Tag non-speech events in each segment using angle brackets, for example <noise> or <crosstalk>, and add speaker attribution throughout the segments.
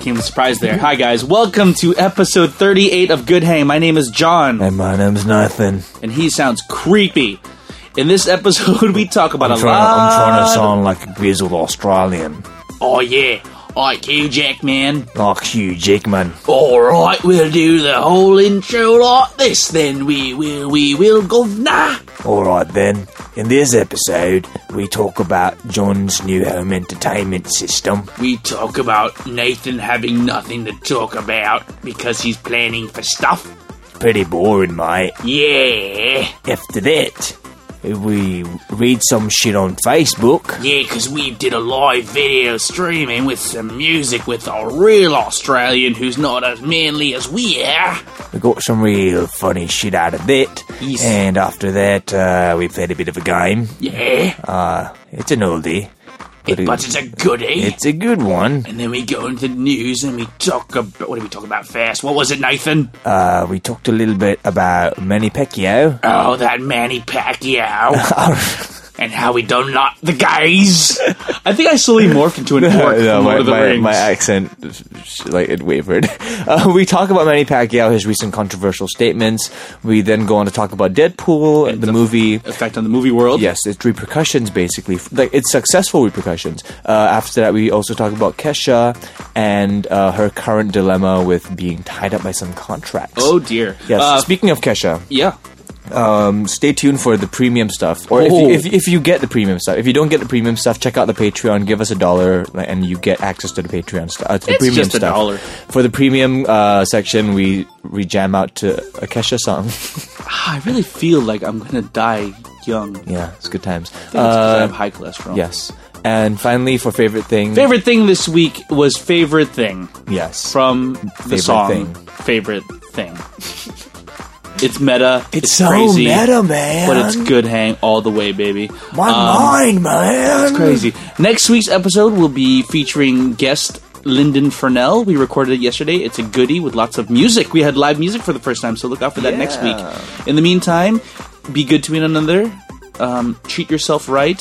Speaker 1: came surprised there. Hi guys, welcome to episode 38 of Good Hay. My name is John,
Speaker 2: And my name's Nathan.
Speaker 1: and he sounds creepy. In this episode, <laughs> we talk about
Speaker 2: I'm
Speaker 1: a
Speaker 2: trying,
Speaker 1: lot.
Speaker 2: I'm trying to sound like a grizzled Australian,
Speaker 1: Oh yeah, like you, Jackman.
Speaker 2: like Hugh Jackman.
Speaker 1: All right, we'll do the whole intro like this. Then we will, we will, governor.
Speaker 2: Alright then, in this episode, we talk about John's new home entertainment system.
Speaker 1: We talk about Nathan having nothing to talk about because he's planning for stuff.
Speaker 2: Pretty boring, mate.
Speaker 1: Yeah,
Speaker 2: After that, we read some shit on Facebook.
Speaker 1: yeah, because we did a live video streaming with some music with a real Australian who's not as manly as we are.
Speaker 2: We got some real funny shit out of that.
Speaker 1: Yes.
Speaker 2: And after that, uh, we played a bit of a game.
Speaker 1: Yeah,
Speaker 2: Uh, it's an oldie.
Speaker 1: it- but it's a goodie.
Speaker 2: It's a good one.
Speaker 1: and then we go into the news and we talk about what did we talk about first? What was it, Nathan?
Speaker 2: Uh, we talked a little bit about Manny Pacquiao.
Speaker 1: Oh, that Manny
Speaker 2: <laughs>
Speaker 1: Pacquiao and how we don't like the
Speaker 2: <laughs>
Speaker 1: gays. I think I slowly morphed into an orc
Speaker 2: no,
Speaker 1: from <laughs>
Speaker 2: my,
Speaker 1: Lord of the
Speaker 2: my,
Speaker 1: Rings.
Speaker 2: my accent like it wavered. <laughs> Uh, we talk about Manny Pacquiao, his recent controversial statements. We then go on to talk about Deadpool, the, movie.
Speaker 1: effect on the movie world.
Speaker 2: Yes, its repercussions basically, like its successful repercussions. Uh, after that, we also talk about Kesha and uh, her current dilemma with being tied up by some contracts.
Speaker 1: Oh dear.
Speaker 2: yes.
Speaker 1: Uh,
Speaker 2: Speaking of Kesha,
Speaker 1: yeah.
Speaker 2: stay tuned for the premium stuff. Or if,
Speaker 1: Oh.
Speaker 2: you, if, if you get the premium stuff, if you don't get the premium stuff, check out the Patreon. Give us a dollar, like, and you get access to the Patreon stuff. Uh, to the
Speaker 1: It's
Speaker 2: premium
Speaker 1: just a
Speaker 2: stuff.
Speaker 1: dollar.
Speaker 2: For the premium uh, section, we we jam out to a Kesha song. <laughs>
Speaker 1: Ah, I really feel like I'm gonna die young.
Speaker 2: yeah, it's good times.
Speaker 1: I
Speaker 2: Uh,
Speaker 1: have high cholesterol.
Speaker 2: yes, and finally for favorite thing.
Speaker 1: Favorite thing this week was favorite thing
Speaker 2: Yes.
Speaker 1: from the
Speaker 2: Favorite
Speaker 1: song
Speaker 2: thing.
Speaker 1: favorite thing. it's meta. It's,
Speaker 2: it's so
Speaker 1: crazy,
Speaker 2: meta, man.
Speaker 1: but it's good hang all the way, baby. Uh,
Speaker 2: My mind, man.
Speaker 1: um, It's crazy. <laughs> Next week's episode will be featuring guest Lyndon Fernell. We recorded it yesterday. It's a goodie with lots of music. We had live music for the first time, so look out for that next
Speaker 2: Yeah.
Speaker 1: week. In the meantime, be good to one another. Um, treat yourself right.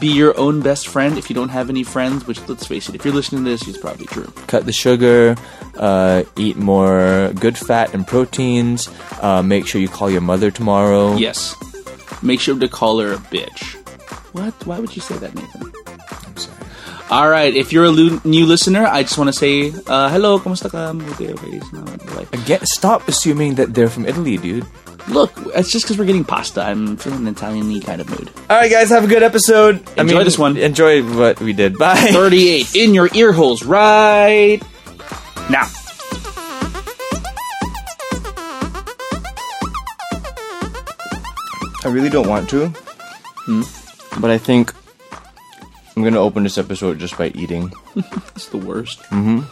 Speaker 1: Be your own best friend if you don't have any friends, which let's face it, if you're listening to this, it's probably true.
Speaker 2: cut the sugar, uh, eat more good fat and proteins. Uh, make sure you call your mother tomorrow.
Speaker 1: Yes. Make sure to call her a bitch. What? Why would you say that, Nathan?
Speaker 2: I'm sorry.
Speaker 1: All right, if you're a lu- new listener, I just want to say uh, hello, kamusta ka? Mabuti, okay, so, like,
Speaker 2: Get, stop assuming that they're from Italy, dude.
Speaker 1: Look, it's just because we're getting pasta. I'm feeling an Italian-y kind of mood.
Speaker 2: All right, guys, have a good episode. I
Speaker 1: Enjoy
Speaker 2: mean,
Speaker 1: this one.
Speaker 2: Enjoy what we did. Bye.
Speaker 1: 38 in your ear holes right now.
Speaker 3: I really don't want to.
Speaker 1: Hmm.
Speaker 3: But I think I'm gonna open this episode just by eating.
Speaker 1: That's the worst.
Speaker 3: Mm.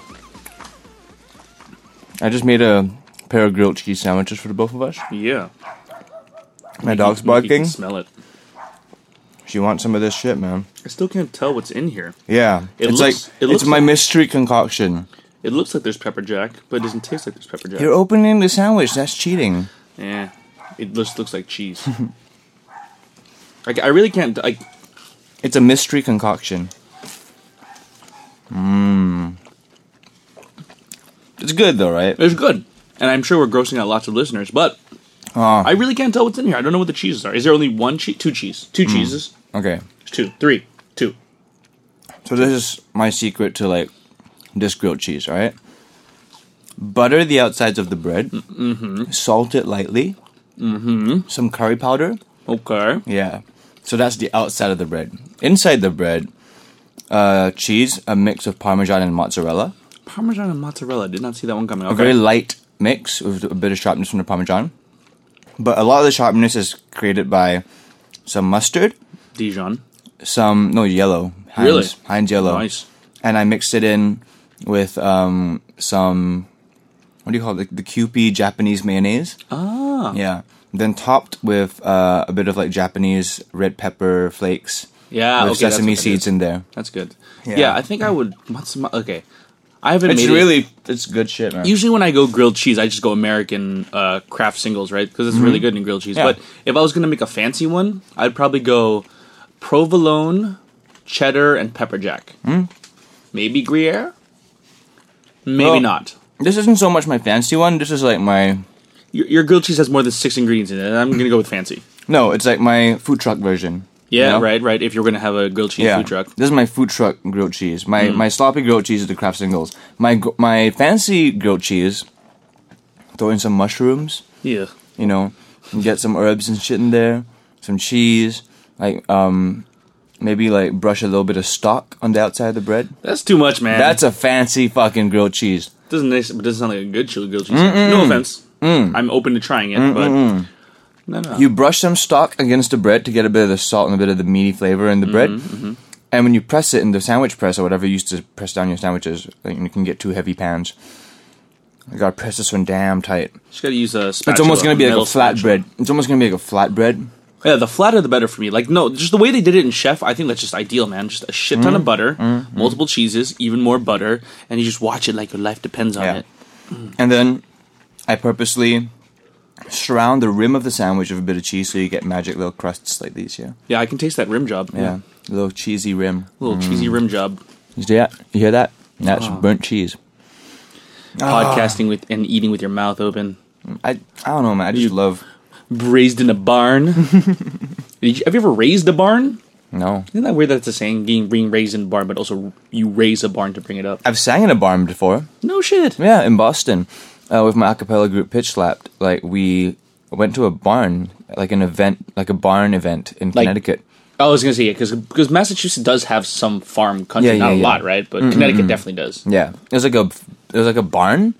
Speaker 3: I just made a pair of grilled cheese sandwiches for the both of us.
Speaker 1: Yeah.
Speaker 3: My dog's barking.
Speaker 1: smell it.
Speaker 3: She wants some of this shit, man.
Speaker 1: I still can't tell what's in here.
Speaker 3: Yeah,
Speaker 1: It
Speaker 3: it's
Speaker 1: looks-
Speaker 3: like
Speaker 1: it looks
Speaker 3: it's my
Speaker 1: like-
Speaker 3: mystery concoction.
Speaker 1: It looks like there's pepper jack, but it doesn't taste like there's pepper jack.
Speaker 3: You're opening the sandwich. That's cheating.
Speaker 1: yeah. It just looks like cheese. <laughs> I, I really can't. I,
Speaker 3: It's a mystery concoction. Mmm. It's good though, right?
Speaker 1: it's good. And I'm sure we're grossing out lots of listeners, but
Speaker 3: Ah.
Speaker 1: I really can't tell what's in here. I don't know what the cheeses are. Is there only one cheese? Two cheese.
Speaker 3: Mm.
Speaker 1: Two cheeses.
Speaker 3: Okay.
Speaker 1: There's two. Three. Two.
Speaker 3: So this is my secret to like this grilled cheese, all right? Butter the outsides of the bread, mm-hmm. salt it lightly, mm-hmm. some curry powder.
Speaker 1: Okay.
Speaker 3: Yeah. So that's the outside of the bread. Inside the bread, uh, cheese, a mix of parmesan and mozzarella,
Speaker 1: Parmesan and mozzarella. Did not see that one coming.
Speaker 3: a
Speaker 1: Okay.
Speaker 3: very light mix with a bit of sharpness from the parmesan. But a lot of the sharpness is created by some mustard,
Speaker 1: Dijon.
Speaker 3: some no yellow, Heinz,
Speaker 1: Really?
Speaker 3: Heinz yellow.
Speaker 1: Nice.
Speaker 3: and I mixed it in with um, some what do you call it? The, the Kewpie Japanese mayonnaise. Ah. Yeah. Then topped with uh, a bit of like Japanese red pepper flakes.
Speaker 1: Yeah,
Speaker 3: With
Speaker 1: okay, that's
Speaker 3: sesame
Speaker 1: what it
Speaker 3: seeds
Speaker 1: is.
Speaker 3: in there.
Speaker 1: That's good. Yeah,
Speaker 3: Yeah.
Speaker 1: I think I would. Matsuma- okay, I haven't
Speaker 3: It's
Speaker 1: made it.
Speaker 3: really it's good shit, man.
Speaker 1: Usually when I go grilled cheese, I just go American uh, craft singles, right? Because it's really good in grilled cheese.
Speaker 3: Mm-hmm. Yeah.
Speaker 1: But if I was gonna make a fancy one, I'd probably go
Speaker 3: Mm.
Speaker 1: provolone, cheddar, and pepper jack. Maybe Gruyere. Maybe
Speaker 2: Well-
Speaker 1: not.
Speaker 2: This isn't so much my fancy one. This is like my
Speaker 1: Your, your grilled cheese has more than six ingredients in it. and I'm gonna go with fancy.
Speaker 2: no. It's like my food truck version. you
Speaker 1: Yeah,
Speaker 2: know?
Speaker 1: right, right. If you're gonna have a grilled cheese
Speaker 2: Yeah.
Speaker 1: food truck, Hmm.
Speaker 2: This is my food truck grilled cheese. My my sloppy grilled cheese is the Kraft singles. My gr- my fancy grilled cheese. Throw in some mushrooms.
Speaker 1: yeah,
Speaker 2: you know, and get some herbs and shit in there, some cheese, like um, maybe like brush a little bit of stock on the outside of the bread.
Speaker 1: that's too much, man.
Speaker 2: That's a fancy fucking grilled cheese.
Speaker 1: doesn't nice, but doesn't sound like a good chili grilled cheese. No offense, I'm open to trying it, but no, no.
Speaker 2: Mm. You brush some stock against the bread to get a bit of the salt and a bit of the meaty flavor in the bread.
Speaker 1: Mm-hmm,
Speaker 2: And when you press it in the sandwich press or whatever you used to press down your sandwiches, like you can get two heavy pans. I gotta press this one damn tight.
Speaker 1: just gotta use a. Spatula,
Speaker 2: It's almost gonna be like a
Speaker 1: metal spatula.
Speaker 2: flatbread. It's almost gonna be like a flatbread.
Speaker 1: Yeah, the flatter the better for me. Like, no, just the way they did it in Chef, I think that's just ideal, man. Just a shit
Speaker 2: Mm-hmm.
Speaker 1: ton of butter, multiple cheeses, even more butter, and you just watch it like your life depends on
Speaker 2: Yeah.
Speaker 1: it.
Speaker 2: And then I purposely surround the rim of the sandwich with a bit of cheese so you get magic little crusts like these, yeah?
Speaker 1: Yeah, I can taste that rim job.
Speaker 2: Yeah. Mm. Little cheesy rim.
Speaker 1: little cheesy rim job.
Speaker 2: You see that? You hear that? That's burnt cheese. Ah.
Speaker 1: Podcasting with and eating with your mouth open,
Speaker 2: I, I don't know, man. I just
Speaker 1: You-
Speaker 2: love.
Speaker 1: raised in a
Speaker 2: <laughs>
Speaker 1: barn. Did you, have you ever raised a barn?
Speaker 2: No.
Speaker 1: Isn't that weird? That's the saying, being being raised in a barn, but also you raise a barn to bring it up.
Speaker 2: I've sang in a barn before.
Speaker 1: No shit.
Speaker 2: Yeah, in Boston, uh, with my a cappella group Pitch Slapped. Like, we went to a barn, like an event, like a barn event in
Speaker 1: Like-
Speaker 2: Connecticut.
Speaker 1: I was gonna say it because Massachusetts does have some farm country,
Speaker 2: Yeah, yeah,
Speaker 1: not a
Speaker 2: yeah. Mm-hmm,
Speaker 1: lot, right? But Connecticut definitely does.
Speaker 2: Yeah, it was like a it was like a barn,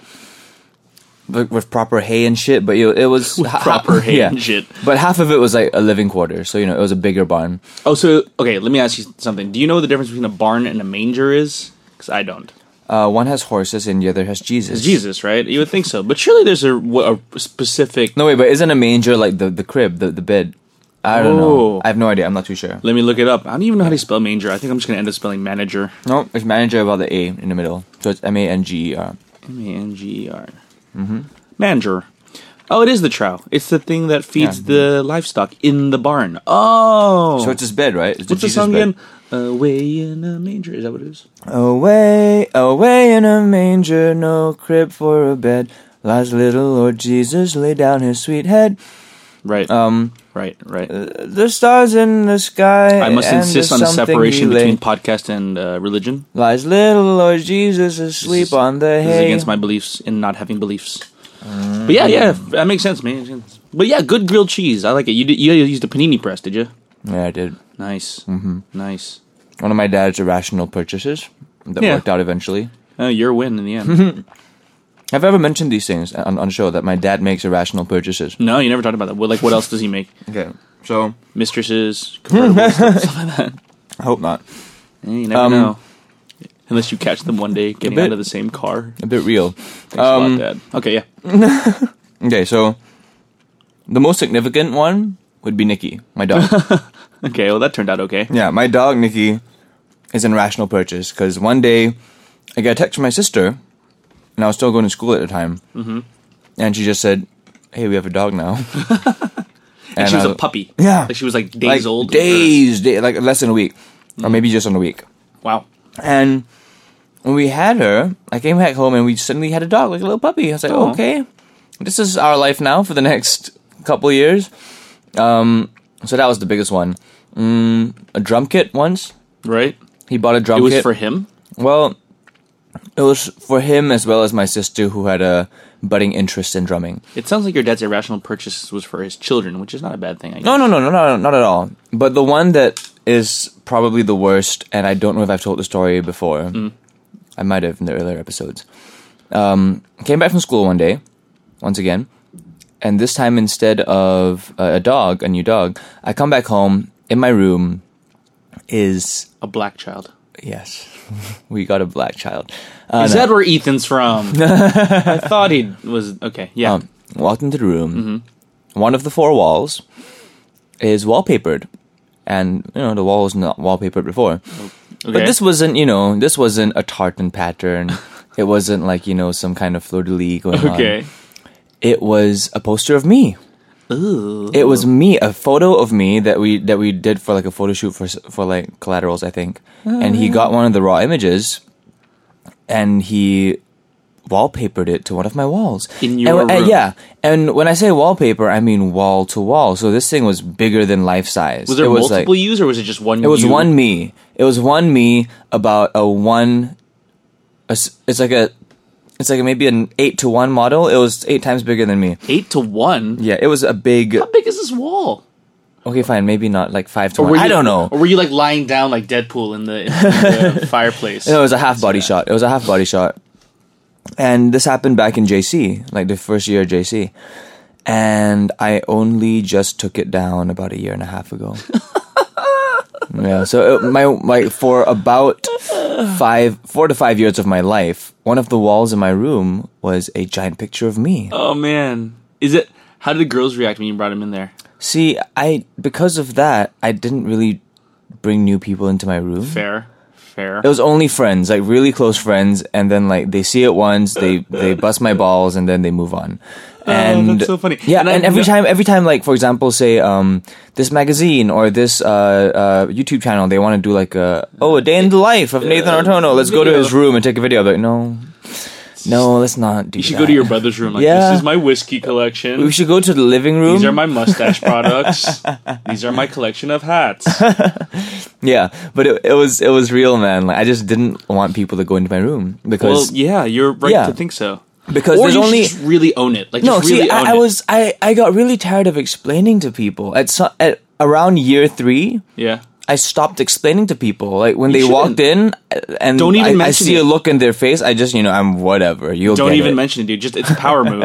Speaker 2: like with proper hay and shit. But you know, it was ha-
Speaker 1: proper hay
Speaker 2: yeah.
Speaker 1: and shit.
Speaker 2: But half of it was like a living quarter, so you know it was a bigger barn.
Speaker 1: Oh, so okay. Let me ask you something. Do you know what the difference between a barn and a manger is? Because I don't.
Speaker 2: Uh, one has horses and the other has Jesus.
Speaker 1: Jesus, right? You would think so, but surely there's a, wh- a specific.
Speaker 2: No wait, but isn't a manger like the the crib, the the bed? I
Speaker 1: Oh.
Speaker 2: don't know. I have no idea. I'm not too sure.
Speaker 1: Let me look it up. I don't even know how to spell manger. I think I'm just gonna end up spelling manager.
Speaker 2: No, it's manager about the A in the middle, so it's M A N G E R.
Speaker 1: M a n g e r.
Speaker 2: Mm-hmm.
Speaker 1: Manger. Oh, it is the trough. It's the thing that feeds the livestock in the barn. Oh,
Speaker 2: So it's his bed, right? It's
Speaker 1: what's the
Speaker 2: Jesus
Speaker 1: song
Speaker 2: bed.
Speaker 1: again? Away in a manger. Is that what it is?
Speaker 2: Away, away in a manger, no crib for a bed. Lies little Lord Jesus, lay down his sweet head.
Speaker 1: Right.
Speaker 2: Oh.
Speaker 1: Um. Right. Right.
Speaker 2: The stars in the sky.
Speaker 1: I must
Speaker 2: and
Speaker 1: insist
Speaker 2: the
Speaker 1: on a
Speaker 2: something
Speaker 1: separation
Speaker 2: he lay.
Speaker 1: between podcast and uh, religion.
Speaker 2: Lies little Lord Jesus asleep
Speaker 1: is-
Speaker 2: on the
Speaker 1: This is
Speaker 2: hay.
Speaker 1: against my beliefs in not having beliefs. But yeah, yeah, that makes sense, man. Makes sense. But yeah, good grilled cheese. I like it. You did, you used a panini press, did you?
Speaker 2: yeah, I did.
Speaker 1: Nice, mm-hmm. nice.
Speaker 2: One of my dad's irrational purchases that
Speaker 1: Yeah.
Speaker 2: worked out eventually.
Speaker 1: Oh, your win in the
Speaker 2: <laughs>
Speaker 1: end.
Speaker 2: Have I ever mentioned these things on, on show that my dad makes irrational purchases?
Speaker 1: no, you never talked about that. What, like, what else does he make?
Speaker 2: Okay, so
Speaker 1: Mistresses,
Speaker 2: <laughs>
Speaker 1: convertibles, stuff, stuff like that.
Speaker 2: I hope not.
Speaker 1: Eh, You never
Speaker 2: Um,
Speaker 1: know. Unless you catch them one day getting
Speaker 2: bit.
Speaker 1: out of the same car.
Speaker 2: A bit real.
Speaker 1: Thanks
Speaker 2: um,
Speaker 1: a lot, Dad. Okay, yeah.
Speaker 2: Okay, so the most significant one would be Nikki, my
Speaker 1: <laughs>
Speaker 2: dog.
Speaker 1: Okay, well, that turned out okay.
Speaker 2: Yeah, my dog Nikki is an irrational purchase because one day I got a text from my sister, and I was still going to school at the time, mm-hmm. and she just said, "Hey, we have a dog now." <laughs> and
Speaker 1: <laughs> And she was
Speaker 2: I
Speaker 1: a puppy.
Speaker 2: Yeah.
Speaker 1: Like she was like days
Speaker 2: like,
Speaker 1: old. Mm-hmm.
Speaker 2: days, day, like less than a week, or maybe just on a week.
Speaker 1: Wow.
Speaker 2: And when we had her, I came back home and we suddenly had a dog, like a little puppy. I was like,
Speaker 1: Aw.
Speaker 2: okay, this is our life now for the next couple years. Um, so that was the biggest one. Mm, a drum kit once.
Speaker 1: Right?
Speaker 2: He bought a drum
Speaker 1: It was
Speaker 2: kit.
Speaker 1: for him.
Speaker 2: Well, it was for him as well as my sister who had a budding interest in drumming.
Speaker 1: It sounds like your dad's irrational purchase was for his children, which is not a bad thing. I guess.
Speaker 2: No, no, no, no, no, not at all. But the one that is probably the worst, and I don't know if I've told the story before. I might have in the earlier episodes. Um, came back from school one day, once again, and this time instead of uh, a dog, a new dog, I come back home in my room is
Speaker 1: A black child.
Speaker 2: yes, <laughs> we got a black child. Uh,
Speaker 1: Is
Speaker 2: no.
Speaker 1: that where Ethan's
Speaker 2: <laughs>
Speaker 1: from? I thought he was okay. Yeah,
Speaker 2: Um, walked into the room. One of the four walls is wallpapered, and you know the wall was not wallpapered before.
Speaker 1: okay.
Speaker 2: But this wasn't, you know, this wasn't a
Speaker 1: <laughs>
Speaker 2: tartan pattern. it wasn't like you know some kind of fleur de lis going on.
Speaker 1: okay.
Speaker 2: It was a poster of me.
Speaker 1: Ooh.
Speaker 2: It was me, a photo of me that we that we did for like a photo shoot for s- for like collaterals, I think. and he got one of the raw images, and he wallpapered it to one of my walls.
Speaker 1: In your
Speaker 2: and, and
Speaker 1: room.
Speaker 2: yeah. And when I say wallpaper, I mean wall to wall. So this thing was bigger than life size.
Speaker 1: Was there
Speaker 2: it was
Speaker 1: multiple
Speaker 2: like,
Speaker 1: yous or was it just one?
Speaker 2: It was one me. It was one me about a one. a s- It's like a. It's like maybe an eight to one model. It was eight times bigger than me.
Speaker 1: eight to one.
Speaker 2: Yeah, it was a big.
Speaker 1: How big is this wall?
Speaker 2: Okay, fine, maybe not like five to
Speaker 1: Or
Speaker 2: one.
Speaker 1: were you-
Speaker 2: I don't know.
Speaker 1: Or were you like lying down like Deadpool in the, in
Speaker 2: <laughs>
Speaker 1: the fireplace?
Speaker 2: No, it was a half body shot. It was a half body shot. And this happened back in JC, like the first year of JC. And I only just took it down about a year and a half ago. yeah, so it, my my for about five four to five years of my life, one of the walls in my room was a giant picture of me.
Speaker 1: Oh man, is it? How did the girls react when you brought him in there?
Speaker 2: See, I because of that, I didn't really bring new people into my room.
Speaker 1: Fair, fair.
Speaker 2: it was only friends, like really close friends, and then like they see it once, they they bust my balls, and then they move on. And
Speaker 1: Oh, that's so funny.
Speaker 2: Yeah,
Speaker 1: And
Speaker 2: and,
Speaker 1: I-
Speaker 2: every
Speaker 1: no-
Speaker 2: time, every time, like for example, say um this magazine or this uh, uh YouTube channel, they want to do like a oh a day in the life of Nathan Artono. Let's go to his
Speaker 1: video.
Speaker 2: room and take a video. I'm like no, no, let's not do.
Speaker 1: you should go to your brother's room. Like
Speaker 2: Yeah.
Speaker 1: this is my whiskey collection.
Speaker 2: We should go to the living room.
Speaker 1: These are my mustache products. These are my collection of
Speaker 2: <laughs>
Speaker 1: hats.
Speaker 2: yeah, but it, it was it was real, man. Like I just didn't want people to go into my room
Speaker 1: Well,
Speaker 2: because
Speaker 1: yeah, you're right
Speaker 2: Yeah.
Speaker 1: to think so.
Speaker 2: because
Speaker 1: or
Speaker 2: there's
Speaker 1: you should
Speaker 2: only
Speaker 1: just really own it. Like
Speaker 2: No,
Speaker 1: just really
Speaker 2: see,
Speaker 1: own
Speaker 2: I, I
Speaker 1: it.
Speaker 2: was I, I got really tired of explaining to people at so, at around year three.
Speaker 1: yeah.
Speaker 2: I stopped explaining to people like when they
Speaker 1: shouldn't.
Speaker 2: walked in uh, and
Speaker 1: Don't even
Speaker 2: I, I
Speaker 1: mention
Speaker 2: see
Speaker 1: it.
Speaker 2: a look in their face. I just you know I'm whatever. You'll
Speaker 1: Don't
Speaker 2: get
Speaker 1: even
Speaker 2: it.
Speaker 1: mention it, dude. Just it's a power
Speaker 2: <laughs>
Speaker 1: move.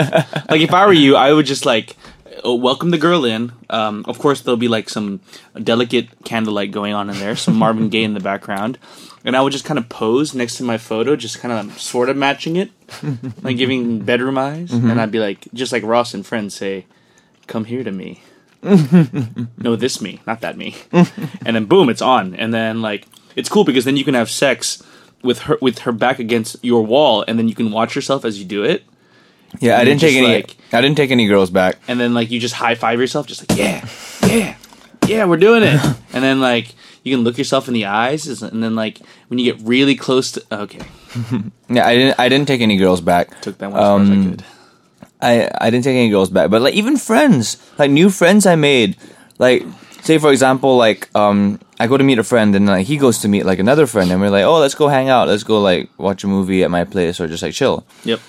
Speaker 1: Like if I were you, I would just like uh, welcome the girl in. Um, of course, there'll be like some delicate candlelight going on in there, some Marvin Gaye in the background, and I would just kind of pose next to my photo, just kind of sort of matching
Speaker 2: <laughs>
Speaker 1: it, like giving bedroom eyes,
Speaker 2: Mm-hmm.
Speaker 1: and I'd be like, just like Ross and friends say, "Come here to
Speaker 2: <laughs>
Speaker 1: me." no, this me, not that me. and then boom, it's on. And then like it's cool because then you can have sex with her with her back against your wall, and then you can watch yourself as you do it.
Speaker 2: Yeah, I
Speaker 1: And
Speaker 2: didn't
Speaker 1: just
Speaker 2: take any.
Speaker 1: like-
Speaker 2: I didn't take any girls back.
Speaker 1: And then like you just high five yourself, just like yeah, yeah, yeah, we're doing it. and then like you can look yourself in the eyes, is- and then like when you get really close to okay,
Speaker 2: Yeah, I didn't. I didn't take any girls back. Um,
Speaker 1: took that one as far as I could.
Speaker 2: I I didn't take any girls back, but like even friends, like new friends I made, like say for example, like um I go to meet a friend and like he goes to meet like another friend and we're like oh let's go hang out, let's go like watch a movie at my place or just like chill.
Speaker 1: Yep.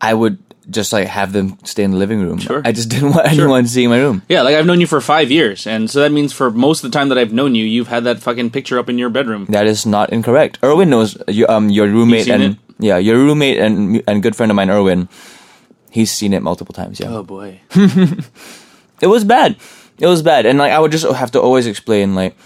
Speaker 2: I would just like have them stay in the living room.
Speaker 1: Sure.
Speaker 2: I just didn't want anyone seeing my room.
Speaker 1: Yeah, like I've known you for five years, and so that means for most of the time that I've known you, you've had that fucking picture up in your bedroom.
Speaker 2: That is not incorrect. Erwin knows your um your roommate
Speaker 1: seen
Speaker 2: and
Speaker 1: it?
Speaker 2: yeah your roommate and and good friend of mine Erwin. He's seen it multiple times. Yeah.
Speaker 1: Oh boy.
Speaker 2: it was bad. It was bad, and like I would just have to always explain, like,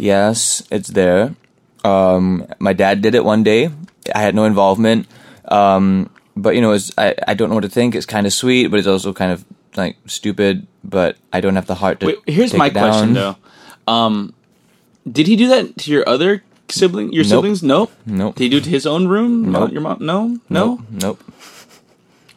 Speaker 2: yes, it's there. Um, my dad did it one day. I had no involvement. Um, but you know, it's, I I don't know what to think. It's kind of sweet, but it's also kind of like stupid. But I don't have the heart to.
Speaker 1: Wait, here's
Speaker 2: take
Speaker 1: my
Speaker 2: it down.
Speaker 1: question though. Um, did he do that to your other sibling? Your
Speaker 2: Nope.
Speaker 1: siblings? Nope.
Speaker 2: Nope.
Speaker 1: Did he do it to his own room?
Speaker 2: Nope.
Speaker 1: Your mom? No. No.
Speaker 2: Nope, nope.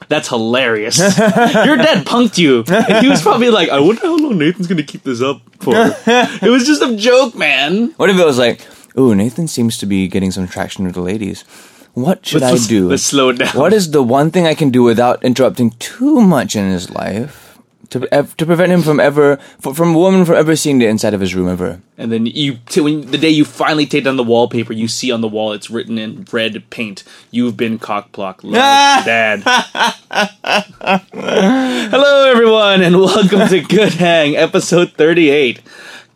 Speaker 1: That's
Speaker 2: <laughs>
Speaker 1: hilarious. your dad punked you. And he was probably like, I wonder how long Nathan's gonna keep this up
Speaker 2: <laughs>
Speaker 1: for. it was just a joke, man.
Speaker 2: What if it was like, ooh, Nathan seems to be getting some traction with the ladies. What should
Speaker 1: Let's-
Speaker 2: I do?
Speaker 1: let's slow it down.
Speaker 2: What is the one thing I can do without interrupting too much in his life to ev- to prevent him from ever f- from a woman from ever seeing the inside of his room ever?
Speaker 1: And then you, t- when the day you finally take down the wallpaper, you see on the wall it's written in red paint. You've been cockblocked, love, dad. Hello, everyone, and welcome to Good Hang, episode thirty-eight.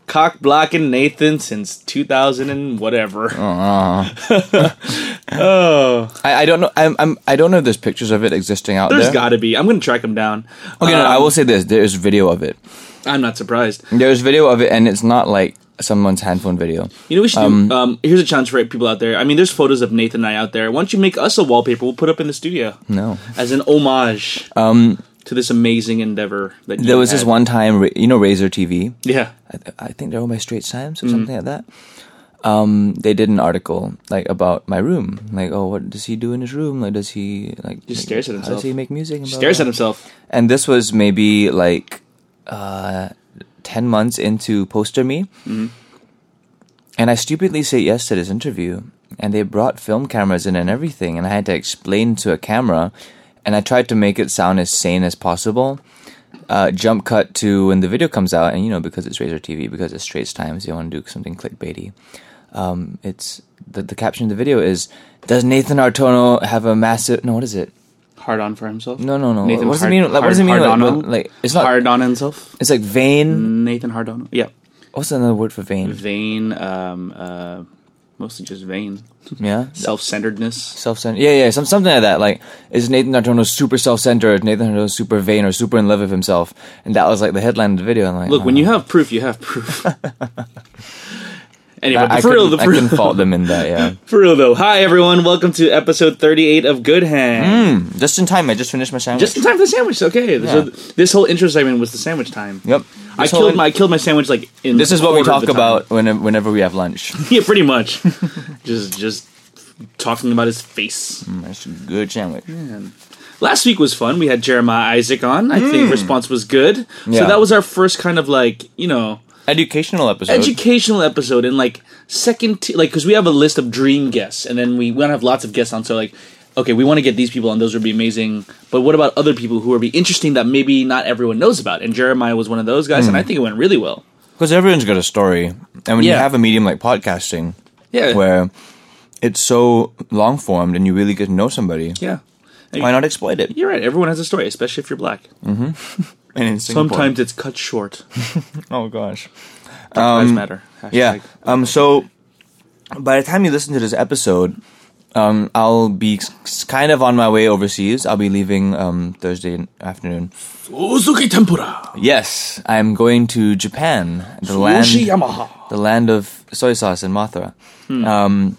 Speaker 1: Cock blocking Nathan since two thousand and whatever. oh,
Speaker 2: I, I don't know. I'm, I'm I don't know if there's pictures of it existing out
Speaker 1: there's
Speaker 2: there.
Speaker 1: got to be. I'm gonna track him down.
Speaker 2: okay, no, no,
Speaker 1: Um,
Speaker 2: I will say this: there is video of it.
Speaker 1: I'm not surprised.
Speaker 2: There's video of it, and it's not like someone's handphone video.
Speaker 1: You know, what we should do. Um, here's a challenge for people out there. I mean, there's photos of Nathan and I out there. Why don't you make us a wallpaper? We'll put up in the studio.
Speaker 2: No.
Speaker 1: as an homage to this amazing endeavor that you
Speaker 2: Um, There was
Speaker 1: had.
Speaker 2: this one time, Ra- you know, Razor TV.
Speaker 1: Yeah,
Speaker 2: I, th- I think they're owned by Straits Times or
Speaker 1: Mm-hmm.
Speaker 2: something like that. Um, they did an article like about my room, like oh, what does he do in his room? Like, does he like
Speaker 1: Just
Speaker 2: make-
Speaker 1: stares at
Speaker 2: How
Speaker 1: himself.
Speaker 2: does he make music? and blah,
Speaker 1: stares
Speaker 2: blah,
Speaker 1: at himself.
Speaker 2: blah. And this was maybe like uh, ten months into Poster Me, and I stupidly say yes to this interview, and they brought film cameras in and everything, and I had to explain to a camera, and I tried to make it sound as sane as possible. Uh, jump cut to when the video comes out, and you know because it's Razor TV, because it's Straits Times, they want to do something clickbaity. Um, it's the the caption of the video is "Does Nathan Artono have a massive? No, what is it?
Speaker 1: Hard on for himself.
Speaker 2: No, no, no.
Speaker 1: Nathan
Speaker 2: what does
Speaker 1: hard,
Speaker 2: it mean? Like,
Speaker 1: hard,
Speaker 2: what does it mean?
Speaker 1: Hard on
Speaker 2: Like,
Speaker 1: him?
Speaker 2: like, it's not.
Speaker 1: hard on himself.
Speaker 2: It's like vain.
Speaker 1: Nathan Hard on. Yeah,
Speaker 2: What's another word for vain?
Speaker 1: vain. Um, uh, mostly just vain,
Speaker 2: Yeah,
Speaker 1: self-centeredness.
Speaker 2: self-centered. Yeah, yeah, some, something like that. Like, is Nathan Artono super self-centered? Nathan Artono super vain or super in love with himself? And that was like the headline of the video. And like,
Speaker 1: Look,
Speaker 2: oh,
Speaker 1: when you have proof, you have proof.
Speaker 2: <laughs>
Speaker 1: anyway,
Speaker 2: uh, I, I,
Speaker 1: for real, the
Speaker 2: couldn't, I
Speaker 1: for
Speaker 2: couldn't
Speaker 1: real,
Speaker 2: fault them in that. Yeah,
Speaker 1: <laughs> for real though. Hi everyone, welcome to episode thirty-eight of Good Hand.
Speaker 2: just in time. I just finished my sandwich.
Speaker 1: Just in time for the sandwich. Okay, so
Speaker 2: Mm. Yeah.
Speaker 1: th- this whole intro segment was the sandwich time.
Speaker 2: yep.
Speaker 1: I
Speaker 2: This
Speaker 1: killed
Speaker 2: whole-
Speaker 1: my I killed my sandwich like in.
Speaker 2: This is what we
Speaker 1: quarter of
Speaker 2: talk
Speaker 1: the time.
Speaker 2: about whenever, whenever we have lunch.
Speaker 1: <laughs> yeah, pretty
Speaker 2: <laughs>
Speaker 1: much. just just talking about his face.
Speaker 2: That's a good sandwich.
Speaker 1: Man. Last week was fun. We had Jeremiah Isaac on. I think response was good. So
Speaker 2: Mm. Yeah.
Speaker 1: that was our first kind of like you know
Speaker 2: Educational episode.
Speaker 1: educational episode and like second t- like because we have a list of dream guests and then we want to have lots of guests on. So like okay, we want to get these people on. Those would be amazing. But what about other people who would be interesting that maybe not everyone knows about? And Jeremiah was one of those guys,
Speaker 2: Mm.
Speaker 1: and I think it went really well.
Speaker 2: Because everyone's got a story, and when you
Speaker 1: Yeah.
Speaker 2: have a medium like podcasting,
Speaker 1: Yeah.
Speaker 2: where it's so long formed and you really get to know somebody,
Speaker 1: Yeah.
Speaker 2: why not exploit it?
Speaker 1: You're right. Everyone has a story, especially if you're black.
Speaker 2: And in Singapore-
Speaker 1: Sometimes it's cut short.
Speaker 2: oh gosh,
Speaker 1: Black lives matter. Hashtag.
Speaker 2: yeah. Um,
Speaker 1: uh,
Speaker 2: so by the time you listen to this episode, um, I'll be s- kind of on my way overseas. I'll be leaving um Thursday afternoon.
Speaker 1: Ozuki tempura.
Speaker 2: Yes, I'm going to Japan, the
Speaker 1: Sushi
Speaker 2: land,
Speaker 1: Yamaha.
Speaker 2: the land of soy sauce and Mothra. Um,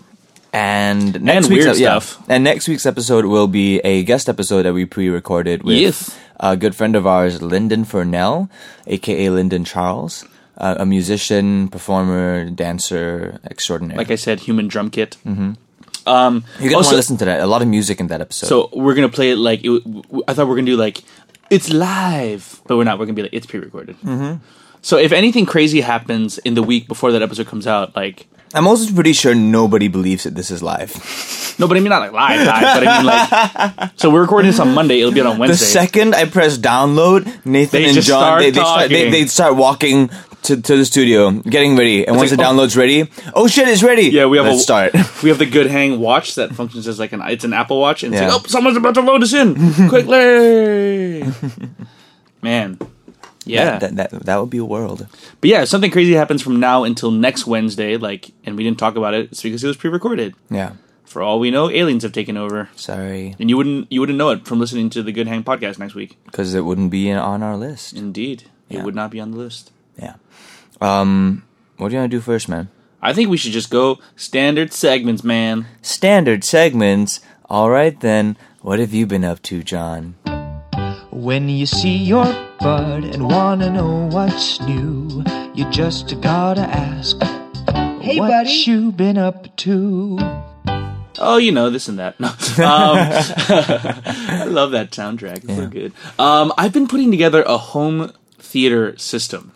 Speaker 2: and next
Speaker 1: Hmm. And
Speaker 2: week's
Speaker 1: weird
Speaker 2: ep- yeah.
Speaker 1: stuff.
Speaker 2: and next week's episode will be a guest episode that we pre-recorded with
Speaker 1: Yes.
Speaker 2: a good friend of ours, Lyndon Furnell, aka Lyndon Charles, uh, a musician, performer, dancer extraordinary.
Speaker 1: like I said, human drum kit. Mm-hmm. Um,
Speaker 2: You're gonna
Speaker 1: also-
Speaker 2: want to listen to that. A lot of music in that episode.
Speaker 1: so we're gonna play it like it, w- w- I thought we are gonna do like it's live, but we're not. We're gonna be like it's pre-recorded. Mm-hmm. So if anything crazy happens in the week before that episode comes out, like
Speaker 2: I'm also pretty sure nobody believes that this is live.
Speaker 1: no, but I mean not like live, live, but I mean like. So we're recording this on Monday. It'll be out on
Speaker 2: The
Speaker 1: Wednesday.
Speaker 2: second I press download, Nathan
Speaker 1: They
Speaker 2: and
Speaker 1: just
Speaker 2: John
Speaker 1: start
Speaker 2: they, they start they,
Speaker 1: talking.
Speaker 2: they start walking to, to the studio, getting ready. And once
Speaker 1: like,
Speaker 2: the
Speaker 1: oh.
Speaker 2: download's ready, oh shit, it's ready.
Speaker 1: yeah, we have
Speaker 2: Let's
Speaker 1: a
Speaker 2: start.
Speaker 1: We have the Good Hang watch that functions as like an it's an Apple Watch and it's
Speaker 2: Yeah.
Speaker 1: like oh someone's about to load us
Speaker 2: <laughs>
Speaker 1: in quickly, man. Yeah,
Speaker 2: That, that that would be a world.
Speaker 1: But yeah, if something crazy happens from now until next Wednesday, like, and we didn't talk about it, it's because it was pre-recorded.
Speaker 2: Yeah.
Speaker 1: For all we know, aliens have taken over,
Speaker 2: Sorry,
Speaker 1: and you wouldn't you wouldn't know it from listening to the Good Hang podcast next week.
Speaker 2: because it wouldn't be in, on our list.
Speaker 1: Indeed, it would not be on the list.
Speaker 2: Yeah. Um, what do you want to do first, man?
Speaker 1: I think we should just go standard segments, man.
Speaker 2: Standard segments. All right then. What have you been up to, John?
Speaker 4: When you see your bud and wanna know what's new, you just gotta ask. Hey, what
Speaker 5: buddy.
Speaker 4: you been up to?
Speaker 1: Oh, you know this and
Speaker 2: <laughs>
Speaker 1: that. No. Um, <laughs> I love that soundtrack. It's so good. Um, I've been putting together a home theater system.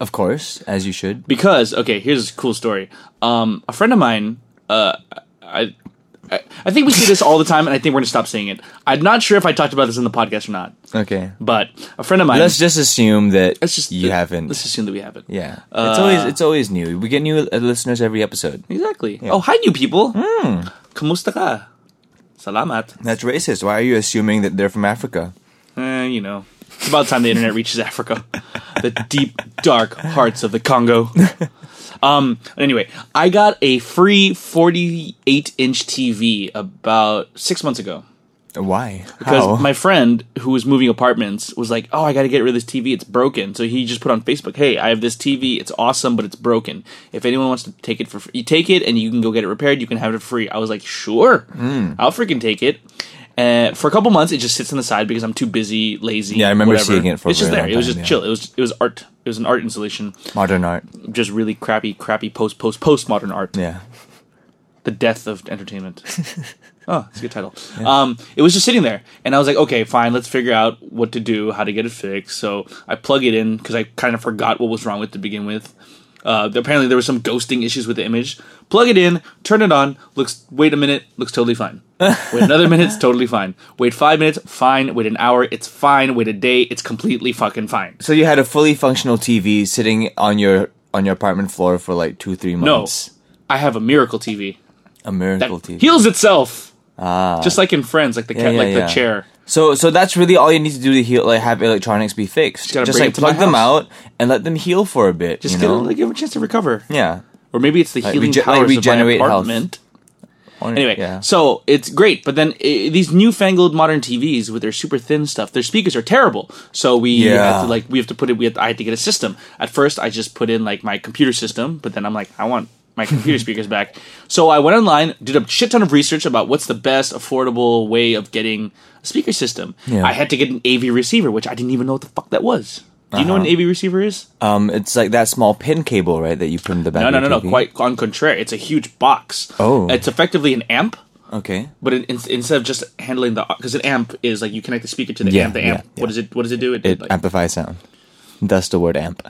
Speaker 2: Of course, as you should.
Speaker 1: because okay here's a cool story um a friend of mine uh i I, I think we see this all the time, and I think we're gonna stop saying it. I'm not sure if I talked about this in the podcast or not,
Speaker 2: Okay.
Speaker 1: but a friend of mine.
Speaker 2: Let's just assume that
Speaker 1: let's just
Speaker 2: you haven't.
Speaker 1: Let's assume that we haven't.
Speaker 2: Yeah, it's always it's always new. We get new uh, listeners every episode.
Speaker 1: exactly. Oh, hi, you people.
Speaker 2: Hmm.
Speaker 1: Kamusta ka? Salamat.
Speaker 2: That's racist. Why are you assuming that they're from Africa?
Speaker 1: Eh, you know, it's about time the internet reaches Africa, the deep, dark hearts of the Congo. Um. Anyway, I got a free 48 inch TV about six months ago.
Speaker 2: Why?
Speaker 1: Because
Speaker 2: How?
Speaker 1: my friend who was moving apartments was like, "Oh, I got to get rid of this TV. It's broken." So he just put on Facebook, "Hey, I have this TV. It's awesome, but it's broken. If anyone wants to take it for, fr- you take it and you can go get it repaired. You can have it for free." I was like, "Sure,
Speaker 2: Hmm.
Speaker 1: I'll freaking take it." And for a couple months, it just sits on the side because I'm too busy, lazy.
Speaker 2: Yeah, I remember
Speaker 1: whatever.
Speaker 2: seeing it for a
Speaker 1: It's just there.
Speaker 2: very long
Speaker 1: It was
Speaker 2: time,
Speaker 1: just
Speaker 2: yeah.
Speaker 1: chill. It was it was art. It was an art installation.
Speaker 2: modern art.
Speaker 1: Just really crappy, crappy post post post modern art.
Speaker 2: Yeah,
Speaker 1: The Death of
Speaker 2: <laughs>
Speaker 1: Entertainment. oh, it's a good title. Um, it was just sitting there, and I was like, okay, fine, let's figure out what to do, how to get it fixed. So I plug it in because I kind of forgot what was wrong with it to begin with. Uh, apparently, there was some ghosting issues with the image. Plug it in, turn it on. Looks. Wait a minute. Looks totally fine. Wait another minute. It's totally fine. Wait five minutes. Fine. Wait an hour. It's fine. Wait a day. It's completely fucking fine.
Speaker 2: So you had a fully functional TV sitting on your on your apartment floor for like two three
Speaker 1: No,
Speaker 2: months.
Speaker 1: I have a miracle TV
Speaker 2: A
Speaker 1: that
Speaker 2: miracle TV.
Speaker 1: heals itself. Ah. Just like in Friends, like the cat,
Speaker 2: yeah,
Speaker 1: like
Speaker 2: yeah.
Speaker 1: the chair.
Speaker 2: So so that's really all you need to do to heal, like have electronics be fixed.
Speaker 1: gotta
Speaker 2: Just,
Speaker 1: bring
Speaker 2: like
Speaker 1: it to my
Speaker 2: plug them
Speaker 1: house.
Speaker 2: out and let them heal for a bit.
Speaker 1: Just
Speaker 2: you
Speaker 1: give,
Speaker 2: know?
Speaker 1: it, like, give it a chance to recover.
Speaker 2: yeah.
Speaker 1: Or maybe it's the healing
Speaker 2: rege- like
Speaker 1: powers
Speaker 2: regenerate
Speaker 1: of my
Speaker 2: health.
Speaker 1: apartment.
Speaker 2: Or-
Speaker 1: Anyway,
Speaker 2: yeah.
Speaker 1: so it's great, but then i these newfangled modern TVs with their super thin stuff, their speakers are terrible. So we
Speaker 2: Yeah.
Speaker 1: had to like we have to put it. We had, I had to get a system. At first, I just put in like my computer system, but then I'm like, I want my
Speaker 2: <laughs>
Speaker 1: computer speakers back. So I went online, did a shit ton of research about what's the best affordable way of getting a speaker system.
Speaker 2: Yeah.
Speaker 1: I had to get an AV receiver, which I didn't even know what the fuck that was. Do you know
Speaker 2: Uh-huh.
Speaker 1: what an AV receiver is?
Speaker 2: Um, it's like that small pin cable, right? That you put in the back.
Speaker 1: no,
Speaker 2: of
Speaker 1: no, no,
Speaker 2: your
Speaker 1: no.
Speaker 2: TV.
Speaker 1: Quite on contrary, it's a huge box.
Speaker 2: Oh.
Speaker 1: it's effectively an amp.
Speaker 2: Okay.
Speaker 1: But in, in, instead of just handling the because an amp is like you connect the speaker to the
Speaker 2: Yeah,
Speaker 1: amp. The
Speaker 2: yeah,
Speaker 1: amp. What
Speaker 2: yeah.
Speaker 1: does it? What does it do? It,
Speaker 2: It
Speaker 1: like-
Speaker 2: amplifies sound. That's the word amp.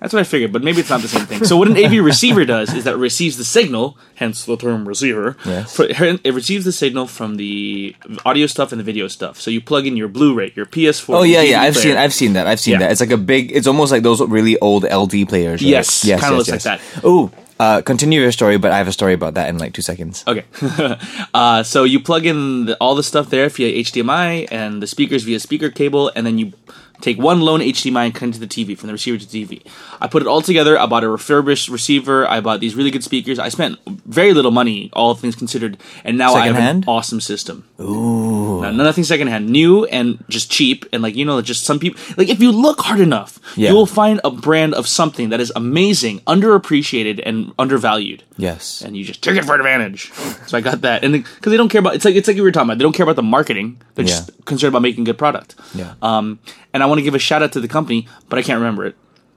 Speaker 1: that's what I figured. But maybe it's not the same thing. So what an
Speaker 2: <laughs>
Speaker 1: AV receiver does is that it receives the signal, hence the term receiver.
Speaker 2: Yes.
Speaker 1: For- it receives the signal from the audio stuff and the video stuff. So you plug in your Blu-ray, your PS4.
Speaker 2: Oh
Speaker 1: your
Speaker 2: yeah, yeah.
Speaker 1: DVD
Speaker 2: I've
Speaker 1: player.
Speaker 2: seen, I've seen that. I've seen
Speaker 1: Yeah.
Speaker 2: that. It's like a big. It's almost like those really old LD players. Right?
Speaker 1: Yes, kinda looks like that.
Speaker 2: Oh, uh, continue your story, but I have a story about that in like two seconds.
Speaker 1: Okay. <laughs> uh, so you plug in the, all the stuff there via HDMI and the speakers via speaker cable, and then you take one lone HDMI and connect it to the TV from the receiver to the TV. I put it all together. I bought a refurbished receiver. I bought these really good speakers. I spent very little money, all things considered, and now I have
Speaker 2: Secondhand?
Speaker 1: an awesome system. Ooh. No, nothing secondhand, new and just cheap, and like you know, just some people. Like if you look hard enough,
Speaker 2: Yeah.
Speaker 1: you will find a brand of something that is amazing, underappreciated, and undervalued
Speaker 2: Yes.
Speaker 1: and you just took it for advantage. So I got that, and because they don't care about it's like it's like you were talking about, they don't care about the marketing. They're
Speaker 2: Yeah.
Speaker 1: just concerned about making good product.
Speaker 2: Yeah.
Speaker 1: Um, and I want to give a shout out to the company, but I can't remember it.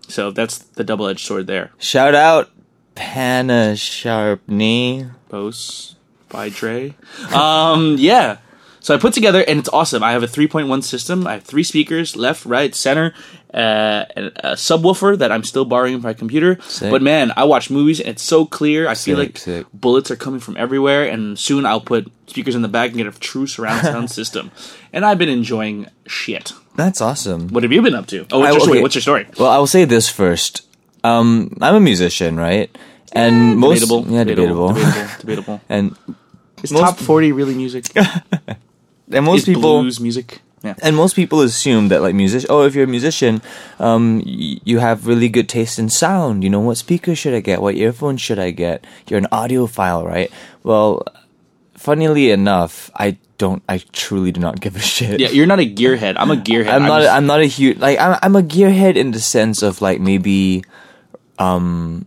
Speaker 1: So that's the double edged sword there.
Speaker 2: Shout out Panna Sharpney.
Speaker 1: Bose by Dre. <laughs> Um, yeah. So I put together, and it's awesome. I have a 3.1 system. I have three speakers, left, right, center, uh, and a subwoofer that I'm still borrowing from my computer. But man, I watch movies, and it's so clear. I feel
Speaker 2: Sick,
Speaker 1: like
Speaker 2: sick.
Speaker 1: bullets are coming from everywhere, and soon I'll put speakers in the back and get a true surround
Speaker 2: <laughs>
Speaker 1: sound system. And I've been enjoying shit.
Speaker 2: That's awesome.
Speaker 1: What have you been up to? Oh, what's, your,
Speaker 2: I-
Speaker 1: story?
Speaker 2: okay.
Speaker 1: what's your story?
Speaker 2: Well, I will say this first. Um, I'm a musician, right? And most
Speaker 1: Debatable.
Speaker 2: yeah, debatable.
Speaker 1: Debatable. debatable.
Speaker 2: <laughs> and
Speaker 1: Is
Speaker 2: Most-
Speaker 1: top 40 really music?
Speaker 2: and most
Speaker 1: Is
Speaker 2: people
Speaker 1: blues music? Yeah.
Speaker 2: and most people assume that like music. Oh, if you're a musician, um, y- you have really good taste in sound. You know what speaker should I get? What earphones should I get? You're an audiophile, right? Well, funnily enough, I don't. I truly do not give a shit.
Speaker 1: Yeah, you're not a gearhead. I'm a gearhead.
Speaker 2: I'm not.
Speaker 1: just-
Speaker 2: I'm not a huge like. I'm. I'm a gearhead in the sense of like maybe, um,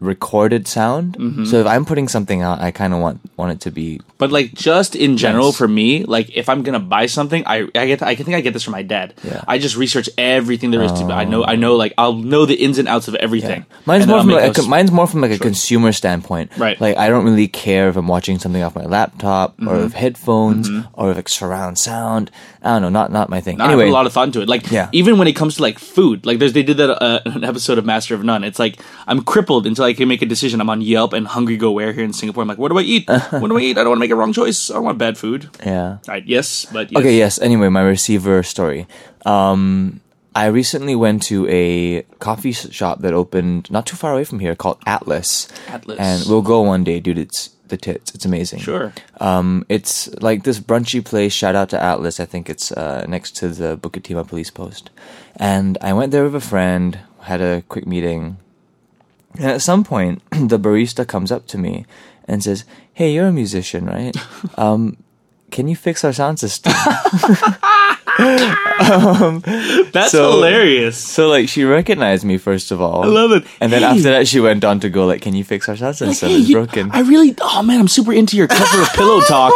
Speaker 2: recorded sound.
Speaker 1: Mm-hmm.
Speaker 2: So if I'm putting something out, I kind of want want it to be.
Speaker 1: but like just in general
Speaker 2: Yes.
Speaker 1: for me, like if I'm gonna buy something, I I get I think I get this from my dad.
Speaker 2: Yeah. Oh.
Speaker 1: I just research everything there is to. I know I know like I'll know the ins and outs of everything.
Speaker 2: Mine's
Speaker 1: And then "Oh, I'll make
Speaker 2: more from like a,
Speaker 1: those-
Speaker 2: mine's more from like a consumer standpoint.
Speaker 1: Right. Mm-hmm.
Speaker 2: Like I don't really care if I'm watching something off my laptop or with headphones or if it's surround sound. I don't know. Not not my thing.
Speaker 1: Nah, I
Speaker 2: anyway,
Speaker 1: put Mm-hmm. a lot of thought into it. Like
Speaker 2: Yeah.
Speaker 1: even when it comes to like food, like there's they did that uh, an episode of Master of None. It's like I'm crippled until I can make a decision. I'm on Yelp and Hungry Go Where here in Singapore. I'm like, what do I
Speaker 2: <laughs>
Speaker 1: eat? what do I eat? I don't want to make a wrong choice. I don't want bad food.
Speaker 2: yeah.
Speaker 1: Right, yes, but yes.
Speaker 2: Okay, yes. Anyway, my receiver story. Um, I recently went to a coffee s- shop that opened not too far away from here called Atlas.
Speaker 1: Atlas.
Speaker 2: And we'll go one day, dude. It's the tits. It's amazing.
Speaker 1: Sure.
Speaker 2: Um, it's like this brunchy place. Shout out to Atlas. I think it's uh, next to the Bukit Timah police post. And I went there with a friend, had a quick meeting. And at some point, <clears throat> the barista comes up to me and says, Hey, you're a musician,
Speaker 1: <laughs>
Speaker 2: right? Um, can you fix our sound system?
Speaker 1: That's
Speaker 2: so-
Speaker 1: hilarious.
Speaker 2: So like she recognized me first of all. I
Speaker 1: love it.
Speaker 2: And then
Speaker 1: Hey.
Speaker 2: after that she went on to go like, Can you fix our sound system?
Speaker 1: Hey,
Speaker 2: it's
Speaker 1: you-
Speaker 2: broken.
Speaker 1: I really. Oh man, I'm super into your cover of
Speaker 2: <laughs>
Speaker 1: Pillow Talk.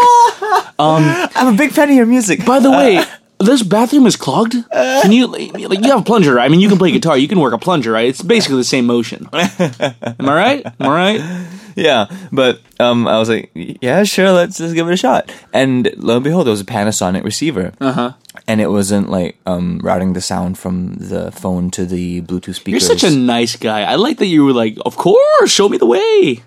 Speaker 2: I'm a big fan of your music.
Speaker 1: By the way, this bathroom is clogged. Can you like you have a plunger? Right? I mean,
Speaker 2: <laughs>
Speaker 1: you can play guitar. You can work a plunger, right? It's basically the same motion. Am I right? Am I right?
Speaker 2: <laughs> yeah, but um, I was like, yeah, sure, let's let's give it a shot. And lo and behold, there was a Panasonic receiver, uh-huh. and it wasn't like um, routing the sound from the phone to the Bluetooth
Speaker 1: You're
Speaker 2: speakers.
Speaker 1: such a nice guy. I like that you were like, of course, show me the way.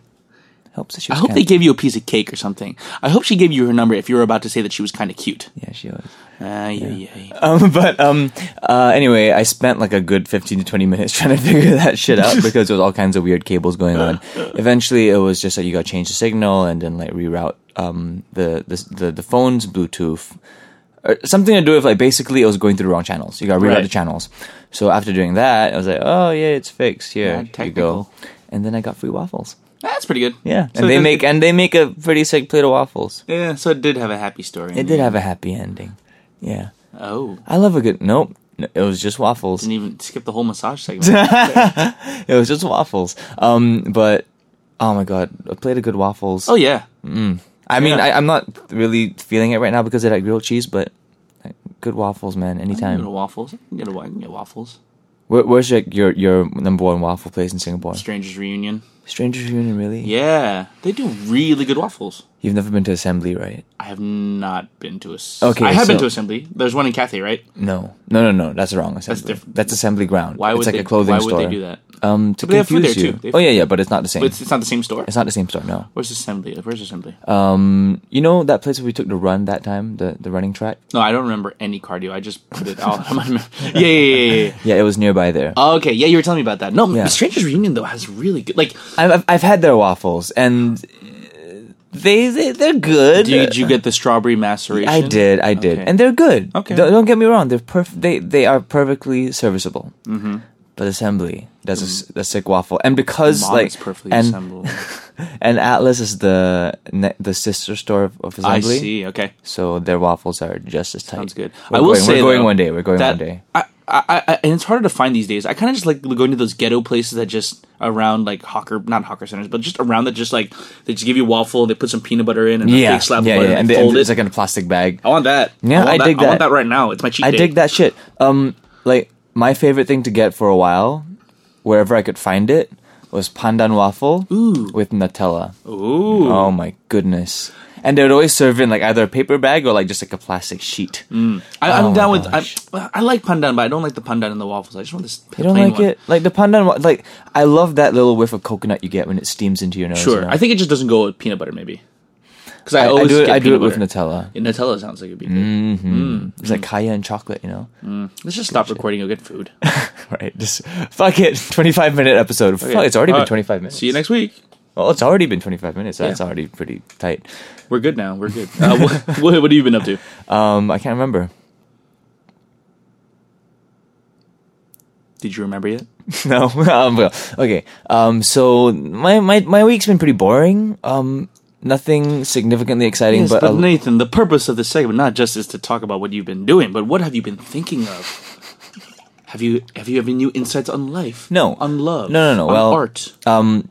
Speaker 2: helps. that she
Speaker 1: I
Speaker 2: was
Speaker 1: hope they
Speaker 2: kinda-
Speaker 1: gave you a piece of cake or something. I hope she gave you her number if you were about to say that she was kind of cute.
Speaker 2: Yeah, she was.
Speaker 1: Ah, yeah, yeah. yeah.
Speaker 2: Um, <laughs> but um, uh, anyway, I spent like a good fifteen to twenty minutes <laughs> trying to figure that shit <laughs> out because there was all kinds of weird cables going on. Eventually, it was just that you got to change the signal and then like reroute um the the the, the phone's Bluetooth. Or something to do with like basically it was going through the wrong channels. You got to reroute
Speaker 1: Right.
Speaker 2: the channels. So after doing that, I was like, oh yeah, it's fixed. Here
Speaker 1: Yeah,
Speaker 2: you go. And then I got free waffles.
Speaker 1: That's pretty good.
Speaker 2: Yeah,
Speaker 1: So
Speaker 2: and
Speaker 1: it
Speaker 2: they
Speaker 1: does-
Speaker 2: make and they make a pretty sick plate of waffles.
Speaker 1: Yeah, so it did have a happy story. in
Speaker 2: It
Speaker 1: the
Speaker 2: did
Speaker 1: end.
Speaker 2: have a happy ending. Yeah,
Speaker 1: Oh,
Speaker 2: I love a good. Nope, No, it was just waffles.
Speaker 1: didn't even skip the whole massage
Speaker 2: <laughs>
Speaker 1: segment.
Speaker 2: It was just waffles. Um, but oh my god, a plate of good waffles.
Speaker 1: oh yeah,
Speaker 2: I mean,
Speaker 1: yeah.
Speaker 2: I, I'm not really feeling it right now because it had grilled cheese, but like, good waffles, man.
Speaker 1: you know
Speaker 2: Anytime.
Speaker 1: waffles. You know wa- you know waffles.
Speaker 2: Where, where's your, your your number one waffle place in Singapore?
Speaker 1: Strangers reunion.
Speaker 2: Strangers Union, really?
Speaker 1: Yeah, they do really good waffles.
Speaker 2: You've never been to Assembly, right?
Speaker 1: I have not been to a.
Speaker 2: Okay,
Speaker 1: I have been
Speaker 2: so-
Speaker 1: to assembly. There's one in Cathay, right?
Speaker 2: No, no, no, no. That's wrong. Assembly. That's,
Speaker 1: different.
Speaker 2: Assembly Ground.
Speaker 1: Why
Speaker 2: it's
Speaker 1: would
Speaker 2: like
Speaker 1: they-
Speaker 2: a clothing
Speaker 1: why would
Speaker 2: store.
Speaker 1: they do that?
Speaker 2: Um, to
Speaker 1: But they have food
Speaker 2: confuse
Speaker 1: there,
Speaker 2: you.
Speaker 1: too. They have
Speaker 2: oh
Speaker 1: food
Speaker 2: yeah, yeah,
Speaker 1: there.
Speaker 2: but it's not the same.
Speaker 1: But it's, it's
Speaker 2: It's, Uh,
Speaker 1: not the same store.
Speaker 2: not the same store. No.
Speaker 1: Where's assembly? Where's assembly?
Speaker 2: You know that place where we took the run that time, the the running track.
Speaker 1: no, I don't remember any cardio. I just put it all <laughs> out of my memory. Yeah, yeah, yeah, yeah. yeah.
Speaker 2: Yeah, it was nearby there.
Speaker 1: Okay, yeah, you were telling me about that. No,
Speaker 2: Yeah.
Speaker 1: Strangers Reunion though has really good. Like,
Speaker 2: I've, I've- I've had their waffles and they, they they're good.
Speaker 1: did you, did you get the strawberry maceration?
Speaker 2: I did, I did,
Speaker 1: Okay.
Speaker 2: and they're good.
Speaker 1: Okay.
Speaker 2: don't, don't get me wrong. They're perf- They they are perfectly serviceable. Mm-hmm. But assembly does a s- a, sick waffle, and because
Speaker 1: Mm-hmm. Mom
Speaker 2: like
Speaker 1: is perfectly
Speaker 2: and
Speaker 1: assembled.
Speaker 2: and Atlas is the ne- the sister store of, of
Speaker 1: I
Speaker 2: assembly.
Speaker 1: see. Okay,
Speaker 2: So their waffles are just as tight.
Speaker 1: sounds good. I
Speaker 2: We're
Speaker 1: will
Speaker 2: going,
Speaker 1: say
Speaker 2: we're going
Speaker 1: though,
Speaker 2: one day. We're going
Speaker 1: that
Speaker 2: one day.
Speaker 1: I, I, I, and it's harder to find these days. I kind of just like going to those ghetto places that just around like hawker, not hawker centers, but just around that just like they just give you waffle, they put some peanut butter in and a
Speaker 2: Yeah,
Speaker 1: big slab
Speaker 2: yeah,
Speaker 1: of butter
Speaker 2: yeah.
Speaker 1: and,
Speaker 2: And,
Speaker 1: they
Speaker 2: they- and
Speaker 1: fold
Speaker 2: it's
Speaker 1: it.
Speaker 2: like in a plastic bag.
Speaker 1: I want that.
Speaker 2: Yeah,
Speaker 1: want
Speaker 2: I dig
Speaker 1: I want
Speaker 2: that.
Speaker 1: that right now. It's my cheat
Speaker 2: I
Speaker 1: day.
Speaker 2: dig that shit. Um, like my favorite thing to get for a while, wherever I could find it, was pandan waffle with Nutella.
Speaker 1: Ooh,
Speaker 2: Oh my goodness! And they would always serve in like either a paper bag or like just like a plastic sheet.
Speaker 1: I, I'm
Speaker 2: Oh my
Speaker 1: down with.
Speaker 2: gosh.
Speaker 1: I, I like pandan, but I don't like the pandan in the waffles. I just want this.
Speaker 2: You don't
Speaker 1: plain
Speaker 2: like
Speaker 1: one.
Speaker 2: it? Like the pandan, wa- like I love that little whiff of coconut you get when it steams into your nose. you
Speaker 1: Sure.
Speaker 2: know?
Speaker 1: I think it just doesn't go with peanut butter, maybe. Because
Speaker 2: I,
Speaker 1: I,
Speaker 2: I
Speaker 1: always
Speaker 2: do it.
Speaker 1: get
Speaker 2: I do it
Speaker 1: peanut
Speaker 2: with
Speaker 1: butter. Mm.
Speaker 2: Nutella. Mm-hmm.
Speaker 1: Yeah, Nutella sounds like it'd be good.
Speaker 2: It's like kaya and chocolate, you know. <laughs>
Speaker 1: Let's just stop recording. You'll get food.
Speaker 2: Right? Just fuck it. <laughs> Twenty-five minute episode. Fuck, it's already
Speaker 1: All
Speaker 2: been
Speaker 1: right.
Speaker 2: twenty-five minutes.
Speaker 1: See you next week.
Speaker 2: Well, it's already been twenty-five minutes. That's
Speaker 1: Yeah.
Speaker 2: already pretty tight.
Speaker 1: We're good now. We're good. Uh, <laughs> what, what, what have you been up to?
Speaker 2: Um, I can't remember. <laughs>
Speaker 1: Did you remember yet?
Speaker 2: No. um, well, okay. Um, so my, my my week's been pretty boring. Um, nothing significantly exciting,
Speaker 1: Yes,
Speaker 2: but,
Speaker 1: but,
Speaker 2: a-
Speaker 1: Nathan, the purpose of this segment not just is to talk about what you've been doing, but what have you been thinking of? Have you have you have any new insights on life?
Speaker 2: No.
Speaker 1: on love.
Speaker 2: No, no, no.
Speaker 1: On
Speaker 2: Well,
Speaker 1: art. Um,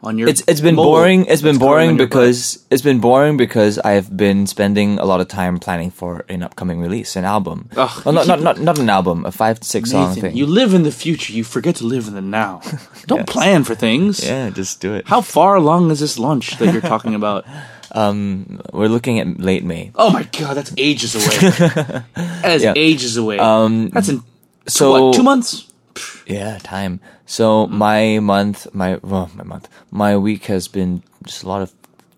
Speaker 1: on your
Speaker 2: it's it's been
Speaker 1: mold
Speaker 2: boring. It's been
Speaker 1: that's growing on
Speaker 2: boring
Speaker 1: your
Speaker 2: because it's been boring because I've been spending a lot of time planning for an upcoming release, an album.
Speaker 1: Ugh, you
Speaker 2: well, not, not
Speaker 1: keep-
Speaker 2: not not an album, a five to six
Speaker 1: butt.
Speaker 2: song
Speaker 1: Nathan,
Speaker 2: thing.
Speaker 1: you live in the future. You forget to live in the
Speaker 2: <laughs>
Speaker 1: now. Don't plan for things.
Speaker 2: yeah, just do it.
Speaker 1: How far along is this launch that you're talking
Speaker 2: <laughs>
Speaker 1: about?
Speaker 2: We're looking at late May.
Speaker 1: Oh my god, that's ages
Speaker 2: <laughs>
Speaker 1: away. that is
Speaker 2: Yeah.
Speaker 1: ages away. Um, that's in
Speaker 2: So
Speaker 1: what, two months.
Speaker 2: Yeah, time. So my month, my well, my month, my week has been just a lot of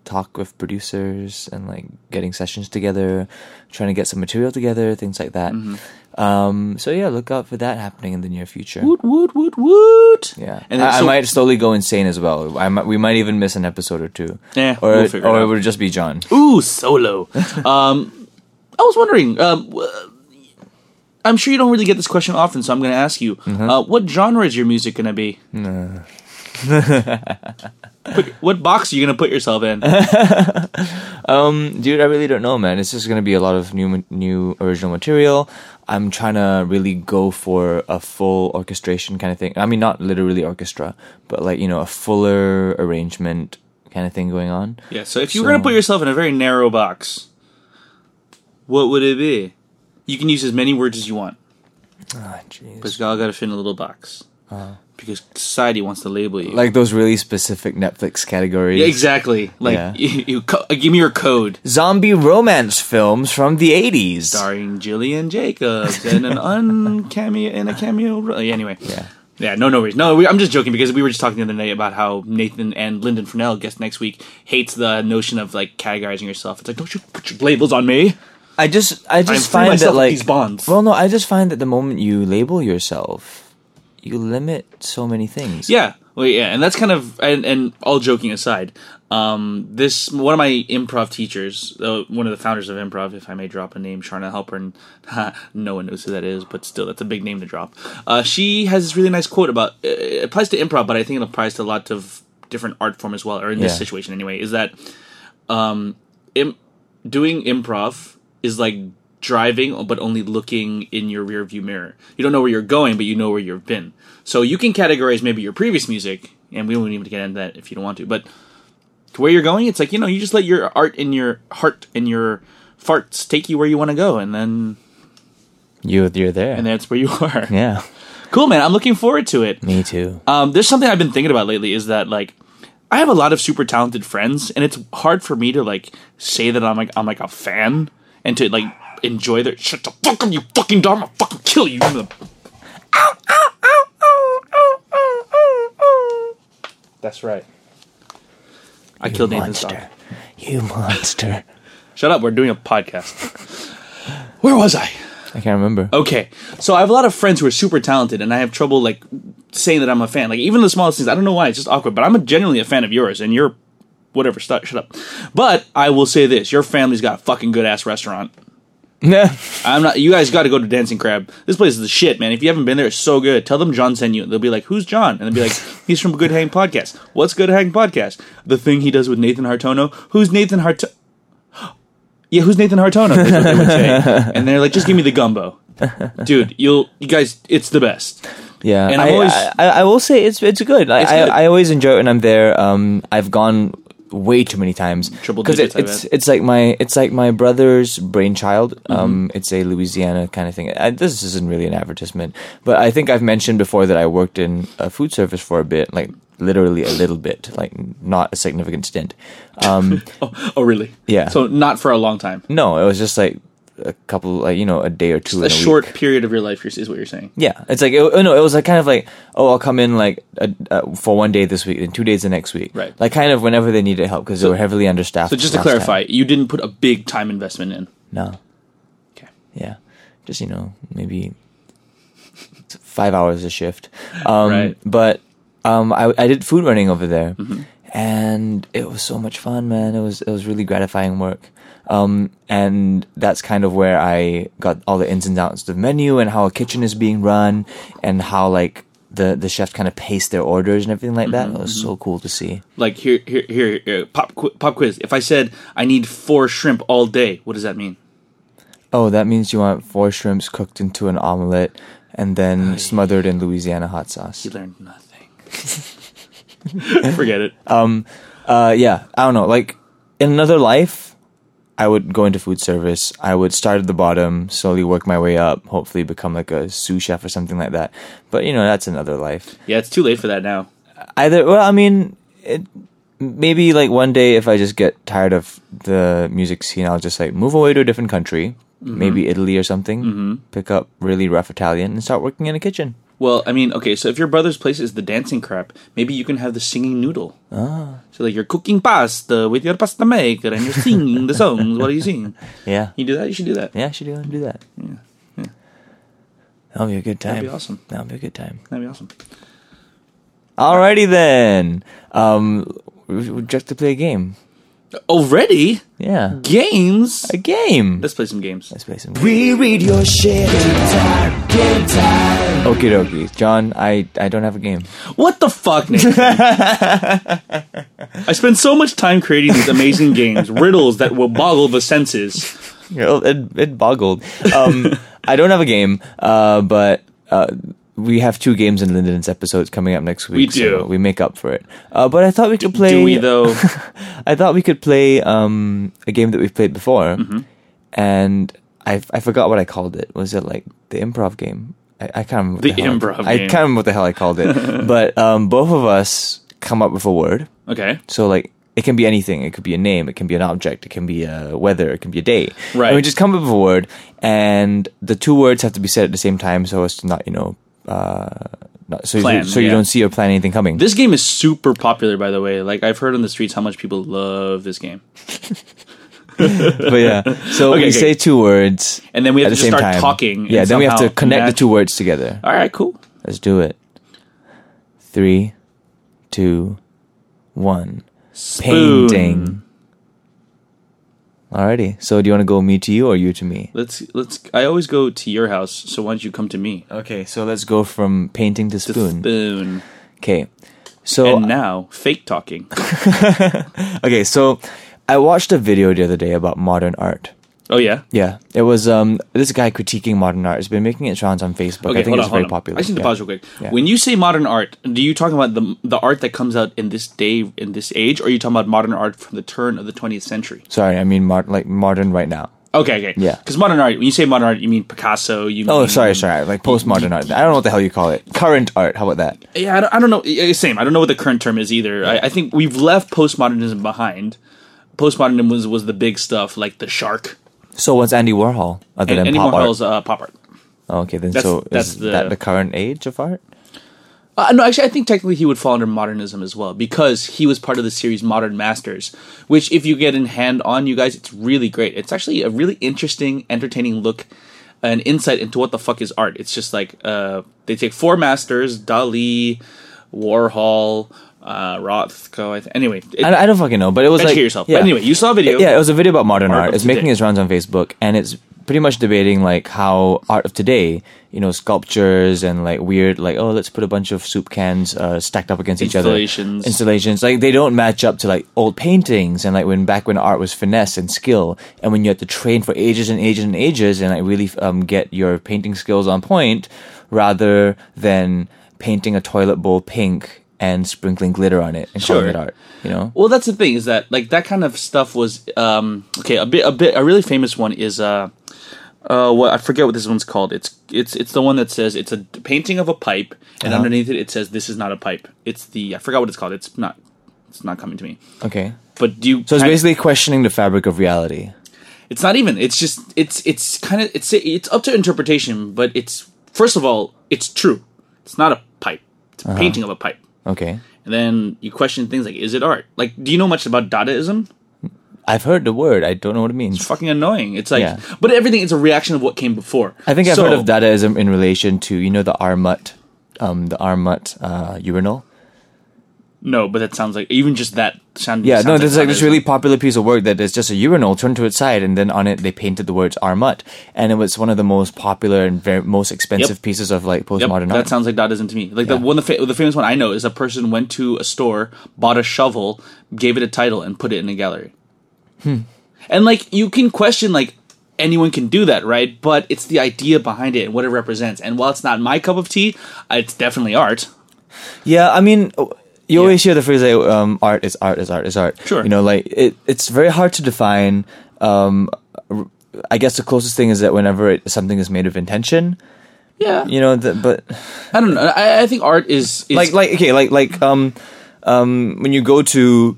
Speaker 2: talk with producers and like getting sessions together, trying to get some material together, things like that.
Speaker 1: Mm-hmm.
Speaker 2: Um, so yeah, look out for that happening in the near future.
Speaker 1: Woot woot woot woot.
Speaker 2: Yeah,
Speaker 1: and
Speaker 2: I,
Speaker 1: then,
Speaker 2: I
Speaker 1: so-
Speaker 2: might slowly go insane as well. I might, we might even miss an episode or two.
Speaker 1: Yeah,
Speaker 2: or
Speaker 1: we'll figure it
Speaker 2: or
Speaker 1: out.
Speaker 2: it would just be John.
Speaker 1: Ooh,
Speaker 2: <laughs>
Speaker 1: solo. um, I was wondering. Um, w- I'm sure you don't really get this question often, so I'm going to ask you:
Speaker 2: Mm-hmm.
Speaker 1: uh, What genre is your music going to be? Put, what box are you going to put yourself
Speaker 2: <laughs>
Speaker 1: in?
Speaker 2: dude i really don't know man it's just gonna be a lot of new ma- new original material i'm trying to really go for a full orchestration kind of thing i mean not literally orchestra but like you know a fuller arrangement kind of thing going on
Speaker 1: yeah. So if you were going
Speaker 2: So-
Speaker 1: to put yourself in a very narrow box, what would it be? You can use as many words as you want.
Speaker 2: Ah, jeez.
Speaker 1: Pascal got to fit in a little box. because society wants to label you.
Speaker 2: Uh-huh. Like those really specific Netflix categories.
Speaker 1: Yeah, <laughs> exactly. Like
Speaker 2: Yeah.
Speaker 1: you, you co- uh, give me your code.
Speaker 2: Zombie romance films from the 80s.
Speaker 1: starring Jillian Jacobs and an uncameo in a cameo. ro- Anyway,
Speaker 2: Yeah.
Speaker 1: yeah, no, no worries. No, we, I'm just joking because we were just talking the other night about how Nathan and Lyndon Fresnel, guest next week, hates the notion of like categorizing yourself. It's like, don't you put your labels on me?
Speaker 2: I just I
Speaker 1: I'm
Speaker 2: just
Speaker 1: free
Speaker 2: find
Speaker 1: myself
Speaker 2: that
Speaker 1: of
Speaker 2: like
Speaker 1: these bonds.
Speaker 2: Well, no, I just find that the moment you label yourself, you limit so many things.
Speaker 1: Yeah, well, yeah, and that's kind of and, and all joking aside, um, this one of my improv teachers, uh, one of the founders of improv, if I may drop a name, Sharna Halpern. <laughs> no one knows who that is, but still, that's a big name to drop. Uh, she has this really nice quote about uh, it applies to improv, but I think it applies to a lot of different art form as well, or in this
Speaker 2: Yeah.
Speaker 1: situation anyway. Is that um, Im- doing improv is like driving but only looking in your rear view mirror you don't know where you're going but you know where you've been so you can categorize maybe your previous music and we won't even get into that if you don't want to but to where you're going it's like you know you just let your art and your heart and your farts take you where you want to go and then
Speaker 2: You you're there.
Speaker 1: and that's where you <laughs> are
Speaker 2: yeah.
Speaker 1: cool man i'm looking forward to it
Speaker 2: Me too.
Speaker 1: um, there's something I've been thinking about lately is that like I have a lot of super talented friends, and it's hard for me to like say that I'm like I'm like a fan and to like enjoy their shut the fuck up, you fucking dog, I'm gonna fucking kill you. That's right. I killed Nathan's dog.
Speaker 2: monster. <laughs> You monster.
Speaker 1: Shut up, we're doing a podcast. <laughs> Where was I?
Speaker 2: I can't remember.
Speaker 1: Okay, so I have a lot of friends who are super talented, and I have trouble like saying that I'm a fan. Like even the smallest things, I don't know why it's just awkward. But I'm a, genuinely a fan of yours, and you're whatever. Stop, shut up. But I will say this: your family's got a fucking good ass restaurant.
Speaker 2: <laughs> Yeah.
Speaker 1: I'm not. You guys got to go to Dancing Crab. This place is the shit, man. If you haven't been there, it's so good. Tell them John sent you. They'll be like, "Who's John?" And they'll be like, <laughs> "He's from Good Hang Podcast." What's Good Hang Podcast? The thing he does with Nathan Hartono. Who's Nathan Hart? <gasps> Yeah, who's Nathan Hartono? Is what they would
Speaker 2: <laughs>
Speaker 1: say. And they're like, "Just give me the gumbo, dude. You'll, you guys, it's the best."
Speaker 2: Yeah,
Speaker 1: And I'm
Speaker 2: I,
Speaker 1: always-
Speaker 2: I, I, I will say it's it's good. I,
Speaker 1: It's good.
Speaker 2: I, I always enjoy it when I'm there. Um, I've gone way too many times
Speaker 1: Triple
Speaker 2: it,
Speaker 1: digits, I
Speaker 2: it's
Speaker 1: bet. Mm-hmm.
Speaker 2: it's like my it's like my brother's brainchild. Um, it's a Louisiana kind of thing. I, this isn't really an advertisement, but I think I've mentioned before that I worked in a food service for a bit, like literally a little bit, like not a significant stint.
Speaker 1: <laughs>
Speaker 2: Um,
Speaker 1: Oh, oh, really?
Speaker 2: Yeah.
Speaker 1: So not for a long time.
Speaker 2: no, it was just like a couple, like you know, a day or two. in
Speaker 1: A
Speaker 2: a week.
Speaker 1: short period of your life is what you're saying.
Speaker 2: Yeah, it's like it, oh, no, it was like kind of like oh, I'll come in like uh, uh, for one day this week and two days the next week,
Speaker 1: Right.
Speaker 2: Like kind of whenever they needed help because they were heavily understaffed.
Speaker 1: So just to
Speaker 2: last time.
Speaker 1: clarify, you didn't put a big time investment in.
Speaker 2: no,
Speaker 1: Okay.
Speaker 2: yeah, just you know maybe five hours a shift, um,
Speaker 1: Right.
Speaker 2: But um, I I did food running over there, and it was so much fun, man. It was it was really gratifying work. Um, and that's kind of where I got all the ins and outs of the menu and how a kitchen is being run and how like the the chefs kind of pace their orders and everything like that. It was so cool to see.
Speaker 1: Like here, here, here, here pop, qu- pop quiz. If I said I need four shrimp all day, what does that mean?
Speaker 2: Oh, that means you want four shrimps cooked into an omelet and then smothered in Louisiana hot sauce.
Speaker 1: You learned nothing. <laughs> Forget it.
Speaker 2: Uh, yeah, I don't know. Like in another life, I would go into food service. I would start at the bottom, slowly work my way up, hopefully become like a sous chef or something like that. But you know, that's another life.
Speaker 1: yeah, it's too late for that now.
Speaker 2: Either, well, I mean, it, maybe like one day if I just get tired of the music scene, I'll just like move away to a different country, maybe Italy or something, pick up really rough Italian and start working in a kitchen.
Speaker 1: Well, I mean, okay, so if your brother's place is the dancing crap, maybe you can have the singing noodle. Ah. So like you're cooking pasta with your pasta maker and you're singing the songs. What are you singing?
Speaker 2: Yeah.
Speaker 1: You do that. You should do that.
Speaker 2: Yeah, I should do, do that. Yeah. That'll be a good time.
Speaker 1: That'd be awesome.
Speaker 2: That'll be a good time.
Speaker 1: That'd be awesome.
Speaker 2: Alrighty then. Um, we- we'd just to play a game.
Speaker 1: Already
Speaker 2: Yeah,
Speaker 1: games.
Speaker 2: a game.
Speaker 1: Let's play some games.
Speaker 2: Let's play some. Game.
Speaker 4: We read your shit.
Speaker 2: Okie dokie, John. I I don't have a game.
Speaker 1: What the fuck,
Speaker 2: <laughs>
Speaker 1: Nathan? I spend so much time creating these
Speaker 2: <laughs>
Speaker 1: amazing games, riddles that will boggle the senses.
Speaker 2: It it, it boggled. Um, <laughs> I don't have a game. Uh, but uh. We have two games in Linden's episodes coming up next week.
Speaker 1: do.
Speaker 2: So we make up for it. Uh, but I thought we could play.
Speaker 1: Do we though?
Speaker 2: <laughs> I thought we could play um, a game that we've played
Speaker 1: Mm-hmm.
Speaker 2: before, and I, I forgot what I called it. Was it like the improv game? I, I can't remember what
Speaker 1: The
Speaker 2: hell I-
Speaker 1: improv
Speaker 2: I
Speaker 1: game.
Speaker 2: can't remember what the hell I
Speaker 1: <laughs>
Speaker 2: called it, but um, both of us come up with a word.
Speaker 1: Okay.
Speaker 2: So like it can be anything. It could be a name. It can be an object. It can be a weather. It can be a day.
Speaker 1: Right.
Speaker 2: And we just come up with a word, and the two words have to be said at the same time, so as to not you know, uh, not, so
Speaker 1: Plan,
Speaker 2: you, so
Speaker 1: yeah.
Speaker 2: you don't see or plan anything
Speaker 1: <laughs>
Speaker 2: coming.
Speaker 1: This game is super popular, by the way. Like I've heard on the streets how much people love this game,
Speaker 2: but yeah, so
Speaker 1: Okay,
Speaker 2: we
Speaker 1: okay.
Speaker 2: say two words,
Speaker 1: and then we
Speaker 2: at
Speaker 1: have
Speaker 2: the
Speaker 1: to just
Speaker 2: same
Speaker 1: start
Speaker 2: time.
Speaker 1: talking.
Speaker 2: Yeah.
Speaker 1: and
Speaker 2: Then we have to
Speaker 1: somehow
Speaker 2: connect the
Speaker 1: match-
Speaker 2: two words together.
Speaker 1: All right, cool.
Speaker 2: Let's do it. Three, two, one.
Speaker 1: Spoon.
Speaker 2: Painting. Alrighty. So do you want to go me to you or you to me?
Speaker 1: Let's let's. I always go to your house, so why don't you come to me?
Speaker 2: Okay. So let's go from painting to spoon.
Speaker 1: Spoon.
Speaker 2: Okay. So
Speaker 1: and now fake talking.
Speaker 2: okay. So I watched a video the other day about modern art.
Speaker 1: Oh yeah.
Speaker 2: Yeah, it was um this guy critiquing modern art. He's been making its rounds on Facebook.
Speaker 1: Okay,
Speaker 2: I think
Speaker 1: hold
Speaker 2: it's
Speaker 1: on, hold
Speaker 2: very
Speaker 1: on.
Speaker 2: popular.
Speaker 1: I just need to
Speaker 2: Yeah.
Speaker 1: pause real quick.
Speaker 2: Yeah.
Speaker 1: When you say modern art, do you talking about the the art that comes out in this day, in this age, or are you talking about modern art from the turn of the 20th century?
Speaker 2: Sorry, I mean mod- like modern right now.
Speaker 1: Okay, okay,
Speaker 2: Yeah.
Speaker 1: Because modern art, when you say modern art, you mean Picasso. You
Speaker 2: Oh,
Speaker 1: mean-
Speaker 2: sorry, sorry. Like postmodern art. I don't know what the hell you call it. Current art. How about that?
Speaker 1: Yeah, I don't, I don't know. yeah, Same. I don't know what the current term is either. I, I think we've left postmodernism behind. Postmodernism was, was the big stuff, like the shark
Speaker 2: So what's Andy Warhol other
Speaker 1: and
Speaker 2: than
Speaker 1: Andy
Speaker 2: pop art?
Speaker 1: Warhol's uh, pop art.
Speaker 2: Oh, okay, then
Speaker 1: That's-
Speaker 2: so is
Speaker 1: that's the-
Speaker 2: that the current age of art?
Speaker 1: Uh, no, actually, I think technically he would fall under modernism as well because he was part of the series Modern Masters, which, if you get in hand on, you guys, it's really great. It's actually a really interesting, entertaining look and insight into what the fuck is art. It's just like uh, they take four masters: Dali, Warhol, uh, Rothko. I th- anyway, it,
Speaker 2: I, I don't fucking know, but it was
Speaker 1: educate
Speaker 2: like
Speaker 1: yourself.
Speaker 2: Yeah.
Speaker 1: But anyway, you saw a video.
Speaker 2: yeah, it was a video about modern
Speaker 1: Art of
Speaker 2: art. It's
Speaker 1: today.
Speaker 2: making its rounds on Facebook, and it's pretty much debating like how art of today, you know, sculptures and like weird, like oh, let's put a bunch of soup cans uh, stacked up against each other,
Speaker 1: Installations.
Speaker 2: installations. Like they don't match up to like old paintings and like when back when art was finesse and skill, and when you had to train for ages and ages and ages and like really um, get your painting skills on point, rather than painting a toilet bowl pink and sprinkling glitter on it and
Speaker 1: Sure.
Speaker 2: calling it art. You know.
Speaker 1: Well, that's the thing is that like that kind of stuff was um okay a bit a bit a really famous one is uh uh what I forget what this one's called. It's it's it's the one that says it's a painting of a pipe
Speaker 2: Uh-huh.
Speaker 1: and underneath it it says this is not a pipe. It's the I forgot what it's called. It's not it's not coming to me.
Speaker 2: Okay.
Speaker 1: But do you
Speaker 2: So it's
Speaker 1: kind-
Speaker 2: basically questioning the fabric of reality.
Speaker 1: it's not even it's just it's it's kind of it's it's up to interpretation, but it's first of all, it's true. It's not a pipe. It's a
Speaker 2: Uh-huh.
Speaker 1: painting of a pipe.
Speaker 2: Okay.
Speaker 1: And then you question things like is it art? Like do you know much about dadaism?
Speaker 2: I've heard the word. I don't know what it means.
Speaker 1: fucking annoying. It's like,
Speaker 2: Yeah.
Speaker 1: but everything is a reaction of what came before.
Speaker 2: I think I've
Speaker 1: So-
Speaker 2: heard of Dadaism in relation to you know the Armut, um, the Armut uh, urinal.
Speaker 1: No, but that sounds like even just that sound.
Speaker 2: Yeah,
Speaker 1: sounds
Speaker 2: no, there's like this
Speaker 1: Dadaism.
Speaker 2: really popular piece of work that is just a urinal turned to its side, and then on it they painted the words Armut, and it was one of the most popular and very most expensive
Speaker 1: Yep.
Speaker 2: pieces of like
Speaker 1: Yep,
Speaker 2: postmodern
Speaker 1: that
Speaker 2: art.
Speaker 1: sounds like Dadaism to me. Like the one, the, fa- the famous one I know is a person went to a store, bought a shovel, gave it a title, and put it in a gallery.
Speaker 2: Hmm.
Speaker 1: And like you can question like anyone can do that, right? But it's the idea behind it and what it represents. And while it's not my cup of tea, it's definitely art.
Speaker 2: Yeah, I mean, oh, you always hear the phrase like, um, "Art is art is art is art."
Speaker 1: Sure.
Speaker 2: You know, like it, it's very hard to define. Um, r- I guess the closest thing is that whenever it, something is made of intention,
Speaker 1: Yeah,
Speaker 2: you know, th- but
Speaker 1: I don't know. I, I think art is, is
Speaker 2: like like okay, like like um, um, when you go to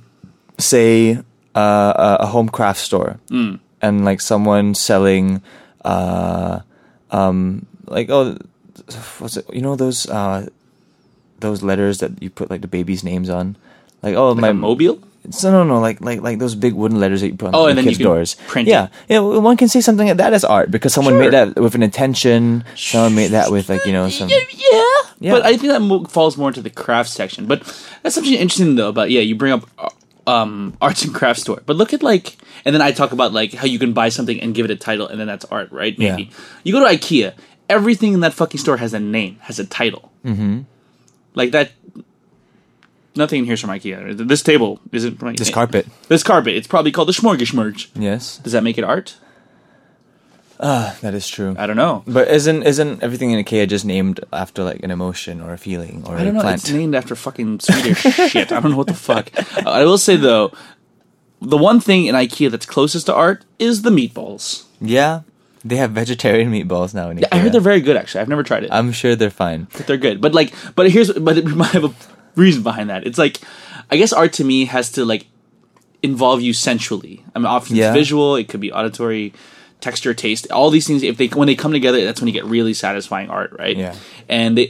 Speaker 2: say uh, a- a home craft store
Speaker 1: Hmm.
Speaker 2: and like someone selling uh, um, like oh, what's it? You know those uh, those letters that you put like the baby's names on. Like oh my
Speaker 1: a mobile.
Speaker 2: so no, no, like like like those big wooden letters that you put on
Speaker 1: Oh,
Speaker 2: the
Speaker 1: and then you
Speaker 2: kids'
Speaker 1: can
Speaker 2: doors.
Speaker 1: print
Speaker 2: yeah,
Speaker 1: it.
Speaker 2: yeah. well, One can say something like that as art because someone
Speaker 1: Sure.
Speaker 2: made that with an intention. Someone made that with like you know
Speaker 1: <laughs>
Speaker 2: some.
Speaker 1: Yeah, yeah.
Speaker 2: Yeah.
Speaker 1: But I think that mo- falls more into the craft section. But that's something interesting though about yeah, you bring up uh, um arts and crafts store. But look at like and then I talk about like how you can buy something and give it a title and then that's art, right? Maybe.
Speaker 2: Yeah.
Speaker 1: You go to IKEA, everything in that fucking store has a name, has a title. Mhm.
Speaker 2: Mm-hmm.
Speaker 1: Like that Nothing in here's from IKEA. This table isn't from IKEA.
Speaker 2: This carpet.
Speaker 1: This carpet. It's probably called the Schmorgishmerge.
Speaker 2: Yes,
Speaker 1: Does that make it art?
Speaker 2: that is true.
Speaker 1: I don't know.
Speaker 2: But isn't isn't everything in IKEA just named after like an emotion or a feeling or
Speaker 1: I don't
Speaker 2: a
Speaker 1: know.
Speaker 2: plant?
Speaker 1: It's named after fucking Swedish <laughs> shit. I don't know what the fuck. Uh, I will say though, the one thing in IKEA that's closest to art is the meatballs.
Speaker 2: yeah, They have vegetarian meatballs now in
Speaker 1: I
Speaker 2: Ikea.
Speaker 1: heard they're very good. Actually, I've never tried it.
Speaker 2: I'm sure they're
Speaker 1: <laughs>
Speaker 2: fine.
Speaker 1: but they're good. But like, but here's but <laughs> it might have a reason behind that. It's like, I guess art to me has to like involve you sensually. I mean, often
Speaker 2: Yeah.
Speaker 1: it's visual. It could be auditory, texture, taste. All these things. If they when they come together, that's when you get really satisfying art, right?
Speaker 2: Yeah.
Speaker 1: And they,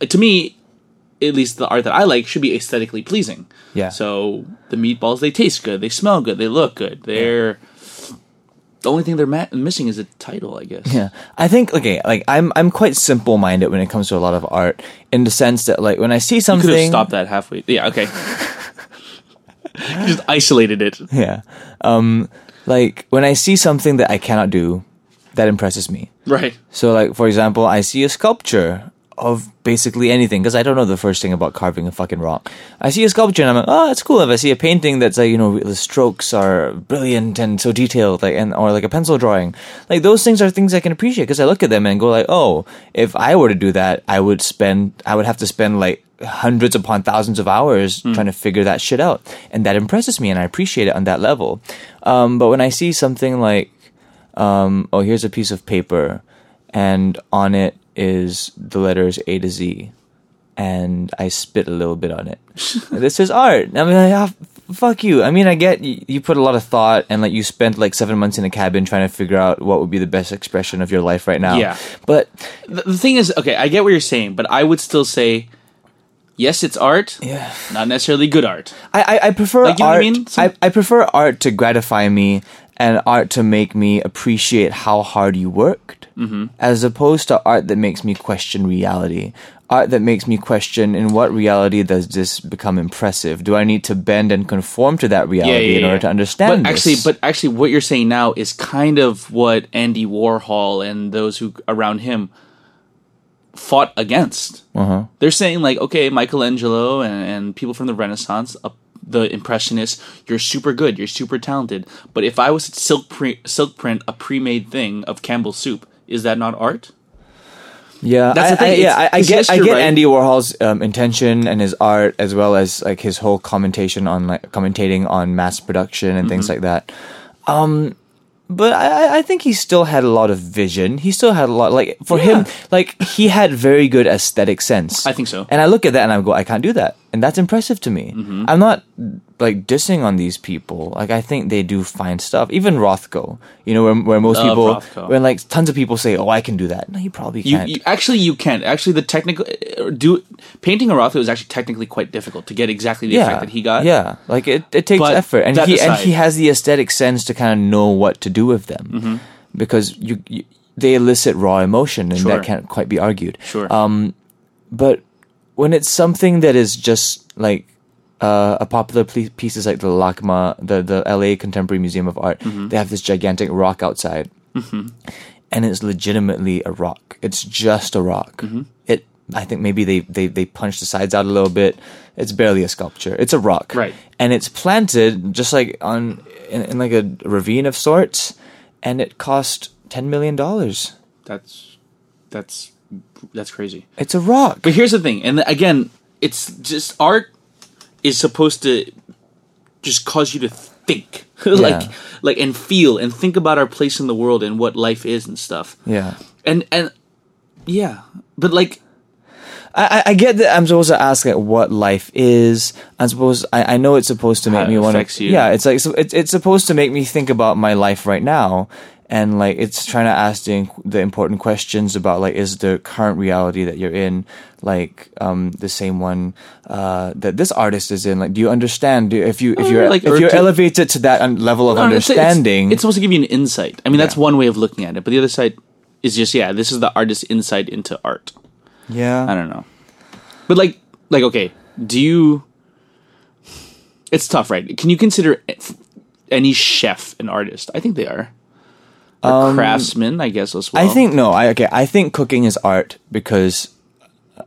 Speaker 1: uh, to me, at least the art that I like should be aesthetically pleasing.
Speaker 2: Yeah.
Speaker 1: So the meatballs, they taste good. They smell good. They look good. They're the only thing they're ma- missing is a title, I guess.
Speaker 2: Yeah, I think okay. Like I'm, I'm quite simple minded when it comes to a lot of art, in the sense that like when I see
Speaker 1: Could have
Speaker 2: something,
Speaker 1: stopped that halfway. Yeah, okay. You just isolated it.
Speaker 2: yeah, um, like when I see something that I cannot do, that impresses me.
Speaker 1: Right.
Speaker 2: So like for example, I see a sculpture of basically anything because I don't know the first thing about carving a fucking rock. I see a sculpture and I'm like, oh, it's cool. If I see a painting that's like you know the strokes are brilliant and so detailed, like and or like a pencil drawing, like those things are things I can appreciate because I look at them and go like, oh, if I were to do that, I would spend, I would have to spend like hundreds upon thousands of hours trying to figure that shit out, and that impresses me and I appreciate it on that level. Um, but when I see something like um, oh, here's a piece of paper, and on it is the letters A to Z, and I spit a little bit on it. this is art. I mean, I, ah, f- fuck you. I mean, I get you, you put a lot of thought, and like you spent like seven months in a cabin trying to figure out what would be the best expression of your life right now.
Speaker 1: Yeah.
Speaker 2: but
Speaker 1: The, the thing is, okay, I get what you're saying, but I would still say, yes, it's art. Yeah. Not necessarily good art.
Speaker 2: I, I, I prefer
Speaker 1: Like, you know what
Speaker 2: art.
Speaker 1: I
Speaker 2: I,
Speaker 1: mean? Some-
Speaker 2: I, prefer art to gratify me and art to make me appreciate how hard you worked, mm-hmm. as opposed to art that makes me question reality. Art that makes me question in what reality does this become impressive? Do I need to bend and conform to that reality in order to understand?
Speaker 1: But
Speaker 2: this?
Speaker 1: actually, but actually, what you're saying now is kind of what Andy Warhol and those who around him fought against.
Speaker 2: Uh-huh.
Speaker 1: They're saying like, okay, Michelangelo and, and people from the Renaissance, uh, the Impressionists, you're super good, you're super talented. But if I was to silk pre- silk print a pre-made thing of Campbell's soup, is that not art?
Speaker 2: Yeah,
Speaker 1: That's
Speaker 2: I,
Speaker 1: the thing,
Speaker 2: I-
Speaker 1: it's-
Speaker 2: yeah, I, I
Speaker 1: it's yes,
Speaker 2: get, I
Speaker 1: you're
Speaker 2: get
Speaker 1: right.
Speaker 2: Andy Warhol's um, intention and his art, as well as like his whole commentation on like commentating on mass production and things
Speaker 1: Mm-hmm.
Speaker 2: like that. Um, but I, I- I think he still had a lot of vision. He still had a lot, like for him, like he had very good aesthetic sense.
Speaker 1: I think so. Mm-hmm.
Speaker 2: And I look at that and I go, I can't do that, and that's impressive to me. I'm not like dissing on these people. Like I think they do fine stuff. Even Rothko, you know, where, where most
Speaker 1: Love
Speaker 2: people,
Speaker 1: Rothko.
Speaker 2: when like tons of people say, "Oh, I can do that," no, you probably
Speaker 1: You,
Speaker 2: can't.
Speaker 1: you actually you can't. Actually, the technical uh, do painting a Rothko is actually technically quite difficult to get exactly the effect that he got.
Speaker 2: Yeah, like it, it takes
Speaker 1: But
Speaker 2: effort, and
Speaker 1: that
Speaker 2: he and
Speaker 1: aside-
Speaker 2: he has the aesthetic sense to kind of know what to do with them
Speaker 1: Mm-hmm.
Speaker 2: because you, you they elicit raw emotion, and
Speaker 1: Sure.
Speaker 2: that can't quite be argued.
Speaker 1: Sure.
Speaker 2: Um, but when it's something that is just like uh, a popular ple- piece is like the LACMA, the the LA Contemporary Museum of Art,
Speaker 1: Mm-hmm.
Speaker 2: they have this gigantic rock outside, and it's legitimately a rock. It's just a rock.
Speaker 1: Mm-hmm.
Speaker 2: It. I think maybe they, they they punch the sides out a little bit. It's barely a sculpture. It's a rock,
Speaker 1: Right.
Speaker 2: And it's planted just like on in, in like a ravine of sorts, and it cost ten million dollars.
Speaker 1: that's that's that's crazy.
Speaker 2: It's a rock.
Speaker 1: But here's the thing, and again, it's just art is supposed to just cause you to think, <laughs> like
Speaker 2: Yeah.
Speaker 1: like and feel and think about our place in the world and what life is and stuff.
Speaker 2: yeah.
Speaker 1: And and yeah, but like
Speaker 2: I, I- I get that I'm supposed to ask like what life is. I'm supposed. I, I know it's supposed to make
Speaker 1: How it
Speaker 2: me want
Speaker 1: affects
Speaker 2: to.
Speaker 1: you.
Speaker 2: Yeah, it's like so it's it's supposed to make me think about my life right now, and like it's trying to ask the inq- the important questions about like is the current reality that you're in like um the same one uh that this artist is in like do you understand do, if you if
Speaker 1: Uh,
Speaker 2: you're
Speaker 1: like,
Speaker 2: like if
Speaker 1: or
Speaker 2: you're
Speaker 1: to-
Speaker 2: elevated to that un- level of
Speaker 1: I don't know, it's- it's-
Speaker 2: understanding
Speaker 1: It's, supposed to give you an insight. I mean, that's one way of looking at it. But the other side is just yeah, this is the artist's insight into art.
Speaker 2: yeah
Speaker 1: I don't know. But like, like okay, do you? It's tough, right? Can you consider f- any chef an artist? I think they are. Or craftsman, I guess as well.
Speaker 2: I think no. I okay. I think cooking is art because uh,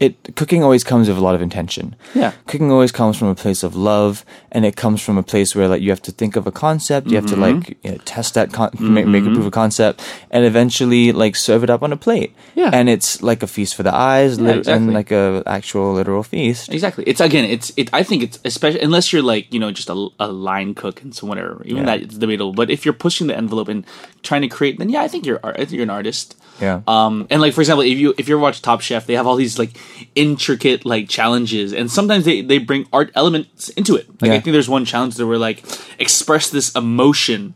Speaker 2: it cooking always comes with a lot of intention.
Speaker 1: Yeah.
Speaker 2: Cooking always comes from a place of love and it comes from a place where like you have to think of a concept, you have to
Speaker 1: Mm-hmm.
Speaker 2: like you know, test that con- make, make a proof of concept and eventually like serve it up on a plate.
Speaker 1: Yeah.
Speaker 2: And it's like a feast for the eyes lit-
Speaker 1: exactly.
Speaker 2: and like a actual literal feast.
Speaker 1: Exactly. It's again. It's. It. I think it's especially unless you're like you know just a, a line cook and so whatever. Even
Speaker 2: Yeah.
Speaker 1: that it's debatable. But if you're pushing the envelope and trying to create, then yeah, I think you're art. I think you're an artist.
Speaker 2: Yeah.
Speaker 1: Um. And like for example, if you if you ever watch Top Chef, they have all these like intricate like challenges, and sometimes they they bring art elements into it. Like I
Speaker 2: Yeah.
Speaker 1: think there's one challenge that were like express this emotion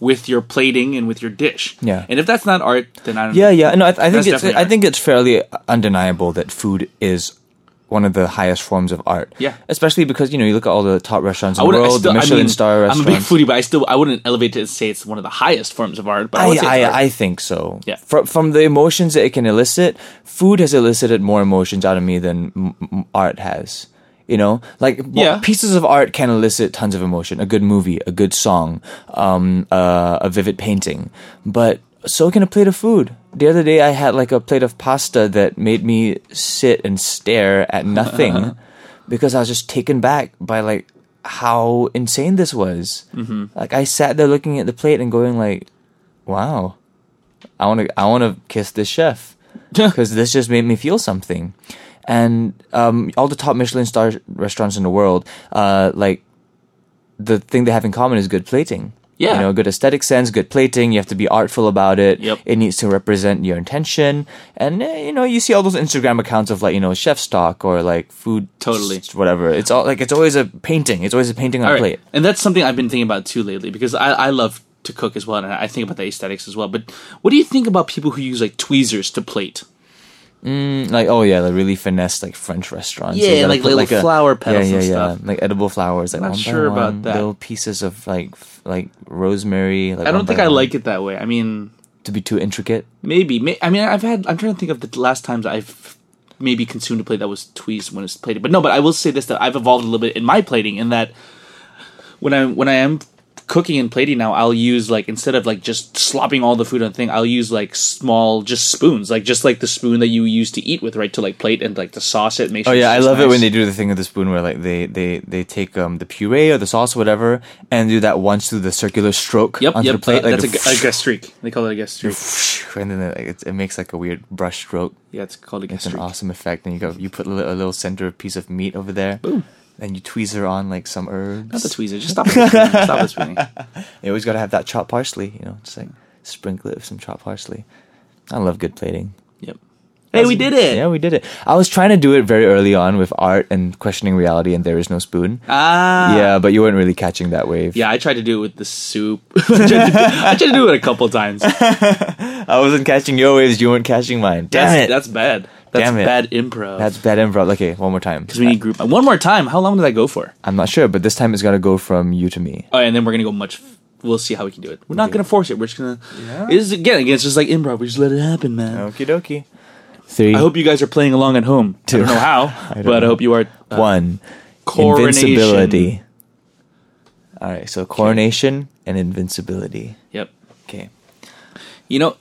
Speaker 1: with your plating and with your dish.
Speaker 2: Yeah.
Speaker 1: And if that's not art, then I don't.
Speaker 2: Yeah, yeah. No, I, I think
Speaker 1: That's
Speaker 2: it's
Speaker 1: definitely
Speaker 2: I
Speaker 1: art.
Speaker 2: think it's fairly undeniable that food is one of the highest forms of art.
Speaker 1: Yeah.
Speaker 2: Especially because you know you look at all the top restaurants in
Speaker 1: I
Speaker 2: the
Speaker 1: would
Speaker 2: world, the Michelin
Speaker 1: I mean,
Speaker 2: star restaurants.
Speaker 1: I'm a big foodie, but I still I wouldn't elevate it and say it's one of the highest forms of art. But I, would say
Speaker 2: I,
Speaker 1: it's
Speaker 2: I,
Speaker 1: art.
Speaker 2: I think so.
Speaker 1: Yeah.
Speaker 2: From, from the emotions that it can elicit, food has elicited more emotions out of me than m- m- art has. You know, like w-
Speaker 1: Yeah.
Speaker 2: pieces of art can elicit tons of emotion. A good movie, a good song, um, uh, a vivid painting, but so can a plate of food. The other day, I had like a plate of pasta that made me sit and stare at nothing because I was just taken back by like how insane this was. Mm-hmm. Like I sat there looking at the plate and going like, wow i want to i want to kiss this
Speaker 1: <laughs>
Speaker 2: chef because this just made me feel something and um, all the top michelin star restaurants in the world uh, like the thing they have in common is good plating
Speaker 1: Yeah.
Speaker 2: you know good aesthetic sense good plating you have to be artful about it
Speaker 1: Yep.
Speaker 2: it needs to represent your intention and eh, you know you see all those instagram accounts of like you know chef's talk or like food
Speaker 1: Totally.
Speaker 2: s- whatever it's all like it's always a painting it's always a painting on
Speaker 1: All
Speaker 2: a
Speaker 1: right.
Speaker 2: plate
Speaker 1: And that's something I've been thinking about too lately because I, I love to cook as well, and I think about the aesthetics as well. But what do you think about people who use like tweezers to plate?
Speaker 2: like oh yeah, the really finessed like French restaurants.
Speaker 1: Yeah,
Speaker 2: They gotta
Speaker 1: like
Speaker 2: put,
Speaker 1: little flower petals
Speaker 2: yeah, yeah,
Speaker 1: and
Speaker 2: yeah.
Speaker 1: stuff.
Speaker 2: Like edible flowers, like
Speaker 1: Not
Speaker 2: one by
Speaker 1: sure about
Speaker 2: one,
Speaker 1: that.
Speaker 2: Little pieces of like f- like rosemary. Like
Speaker 1: I
Speaker 2: one
Speaker 1: don't
Speaker 2: by
Speaker 1: think I
Speaker 2: one.
Speaker 1: like it that way. I mean,
Speaker 2: to be too intricate.
Speaker 1: maybe. May, I mean, I've had. I'm trying to think of the last times I've maybe consumed a plate that was tweezed when it's plated. But no, but I will say this that I've evolved a little bit in my plating in that when I when I am cooking and plating now, I'll use like instead of like just slopping all the food on a thing, I'll use like small just spoons, like just like the spoon that you use to eat with, right? To like plate and like to sauce it. Make
Speaker 2: Oh
Speaker 1: sure
Speaker 2: yeah, I
Speaker 1: it's
Speaker 2: love it
Speaker 1: nice.
Speaker 2: when they do the thing with the spoon where like they they they take um the puree or the sauce or whatever and do that once through the circular stroke
Speaker 1: Yep,
Speaker 2: onto
Speaker 1: yep.
Speaker 2: the plate.
Speaker 1: uh,
Speaker 2: like
Speaker 1: that's a,
Speaker 2: the
Speaker 1: gu- a gastric. They call it a gastric.
Speaker 2: <laughs> and then it, like, it's- it makes like a weird brush stroke.
Speaker 1: Yeah, it's called a
Speaker 2: It's an
Speaker 1: gastric.
Speaker 2: awesome effect. And you go, you put a little, a little center piece of meat over there. Boom. And you tweezer on like some herbs.
Speaker 1: Not the tweezer. Just
Speaker 2: <laughs>
Speaker 1: stop it. with the spoon. Stop it. with the spoon.
Speaker 2: You always got to have that chopped parsley, you know, just like sprinkle it with some chopped parsley. I love good plating.
Speaker 1: Yep. Hey, we did it.
Speaker 2: Yeah, we did it. I was trying to do it very early on with art and questioning reality and there is no spoon.
Speaker 1: Ah.
Speaker 2: yeah, but you weren't really catching that wave.
Speaker 1: Yeah, I tried to do it with the soup. <laughs> I, tried to do, I tried to do it a couple
Speaker 2: <laughs>
Speaker 1: times. Damn
Speaker 2: I wasn't catching your waves, you weren't catching mine. Damn
Speaker 1: that's,
Speaker 2: it.
Speaker 1: That's bad. That's
Speaker 2: Damn it.
Speaker 1: bad improv.
Speaker 2: That's bad improv. Okay, one more time.
Speaker 1: because we need group. uh, One more time. How long did I go for?
Speaker 2: I'm not sure, but this time it's got to go from you to me.
Speaker 1: Oh, and then we're gonna go much. We'll see how we can do it. We're not gonna force it. We're just gonna. It's again. again, It's just like improv. We just let it happen, man.
Speaker 2: Okie dokie. Three,
Speaker 1: I hope you guys are playing along at home. I don't know
Speaker 2: <laughs>
Speaker 1: how,
Speaker 2: don't
Speaker 1: but I
Speaker 2: know.
Speaker 1: hope you are. uh,
Speaker 2: one.
Speaker 1: coronation.
Speaker 2: Invincibility. All right, so coronation and invincibility.
Speaker 1: Yep.
Speaker 2: Okay.
Speaker 1: You know,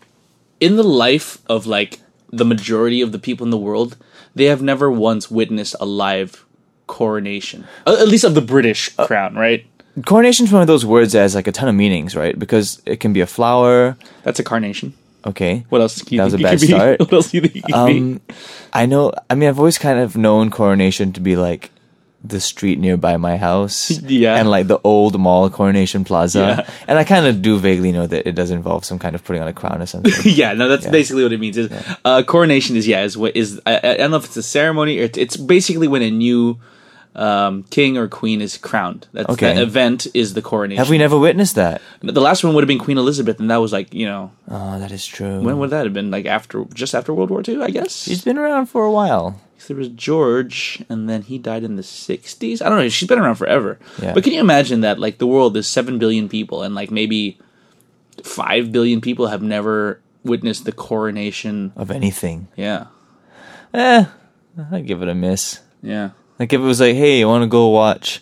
Speaker 1: in the life of like the majority of the people in the world, they have never once witnessed a live coronation. Uh, At least of the British
Speaker 2: Uh,
Speaker 1: crown, right?
Speaker 2: Coronation's one of those words that has like a ton of meanings, right? Because it can be a flower.
Speaker 1: That's a carnation.
Speaker 2: Okay.
Speaker 1: What else? Do you
Speaker 2: That was
Speaker 1: think
Speaker 2: a
Speaker 1: it
Speaker 2: bad
Speaker 1: could be? <laughs>
Speaker 2: start.
Speaker 1: What else do you think? It could be?
Speaker 2: Um, I know. I mean, I've always kind of known coronation to be like the street nearby my house,
Speaker 1: <laughs> Yeah.
Speaker 2: and like the old mall, Coronation Plaza.
Speaker 1: Yeah.
Speaker 2: And I kind of do vaguely know that it does involve some kind of putting on a crown
Speaker 1: <laughs>
Speaker 2: or something.
Speaker 1: <laughs> yeah, no, that's basically what it means. Is uh, coronation is yeah is what is I, I don't know if it's a ceremony or it's, it's basically when a new um, king or queen is crowned. That's
Speaker 2: Okay.
Speaker 1: that event is the coronation.
Speaker 2: have we never witnessed that?
Speaker 1: the last one would have been Queen Elizabeth, and that was like you know
Speaker 2: Oh, that is true.
Speaker 1: when would that have been like after just after World War II, I guess.
Speaker 2: She's been around for a while.
Speaker 1: there was George, and then he died in the '60s. I don't know. She's been around forever.
Speaker 2: Yeah.
Speaker 1: But can you imagine that? Like the world is seven billion people, and like maybe five billion people have never witnessed the coronation.
Speaker 2: Of anything,
Speaker 1: Yeah,
Speaker 2: eh? I'd give it a miss.
Speaker 1: yeah.
Speaker 2: Like if it was like, hey, you want to go watch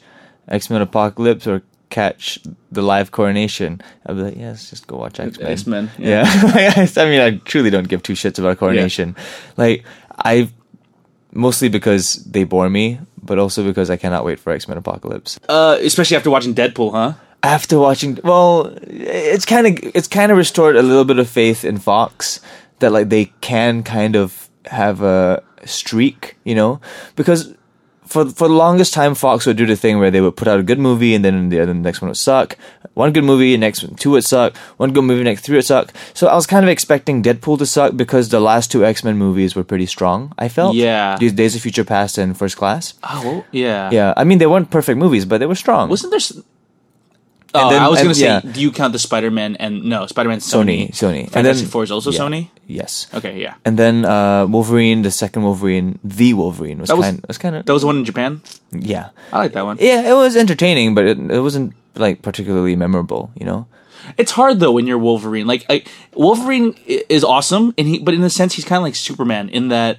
Speaker 2: X Men Apocalypse or catch the live coronation, I'd be like, yes, just go watch X Men.
Speaker 1: X Men.
Speaker 2: <laughs> Yeah, I mean, I truly don't give two shits about coronation. Like I mostly because they bore me, but also because I cannot wait for X Men Apocalypse.
Speaker 1: Uh, especially after watching Deadpool, huh?
Speaker 2: After watching, well, it's kind of it's kind of restored a little bit of faith in Fox that like they can kind of have a streak, you know, because. For, for the longest time, Fox would do the thing where they would put out a good movie and then the, other the next one would suck. One good movie, next one- two would suck. One good movie, next three would suck. So I was kind of expecting Deadpool to suck because the last two X Men movies were pretty strong. I felt
Speaker 1: Yeah.
Speaker 2: Days- Days of Future Past and First Class.
Speaker 1: Oh, yeah.
Speaker 2: Yeah, I mean they weren't perfect movies, but they were strong.
Speaker 1: Wasn't there? s- Oh,
Speaker 2: then-
Speaker 1: I was
Speaker 2: and-
Speaker 1: gonna say,
Speaker 2: yeah.
Speaker 1: do you count the Spider Man and no Spider Man
Speaker 2: Sony,
Speaker 1: Sony
Speaker 2: Sony, and
Speaker 1: Fantastic Four is also
Speaker 2: yeah,
Speaker 1: Sony.
Speaker 2: Yes,
Speaker 1: Okay, yeah.
Speaker 2: and then uh, Wolverine, the second Wolverine, the Wolverine was
Speaker 1: That was-
Speaker 2: kind was kind
Speaker 1: That
Speaker 2: of
Speaker 1: was the one in Japan.
Speaker 2: yeah,
Speaker 1: I like that one.
Speaker 2: yeah. It was entertaining, but it, it wasn't like particularly memorable, you know.
Speaker 1: It's hard though when you're Wolverine. Like I, Wolverine i- is awesome, and he, but in a sense, he's kind of like Superman in that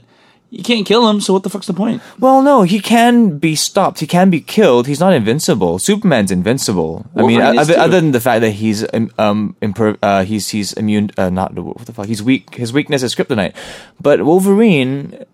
Speaker 1: you can't kill him. So what the fuck's the point?
Speaker 2: Well, no, he can be stopped. He can be killed. He's not invincible. Superman's invincible. I
Speaker 1: Wolverine
Speaker 2: mean,
Speaker 1: is
Speaker 2: other,
Speaker 1: too.
Speaker 2: other than the fact that he's um, um imper- uh, he's he's immune. Uh, not what the fuck. He's weak. His weakness is kryptonite. But Wolverine,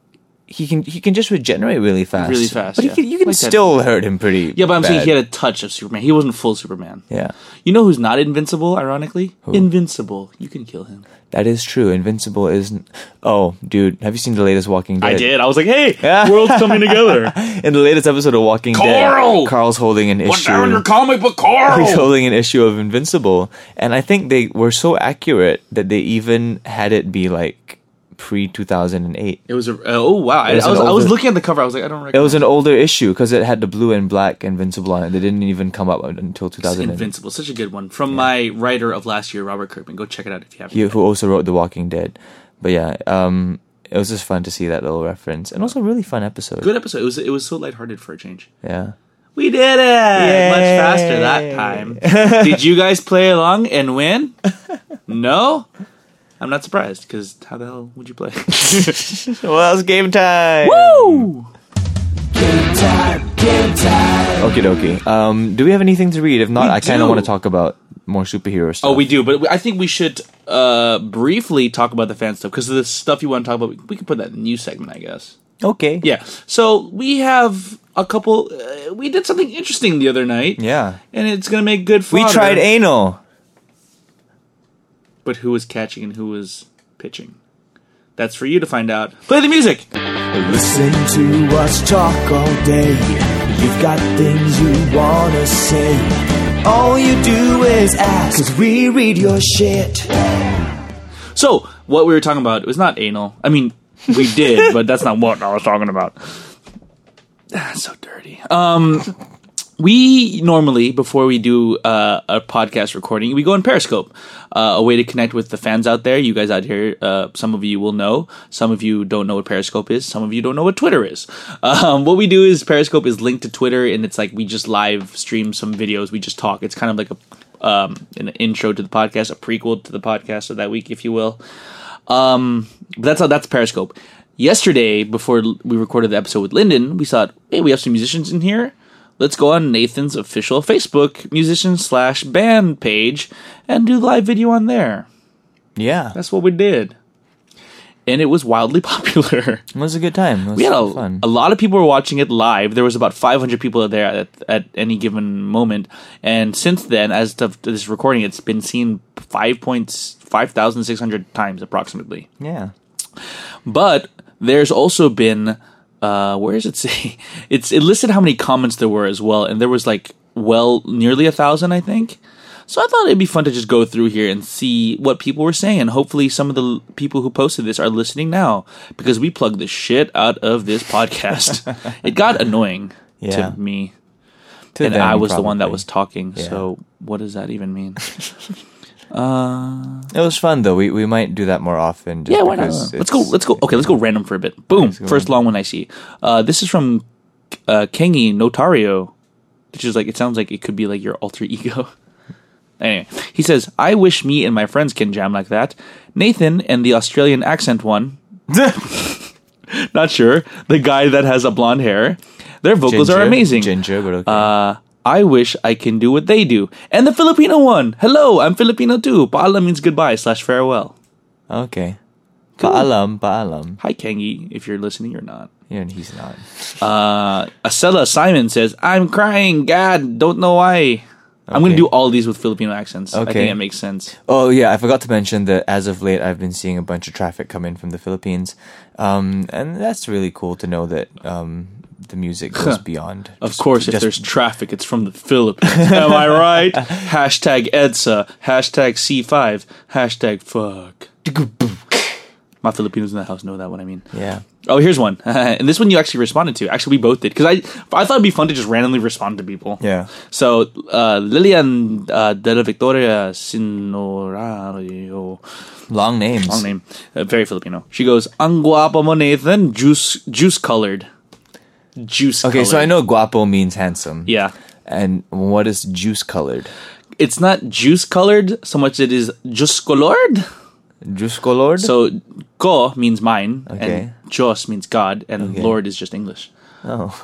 Speaker 2: he can he can just regenerate really fast.
Speaker 1: Really fast,
Speaker 2: But
Speaker 1: yeah.
Speaker 2: he can, you can
Speaker 1: Like that.
Speaker 2: still hurt him pretty.
Speaker 1: Yeah, but I'm saying
Speaker 2: bad.
Speaker 1: he had a touch of Superman. He wasn't full Superman.
Speaker 2: yeah,
Speaker 1: You know who's not invincible? Ironically, invincible. You can kill him.
Speaker 2: that is true. Invincible isn't. Oh, dude, have you seen the latest Walking Dead?
Speaker 1: I did. I was like,
Speaker 2: <laughs>
Speaker 1: hey, world's coming together.
Speaker 2: In the latest episode of Walking
Speaker 1: Carl!
Speaker 2: Dead, Carl's holding an
Speaker 1: Put
Speaker 2: issue.
Speaker 1: down your comic book,
Speaker 2: <laughs>
Speaker 1: Carl.
Speaker 2: He's holding an issue of Invincible, and I think they were so accurate that they even had it be like pre two thousand and eight.
Speaker 1: It was a oh wow! I, I
Speaker 2: was
Speaker 1: was,
Speaker 2: an
Speaker 1: I was
Speaker 2: older-
Speaker 1: looking at the cover. I was like, I don't
Speaker 2: It
Speaker 1: recognize
Speaker 2: was an older issue because it had the blue and black Invincible on it. They didn't even come up until two thousand and
Speaker 1: Invincible. Such a good one from my writer of last year, Robert Kirkman. Go check it out if you haven't.
Speaker 2: who also wrote The Walking Dead. But yeah, um, it was just fun to see that little reference, and also a really fun episode.
Speaker 1: Good episode. It was it was so lighthearted for a change.
Speaker 2: Yeah.
Speaker 1: We did it much faster that <laughs> time. did you guys play along and win? No, I'm not surprised because how the hell would you play?
Speaker 2: Well, it's game time.
Speaker 1: Woo!
Speaker 2: Okay, dokie. Um, do we have anything to read? If not,
Speaker 1: We
Speaker 2: I kind of
Speaker 1: do.
Speaker 2: want to talk about more superhero
Speaker 1: <laughs>
Speaker 2: stuff.
Speaker 1: Oh, we do, but we- I think we should uh, briefly talk about the fan stuff because the stuff you want to talk about, we can put that in the news segment, I guess.
Speaker 2: okay.
Speaker 1: Yeah. So we have a couple. Uh, we did something interesting the other night.
Speaker 2: Yeah.
Speaker 1: And it's gonna make good
Speaker 2: We
Speaker 1: fodder.
Speaker 2: tried anal.
Speaker 1: But who was catching and who was pitching? That's for you to find out. Play the music.
Speaker 6: Listen to us talk all day. You've got things you wanna say. All you do is ask, cause we read your shit.
Speaker 1: So what we were talking about was not anal. I mean, we did, but that's not what I was talking about. <sighs> That's so dirty. Um, we normally before we do uh, a podcast recording, we go on Periscope, uh, a way to connect with the fans out there. You guys out here, uh, some of you will know, some of you don't know what Periscope is, some of you don't know what Twitter is. Um, what we do is Periscope is linked to Twitter, and it's like we just live stream some videos, we just talk. It's kind of like a um, an intro to the podcast, a prequel to the podcast of that week, if you will. Um, but that's how that's Periscope. Yesterday, before l- we recorded the episode with Lyndon, we thought, hey, we have some musicians in here. Let's go on Nathan's official Facebook musician slash band page and do live video on there.
Speaker 2: Yeah.
Speaker 1: That's what we did. And it was wildly <laughs> popular.
Speaker 2: It was a good time. It was
Speaker 1: We had a,
Speaker 2: fun.
Speaker 1: a lot of people were watching it live. There was about 500 people there at, at any given moment. And since then, as of this recording, it's been seen 5,600 times approximately.
Speaker 2: yeah.
Speaker 1: But there's also been uh where does it <laughs> say? It's it listed how many comments there were as well, and there was like well nearly a thousand, I think. So I thought it'd be fun to just go through here and see what people were saying. and Hopefully, some of the l- people who posted this are listening now because we plugged the shit out of this
Speaker 2: <laughs>
Speaker 1: podcast. it got annoying
Speaker 2: Yeah.
Speaker 1: to me,
Speaker 2: To
Speaker 1: and
Speaker 2: them,
Speaker 1: I was the one that
Speaker 2: probably.
Speaker 1: was talking. So what does that even mean?
Speaker 2: It was fun though. We we might do that more often. Just
Speaker 1: Yeah, why not?
Speaker 2: because
Speaker 1: Let's go.
Speaker 2: it's-
Speaker 1: Let's go. Okay, let's go random for a bit. Boom. First long one I see. Uh, this is from uh, Kengi Notario, which is like it sounds like it could be like your alter ego. <laughs> anyway, he says, "I wish me and my friends can jam like that." Nathan and the Australian accent
Speaker 2: <laughs>
Speaker 1: one. not sure. The guy that has a blonde hair. Their vocals are
Speaker 2: Ginger-
Speaker 1: amazing.
Speaker 2: Ginger, but okay.
Speaker 1: Uh, I wish I can do what they do. And the Filipino one. Hello, I'm Filipino too. Paala means goodbye slash farewell.
Speaker 2: okay. Paalam, paalam.
Speaker 1: Hi, Kengi, if you're listening or not.
Speaker 2: Yeah, and he's not.
Speaker 1: Uh, Acela Simon says, I'm crying. God, don't know why. I'm going to
Speaker 2: Okay.
Speaker 1: do all these with Filipino accents. I think
Speaker 2: Okay.
Speaker 1: that makes sense.
Speaker 2: Oh yeah, I forgot to mention that as of late, I've been seeing a bunch of traffic come in from the Philippines, um, and that's really cool to know that um, the music goes beyond.
Speaker 1: Of course, if there's traffic, it's from the Philippines. <laughs> Am I
Speaker 2: <laughs>
Speaker 1: right? Hashtag EDSA. Hashtag C5. Hashtag
Speaker 2: <laughs>
Speaker 1: fuck. My Filipinos in the house know that what I mean.
Speaker 2: yeah,
Speaker 1: Oh, here's one. <laughs> and this one you actually responded to. Actually, we both did. Because I, I thought it'd be fun to just randomly respond to people.
Speaker 2: yeah.
Speaker 1: So, uh, Lilian uh, de la Victoria Sinorario.
Speaker 2: Long names.
Speaker 1: Long name. Uh, very Filipino. She goes, Ang guapa mo, Nathan. Juice, juice colored. Juice
Speaker 2: Okay, so
Speaker 1: colored."
Speaker 2: I know guapo means handsome.
Speaker 1: Yeah.
Speaker 2: And what is juice colored?
Speaker 1: It's not juice colored so much it is juice colored.
Speaker 2: Juice colored.
Speaker 1: So, ko means mine,
Speaker 2: Okay.
Speaker 1: and Jos means God, and
Speaker 2: Okay.
Speaker 1: Lord is just English.
Speaker 2: oh,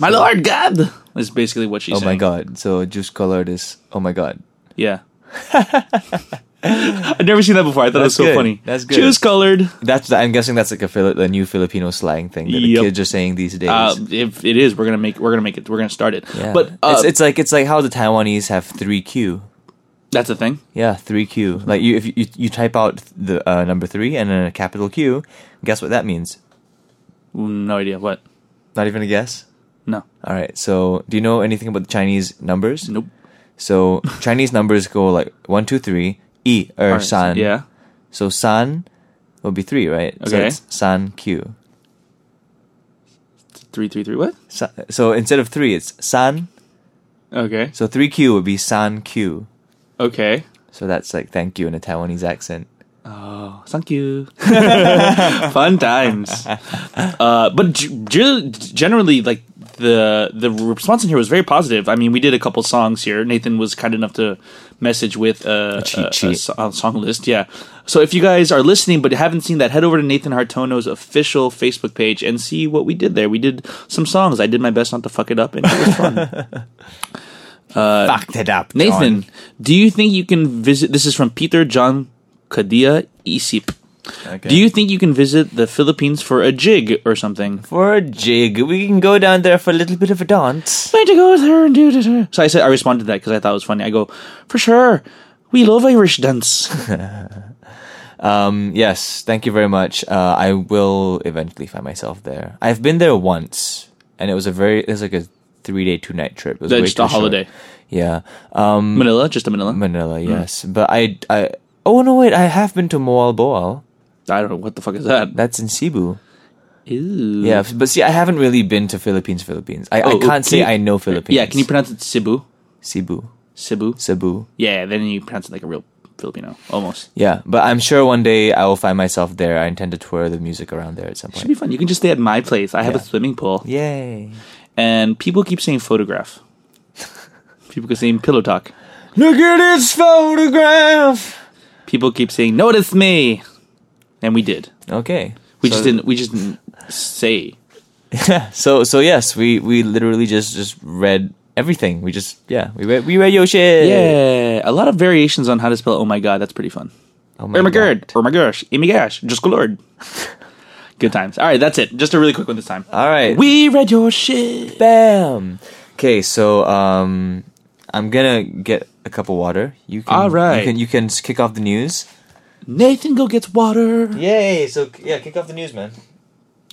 Speaker 1: My Lord God is basically what she's
Speaker 2: oh
Speaker 1: saying.
Speaker 2: my god. So juice colored is oh my god.
Speaker 1: <laughs> Yeah. I've never seen that before. I thought
Speaker 2: That's
Speaker 1: it was so
Speaker 2: good.
Speaker 1: funny.
Speaker 2: That's good.
Speaker 1: Juice colored.
Speaker 2: That's I'm guessing that's like a, Fili- a new Filipino slang thing that
Speaker 1: Yep.
Speaker 2: the kids are saying these days.
Speaker 1: Uh, if it is, we're gonna make we're gonna make it. We're gonna start it.
Speaker 2: yeah.
Speaker 1: But uh,
Speaker 2: it's, it's like it's like how the Taiwanese have three Q.
Speaker 1: that's the thing.
Speaker 2: Yeah, three Q. Like you, if you, you, you type out the uh, number three and then a capital Q, guess what that means?
Speaker 1: No idea what.
Speaker 2: Not even a guess.
Speaker 1: No.
Speaker 2: All right. So, do you know anything about the Chinese numbers?
Speaker 1: Nope.
Speaker 2: So Chinese numbers go like one, two, three, e or san.
Speaker 1: Yeah.
Speaker 2: So san will be three, right? So
Speaker 1: Okay.
Speaker 2: it's san q.
Speaker 1: Three, three, three. What?
Speaker 2: Sa- So instead of three, it's san.
Speaker 1: Okay.
Speaker 2: So three q would be san q.
Speaker 1: Okay.
Speaker 2: So that's like thank you in a Taiwanese accent.
Speaker 1: Thank you. <laughs> Fun times. Uh, but g- g- generally, like the the response in here was very positive. I mean, we did a couple songs here. Nathan was kind enough to message with uh, a,
Speaker 2: cheat
Speaker 1: a- a
Speaker 2: sheet.
Speaker 1: so- a song list. Yeah. So if you guys are listening but haven't seen that, head over to Nathan Hartono's official Facebook page and see what we did there. We did some songs. I did my best not to fuck it up,
Speaker 2: <laughs>
Speaker 1: and it was fun.
Speaker 2: Fucked it up,
Speaker 1: Uh, Nathan, do you think you can visit? This is from Peter John Kadia E Isip.
Speaker 2: Okay.
Speaker 1: Do you think you can visit the Philippines for a jig or something?
Speaker 2: For a jig, we can go down there for a little bit of a dance.
Speaker 1: Going to go with her and do da- da. So I said I responded to that because I thought it was funny. I go for sure. We love Irish dance.
Speaker 2: Um, yes, thank you very much. Uh, I will eventually find myself there. I've been there once, and it was a very it was like a three day two night trip. It was
Speaker 1: That's
Speaker 2: way
Speaker 1: just a
Speaker 2: too
Speaker 1: holiday. Hmm.
Speaker 2: short. Yeah, um,
Speaker 1: Manila, just a Manila.
Speaker 2: Manila. Yes, but I I oh no wait I have been to Moal Boal.
Speaker 1: I don't know what the fuck is that.
Speaker 2: That's in Cebu.
Speaker 1: Hmm. Ew.
Speaker 2: Yeah, but see, I haven't really been to Philippines. Philippines. I,
Speaker 1: Oh,
Speaker 2: I can't
Speaker 1: can
Speaker 2: say
Speaker 1: you-
Speaker 2: I know Philippines.
Speaker 1: Yeah. Can you pronounce it Cebu?
Speaker 2: Cebu?
Speaker 1: Cebu.
Speaker 2: Cebu.
Speaker 1: Yeah. Then you pronounce it like a real Filipino, almost.
Speaker 2: Yeah, but I'm sure one day I will find myself there. I intend to tour the music around there at some
Speaker 1: Should be fun.
Speaker 2: point.
Speaker 1: You can just stay at my place. I have a
Speaker 2: Yeah.
Speaker 1: swimming pool.
Speaker 2: Yay!
Speaker 1: and people keep saying photograph. people keep saying pillow talk.
Speaker 2: Look at this photograph.
Speaker 1: People keep saying notice me, and we did.
Speaker 2: Okay.
Speaker 1: We just didn't. We just didn't say.
Speaker 2: So so yes, we we literally just just read everything. We just yeah, we read we read your shit.
Speaker 1: Yeah, a lot of variations on how to spell. Oh my god, that's pretty fun.
Speaker 2: Oh
Speaker 1: Oh my
Speaker 2: God.
Speaker 1: god. Oh my gosh. Oh my gosh. Just go lord. <laughs> Good times. All right, that's it. Just a really quick one this time.
Speaker 2: All right.
Speaker 1: We read your shit.
Speaker 2: bam. Okay, so um I'm going to get a cup of water. You can
Speaker 1: All right.
Speaker 2: you can you can s- kick off the news.
Speaker 1: Nathan go gets water.
Speaker 2: Yay. So yeah, kick off the news, man.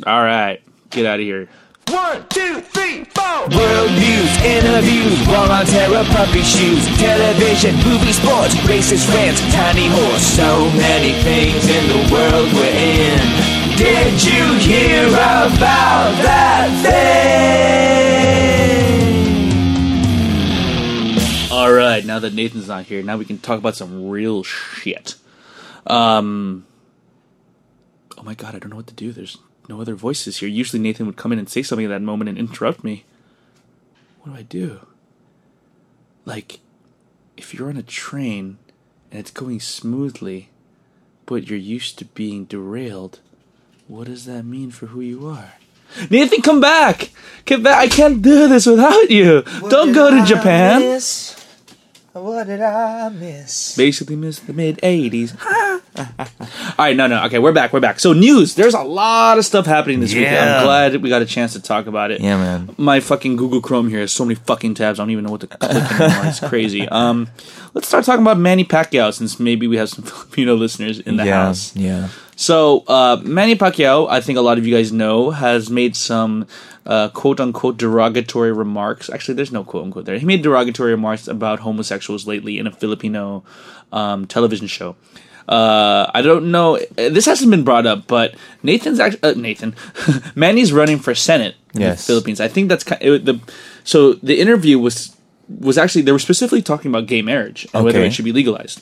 Speaker 1: All right, get out of here.
Speaker 6: One, two, three, four. World news, interviews, war on terror, puppy shoes, television, movie, sports, racist rants, tiny horse. So many things in the world we're in. Did you hear about that thing?
Speaker 1: <laughs> All right, now that Nathan's not here, now we can talk about some real shit. Um. Oh my god, I don't know what to do. There's no other voices here. Usually Nathan would come in and say something at that moment and interrupt me. What do I do? Like, if you're on a train and it's going smoothly, but you're used to being derailed, what does that mean for who you are? Nathan, come back! Come back! I can't do this without you! don't go to Japan!
Speaker 2: What did I miss?
Speaker 1: Basically, miss the mid <laughs> '80s. All right, no, no, okay, we're back, we're back. So news, there's a lot of stuff happening this week.
Speaker 2: Yeah.
Speaker 1: I'm glad we got a chance to talk about it.
Speaker 2: Yeah, man.
Speaker 1: My fucking Google Chrome here has so many fucking tabs. I don't even know what to click
Speaker 2: <laughs>
Speaker 1: anymore. It's crazy. Um, let's start talking about Manny Pacquiao since maybe we have some <laughs> Filipino listeners in the
Speaker 2: yeah,
Speaker 1: house.
Speaker 2: yeah.
Speaker 1: So, uh, Manny Pacquiao, I think a lot of you guys know, has made some uh, quote unquote derogatory remarks. Actually, there's no quote unquote there. He made derogatory remarks about homosexuals lately in a Filipino um, television show. Uh, I don't know. uh, This hasn't been brought up, but Nathan's actually uh, Nathan <laughs> Manny's running for Senate in
Speaker 2: Yes.
Speaker 1: the Philippines. I think that's kind it, the. So the interview was was actually they were specifically talking about gay marriage and whether
Speaker 2: Okay.
Speaker 1: it should be legalized.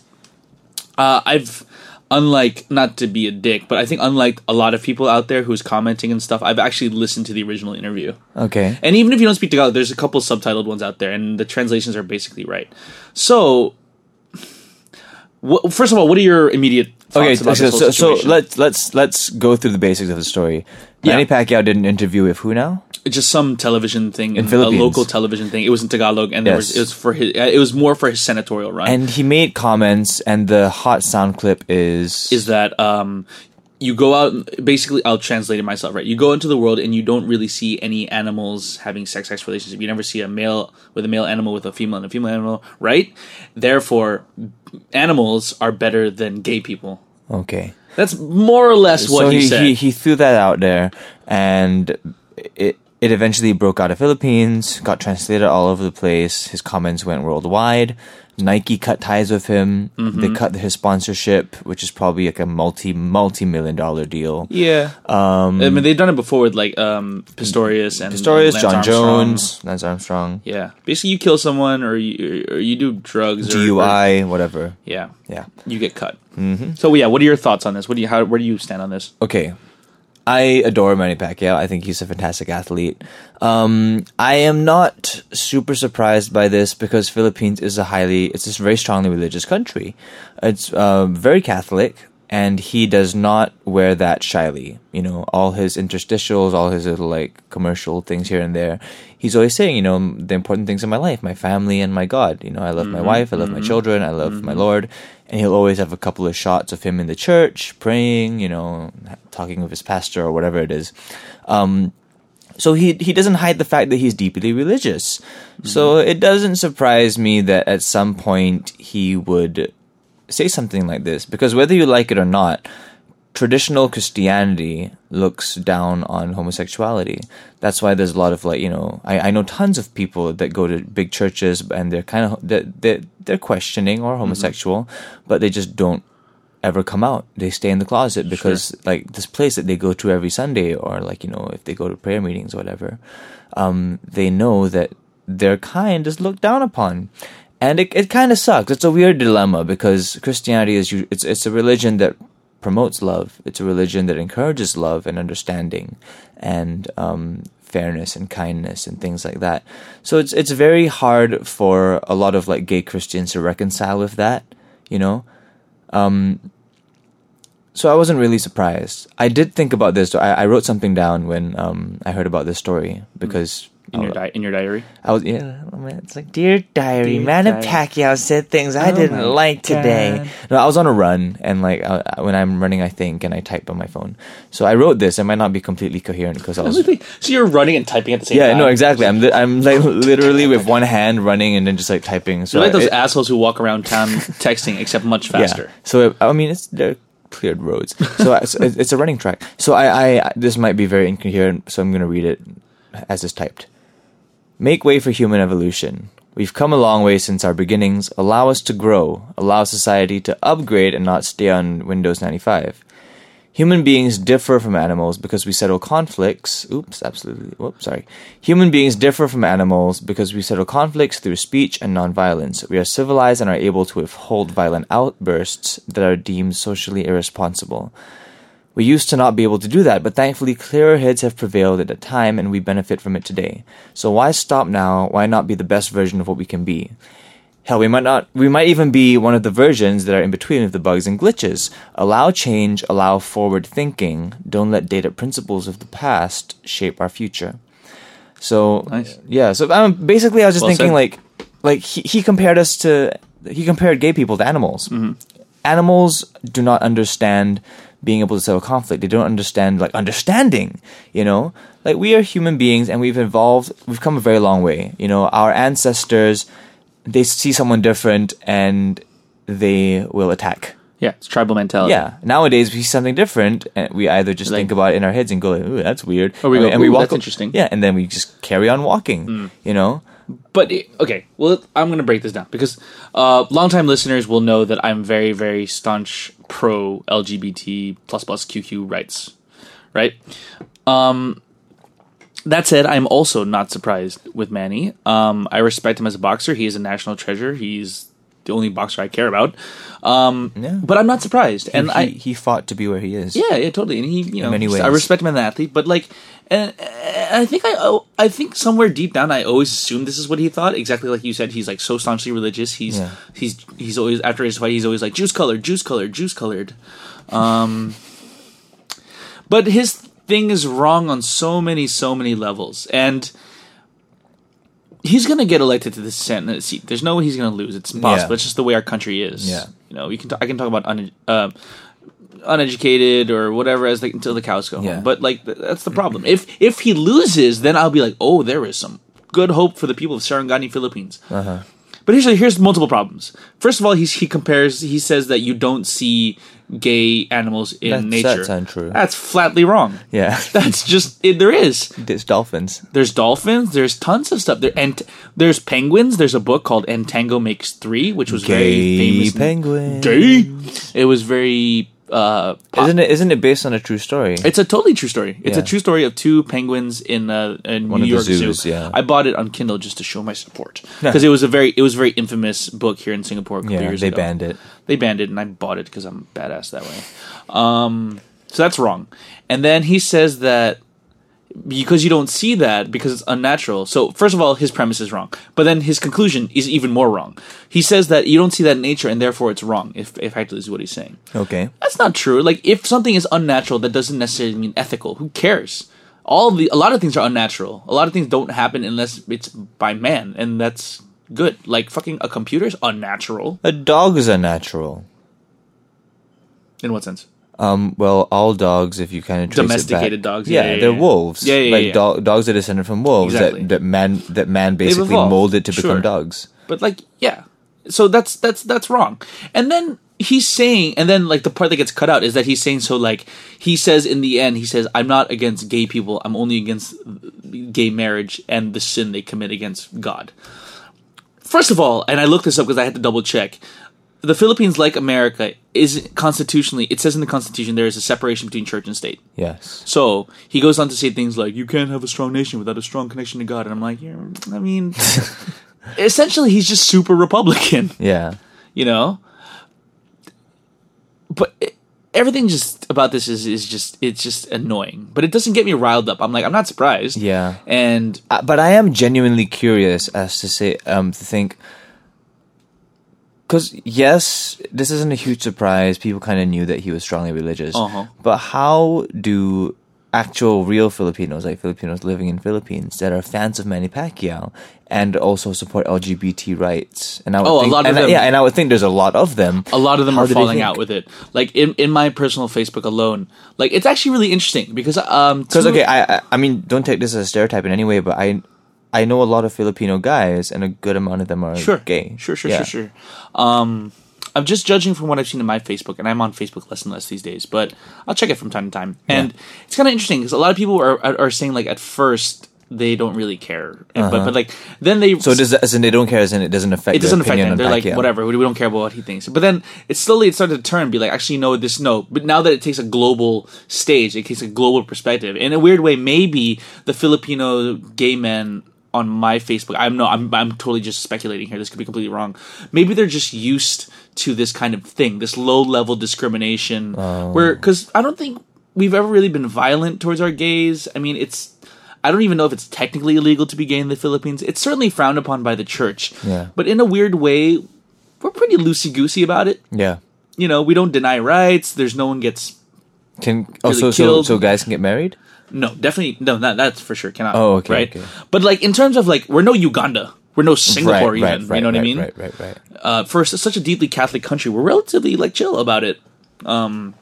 Speaker 1: Uh, I've unlike not to be a dick, but I think unlike a lot of people out there who's commenting and stuff, I've actually listened to the original interview.
Speaker 2: Okay.
Speaker 1: And even if you don't speak Tagalog, there's a couple subtitled ones out there, and the translations are basically right. So, wh- first of all, what are your immediate thoughts
Speaker 2: Okay,
Speaker 1: about
Speaker 2: so,
Speaker 1: this whole
Speaker 2: so, so
Speaker 1: situation?
Speaker 2: let's let's let's go through the basics of the story.
Speaker 1: Yeah.
Speaker 2: Manny Pacquiao did an interview with who now?
Speaker 1: just some television thing, in a
Speaker 2: Philippines.
Speaker 1: local television thing. It was in Tagalog, and there
Speaker 2: Yes.
Speaker 1: was, it was for his. uh, It was more for his senatorial run.
Speaker 2: And he made comments, and the hot sound clip is
Speaker 1: is that um, you go out basically i'll translate it myself right you go into the world and you don't really see any animals having sex sex relationship you never see a male with a male animal with a female and a female animal right therefore animals are better than gay people
Speaker 2: okay.
Speaker 1: that's more or less what
Speaker 2: so
Speaker 1: he,
Speaker 2: he,
Speaker 1: said
Speaker 2: he he threw that out there, and it it eventually broke out of Philippines, got translated all over the place. His comments went worldwide. Nike cut ties with him.
Speaker 1: Mm-hmm.
Speaker 2: They cut his sponsorship, which is probably like a multi multi million dollar deal.
Speaker 1: yeah um, i mean they've done it before with like um, pistorius and
Speaker 2: Pistorius,
Speaker 1: Lance
Speaker 2: John
Speaker 1: Armstrong.
Speaker 2: Jones, Lance Armstrong,
Speaker 1: yeah basically you kill someone or you, or you do drugs or- or,
Speaker 2: DUI, whatever.
Speaker 1: yeah
Speaker 2: Yeah.
Speaker 1: you get cut mm-hmm. so yeah what are your thoughts on this what do you how where do you stand on this
Speaker 2: okay. I adore Manny Pacquiao. I think he's a fantastic athlete. Um, I am not super surprised by this because Philippines is a highly, it's a very strongly religious country. It's uh, very Catholic, and he does not wear that shyly. You know, all his interstitials, all his little like commercial things here and there. He's always saying, you know, the important things in my life, my family and my God. You know, I love my wife, I love my children, I love my Lord. And he'll always have a couple of shots of him in the church, praying, you know, talking with his pastor or whatever it is. Um, so he he doesn't hide the fact that he's deeply religious. So it doesn't surprise me that at some point he would say something like this because whether you like it or not, traditional Christianity looks down on homosexuality. That's why there's a lot of like you know I, I know tons of people that go to big churches and they're kind of they they they're questioning or homosexual, but they just don't ever come out. They stay in the closet because like this place that they go to every Sunday or like you know if they go to prayer meetings or whatever, um, they know that their kind is looked down upon. And it, it kind of sucks. It's a weird dilemma because Christianity is u- it's it's a religion that promotes love. It's a religion that encourages love and understanding, and um, fairness and kindness and things like that. So it's it's very hard for a lot of like gay Christians to reconcile with that. You know, Um, so I wasn't really surprised. I did think about this. though. I, I wrote something down when um, I heard about this story because
Speaker 1: in your
Speaker 2: I,
Speaker 1: di- in your diary.
Speaker 2: I was yeah. I mean, It's like dear diary,
Speaker 1: Dear
Speaker 2: Manny
Speaker 1: diary. Oh
Speaker 2: Pacquiao said things I didn't like today. No, I was on a run, and like I, I- when I'm running, I think and I type on my phone. So I wrote this. It might not be completely coherent because
Speaker 1: <laughs>
Speaker 2: I was.
Speaker 1: So you're running and typing at the same
Speaker 2: Yeah,
Speaker 1: time.
Speaker 2: no, exactly. I'm li- I'm like <laughs> literally
Speaker 1: <laughs>
Speaker 2: with one hand running and then just like typing. So
Speaker 1: You're like those
Speaker 2: it-
Speaker 1: assholes who walk around town <laughs> texting, except much faster.
Speaker 2: So it, I mean, it's they're cleared roads. So, I, so it- it's a running track. So I, I this might be very incoherent. So I'm going to read it as it's typed. Make way for human evolution. We've come a long way since our beginnings. Allow us to grow. Allow society to upgrade and not stay on Windows 95. Human beings differ from animals because we settle conflicts. Oops, absolutely. Whoops, sorry. Human beings differ from animals because we settle conflicts through speech and nonviolence. We are civilized and are able to withhold violent outbursts that are deemed socially irresponsible. We used to not be able to do that, but thankfully clearer heads have prevailed at the time and we benefit from it today. So why stop now? Why not be the best version of what we can be? Hell, we might not, we might even be one of the versions that are in between of the bugs and glitches. Allow change, allow forward thinking, don't let dated principles of the past shape our future. So,
Speaker 1: Nice.
Speaker 2: yeah, so um, basically I was just
Speaker 1: Well
Speaker 2: thinking
Speaker 1: said.
Speaker 2: like, like he, he compared us to he compared gay people to animals.
Speaker 1: Mm.
Speaker 2: Animals do not understand being able to settle conflict. They don't understand like understanding. You know, like we are human beings and we've evolved. We've come a very long way. You know, our ancestors they see someone different and they will attack.
Speaker 1: Yeah, it's tribal mentality.
Speaker 2: Yeah. Nowadays, we see something different, and we either just
Speaker 1: Like-
Speaker 2: think about it in our heads and go, like, "Ooh, that's weird,"
Speaker 1: Or we
Speaker 2: and,
Speaker 1: go,
Speaker 2: and
Speaker 1: "Ooh, that's interesting." Hmm.
Speaker 2: Yeah, and then we just carry on walking. You know,
Speaker 1: But it- okay, well, I'm going to break this down because uh, longtime listeners will know that I'm very, very staunch pro LGBT plus plus QQ rights, right? Um, that said, I'm also not surprised with Manny. Um, I respect him as a boxer. He is a national treasure. He's the only boxer I care about. Um, But I'm not surprised, and
Speaker 2: he,
Speaker 1: I
Speaker 2: he fought to be where he is.
Speaker 1: yeah, yeah, totally. And he, you know,
Speaker 2: many
Speaker 1: he's- I
Speaker 2: ways.
Speaker 1: respect him as an athlete, but like, and, and I think I, oh, I think somewhere deep down, I always assumed this is what he thought. Exactly like you said, he's like so staunchly religious. He's
Speaker 2: Yeah.
Speaker 1: he's he's always after his fight, he's always like juice colored, juice colored, juice colored. Um, but his thing is wrong on so many, so many levels, and. He's gonna get elected to the Senate seat. There's no way he's gonna lose. It's impossible.
Speaker 2: Yeah.
Speaker 1: It's just the way our country is.
Speaker 2: Yeah.
Speaker 1: you know, you can. T- I can talk about un- uh, uneducated or whatever as the, until the cows go
Speaker 2: Yeah.
Speaker 1: home. But like th- that's the problem. if if he loses, then I'll be like, oh, there is some good hope for the people of Sarangani, Philippines.
Speaker 2: Uh-huh.
Speaker 1: But here's here's multiple problems. First of all, he's, he compares. He says that you don't see gay animals in
Speaker 2: That's-
Speaker 1: nature.
Speaker 2: that's untrue.
Speaker 1: That's flatly wrong.
Speaker 2: yeah. <laughs>
Speaker 1: That's just it, there is.
Speaker 2: it's
Speaker 1: <laughs>
Speaker 2: dolphins.
Speaker 1: There's dolphins. There's tons of stuff. There and there's penguins. There's a book called "Entango Makes Three, which was very
Speaker 2: Gay
Speaker 1: famous.
Speaker 2: penguin.
Speaker 1: Gay. It was very uh, pop-
Speaker 2: Isn't it? Isn't it based on a true story?
Speaker 1: it's a totally true story. It's a
Speaker 2: Yeah.
Speaker 1: true story of two penguins in uh, in
Speaker 2: One
Speaker 1: New
Speaker 2: of the
Speaker 1: York
Speaker 2: zoos,
Speaker 1: Zoo.
Speaker 2: yeah.
Speaker 1: I bought it on Kindle just to show my support because it was a very it was a very infamous book here in Singapore. A couple
Speaker 2: yeah,
Speaker 1: years
Speaker 2: they
Speaker 1: ago.
Speaker 2: banned it.
Speaker 1: They banned it, and I bought it because I'm badass that way. Um, so that's wrong. And then he says that because you don't see that because it's unnatural. So first of all, his premise is wrong. But then his conclusion is even more wrong. He says that you don't see that in nature, and therefore it's wrong. If if actually is what he's saying.
Speaker 2: Okay.
Speaker 1: That's not true. Like if something is unnatural, that doesn't necessarily mean ethical. Who cares? All the a lot of things are unnatural. A lot of things don't happen unless it's by man, and that's good. Like fucking a computer is unnatural.
Speaker 2: A dog is unnatural.
Speaker 1: In what sense?
Speaker 2: Um, well, all dogs, if you kind of trace
Speaker 1: Domesticated
Speaker 2: it back,
Speaker 1: dogs, yeah, yeah,
Speaker 2: they're
Speaker 1: yeah.
Speaker 2: wolves.
Speaker 1: Yeah, yeah,
Speaker 2: like
Speaker 1: yeah.
Speaker 2: dog- dogs are descended from wolves
Speaker 1: Exactly.
Speaker 2: that, that man that man basically
Speaker 1: evolved,
Speaker 2: molded to become
Speaker 1: sure.
Speaker 2: dogs.
Speaker 1: But like, yeah. So that's that's that's wrong. And then he's saying, and then like the part that gets cut out is that he's saying so like he says in the end he says I'm not against gay people. I'm only against gay marriage and the sin they commit against God. First of all, and I looked this up because I had to double check. The Philippines, like America, is constitutionally. It says in the Constitution there is a separation between church and state.
Speaker 2: Yes.
Speaker 1: So he goes on to say things like, "You can't have a strong nation without a strong connection to God," and I'm like, yeah, I
Speaker 2: <laughs>
Speaker 1: mean, essentially, he's just super Republican, <laughs>
Speaker 2: Yeah.
Speaker 1: you know. But it, everything just about this is is just it's just annoying. But it doesn't get me riled up. I'm like, I'm not surprised.
Speaker 2: Yeah.
Speaker 1: and
Speaker 2: Uh, but I am genuinely curious as to say um to think because yes, this isn't a huge surprise. People kind of knew that he was strongly religious.
Speaker 1: Uh-huh.
Speaker 2: But how do actual real Filipinos, like Filipinos living in Philippines, that are fans of Manny Pacquiao and also support LGBT rights, and I would
Speaker 1: Oh, a
Speaker 2: think,
Speaker 1: lot of
Speaker 2: and I-
Speaker 1: them.
Speaker 2: yeah, and I would think there's a lot of them.
Speaker 1: a lot of them
Speaker 2: How
Speaker 1: are
Speaker 2: do they
Speaker 1: falling
Speaker 2: think?
Speaker 1: out with it. Like in in my personal Facebook alone, like it's actually really interesting because um
Speaker 2: Because
Speaker 1: two-
Speaker 2: okay, I I- I mean, don't take this as a stereotype in any way, but I I know a lot of Filipino guys, and a good amount of them are
Speaker 1: sure.
Speaker 2: gay.
Speaker 1: Sure, sure,
Speaker 2: Yeah.
Speaker 1: sure, sure. Um, I'm just judging from what I've seen in my Facebook, and I'm on Facebook less and less these days, but I'll check it from time to time. And it's kind of interesting because a lot of people are, are are saying like at first they don't really care, and, but but like then they
Speaker 2: Uh-huh. So does that, as in they don't care, as in it doesn't affect.
Speaker 1: it doesn't affect them.
Speaker 2: them.
Speaker 1: They're like whatever, we we don't care about what he thinks. But then it slowly it started to turn, be like actually no, this no. But now that it takes a global stage, it takes a global perspective. In a weird way, maybe the Filipino gay men on my Facebook, I'm no, I'm I'm totally just speculating here. This could be completely wrong. Maybe they're just used to this kind of thing, this low level discrimination, where because I don't think we've ever really been violent towards our gays. I mean, it's. I don't even know if it's technically illegal to be gay in the Philippines. It's certainly frowned upon by the church.
Speaker 2: Yeah.
Speaker 1: But in a weird way, we're pretty loosey goosey about it.
Speaker 2: Yeah.
Speaker 1: You know, we don't deny rights. There's no one gets
Speaker 2: Can oh,
Speaker 1: Really
Speaker 2: so, so
Speaker 1: killed.
Speaker 2: so guys can get married?
Speaker 1: no, definitely no. That that's for sure cannot.
Speaker 2: Oh, okay,
Speaker 1: right.
Speaker 2: okay.
Speaker 1: But like in terms of like, we're no Uganda. We're no Singapore
Speaker 2: right,
Speaker 1: even.
Speaker 2: right, right,
Speaker 1: you know what I
Speaker 2: right,
Speaker 1: mean?
Speaker 2: Right, right, right.
Speaker 1: uh, for s- such a deeply Catholic country, we're relatively like chill about it. Um,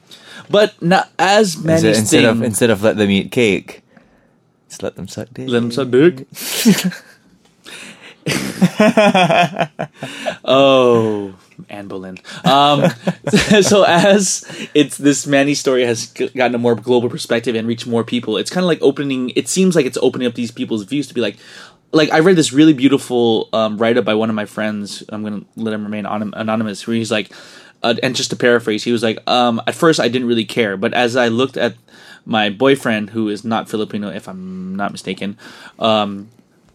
Speaker 1: but not as many
Speaker 2: Instead,
Speaker 1: things.
Speaker 2: instead of instead of let them eat cake, just let them suck dick.
Speaker 1: Let him suck dick. <laughs> oh, Anne Boleyn. Um, <laughs> so as it's this Manny story has g- gotten a more global perspective and reached more people, it's kind of like opening. It seems like it's opening up these people's views to be like, like I read this really beautiful um, write up by one of my friends. I'm gonna let him remain anon- anonymous. Where he's like, uh, and just to paraphrase, he was like, um, at first I didn't really care, but as I looked at my boyfriend, who is not Filipino, if I'm not mistaken, um,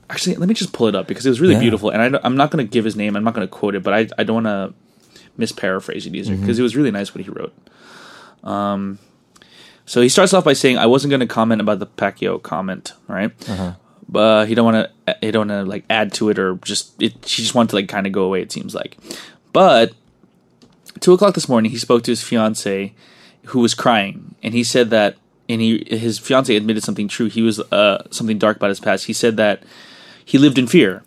Speaker 1: actually, let me just pull it up because it was really
Speaker 2: Yeah.
Speaker 1: beautiful. And I, don't- I'm not going to give his name, I'm not going to quote it, but I, I don't want to misparaphrase it either because it was really nice what he wrote. Um, so he starts off by saying, "I wasn't going to comment about the Pacquiao comment, right?" But he don't want to. He don't want to like add to it or just. It, she just wanted to like kind of go away. It seems like, but two o'clock this morning, he spoke to his fiance, who was crying, and he said that, and he his fiance admitted something true. He was uh, something dark about his past. He said that he lived in fear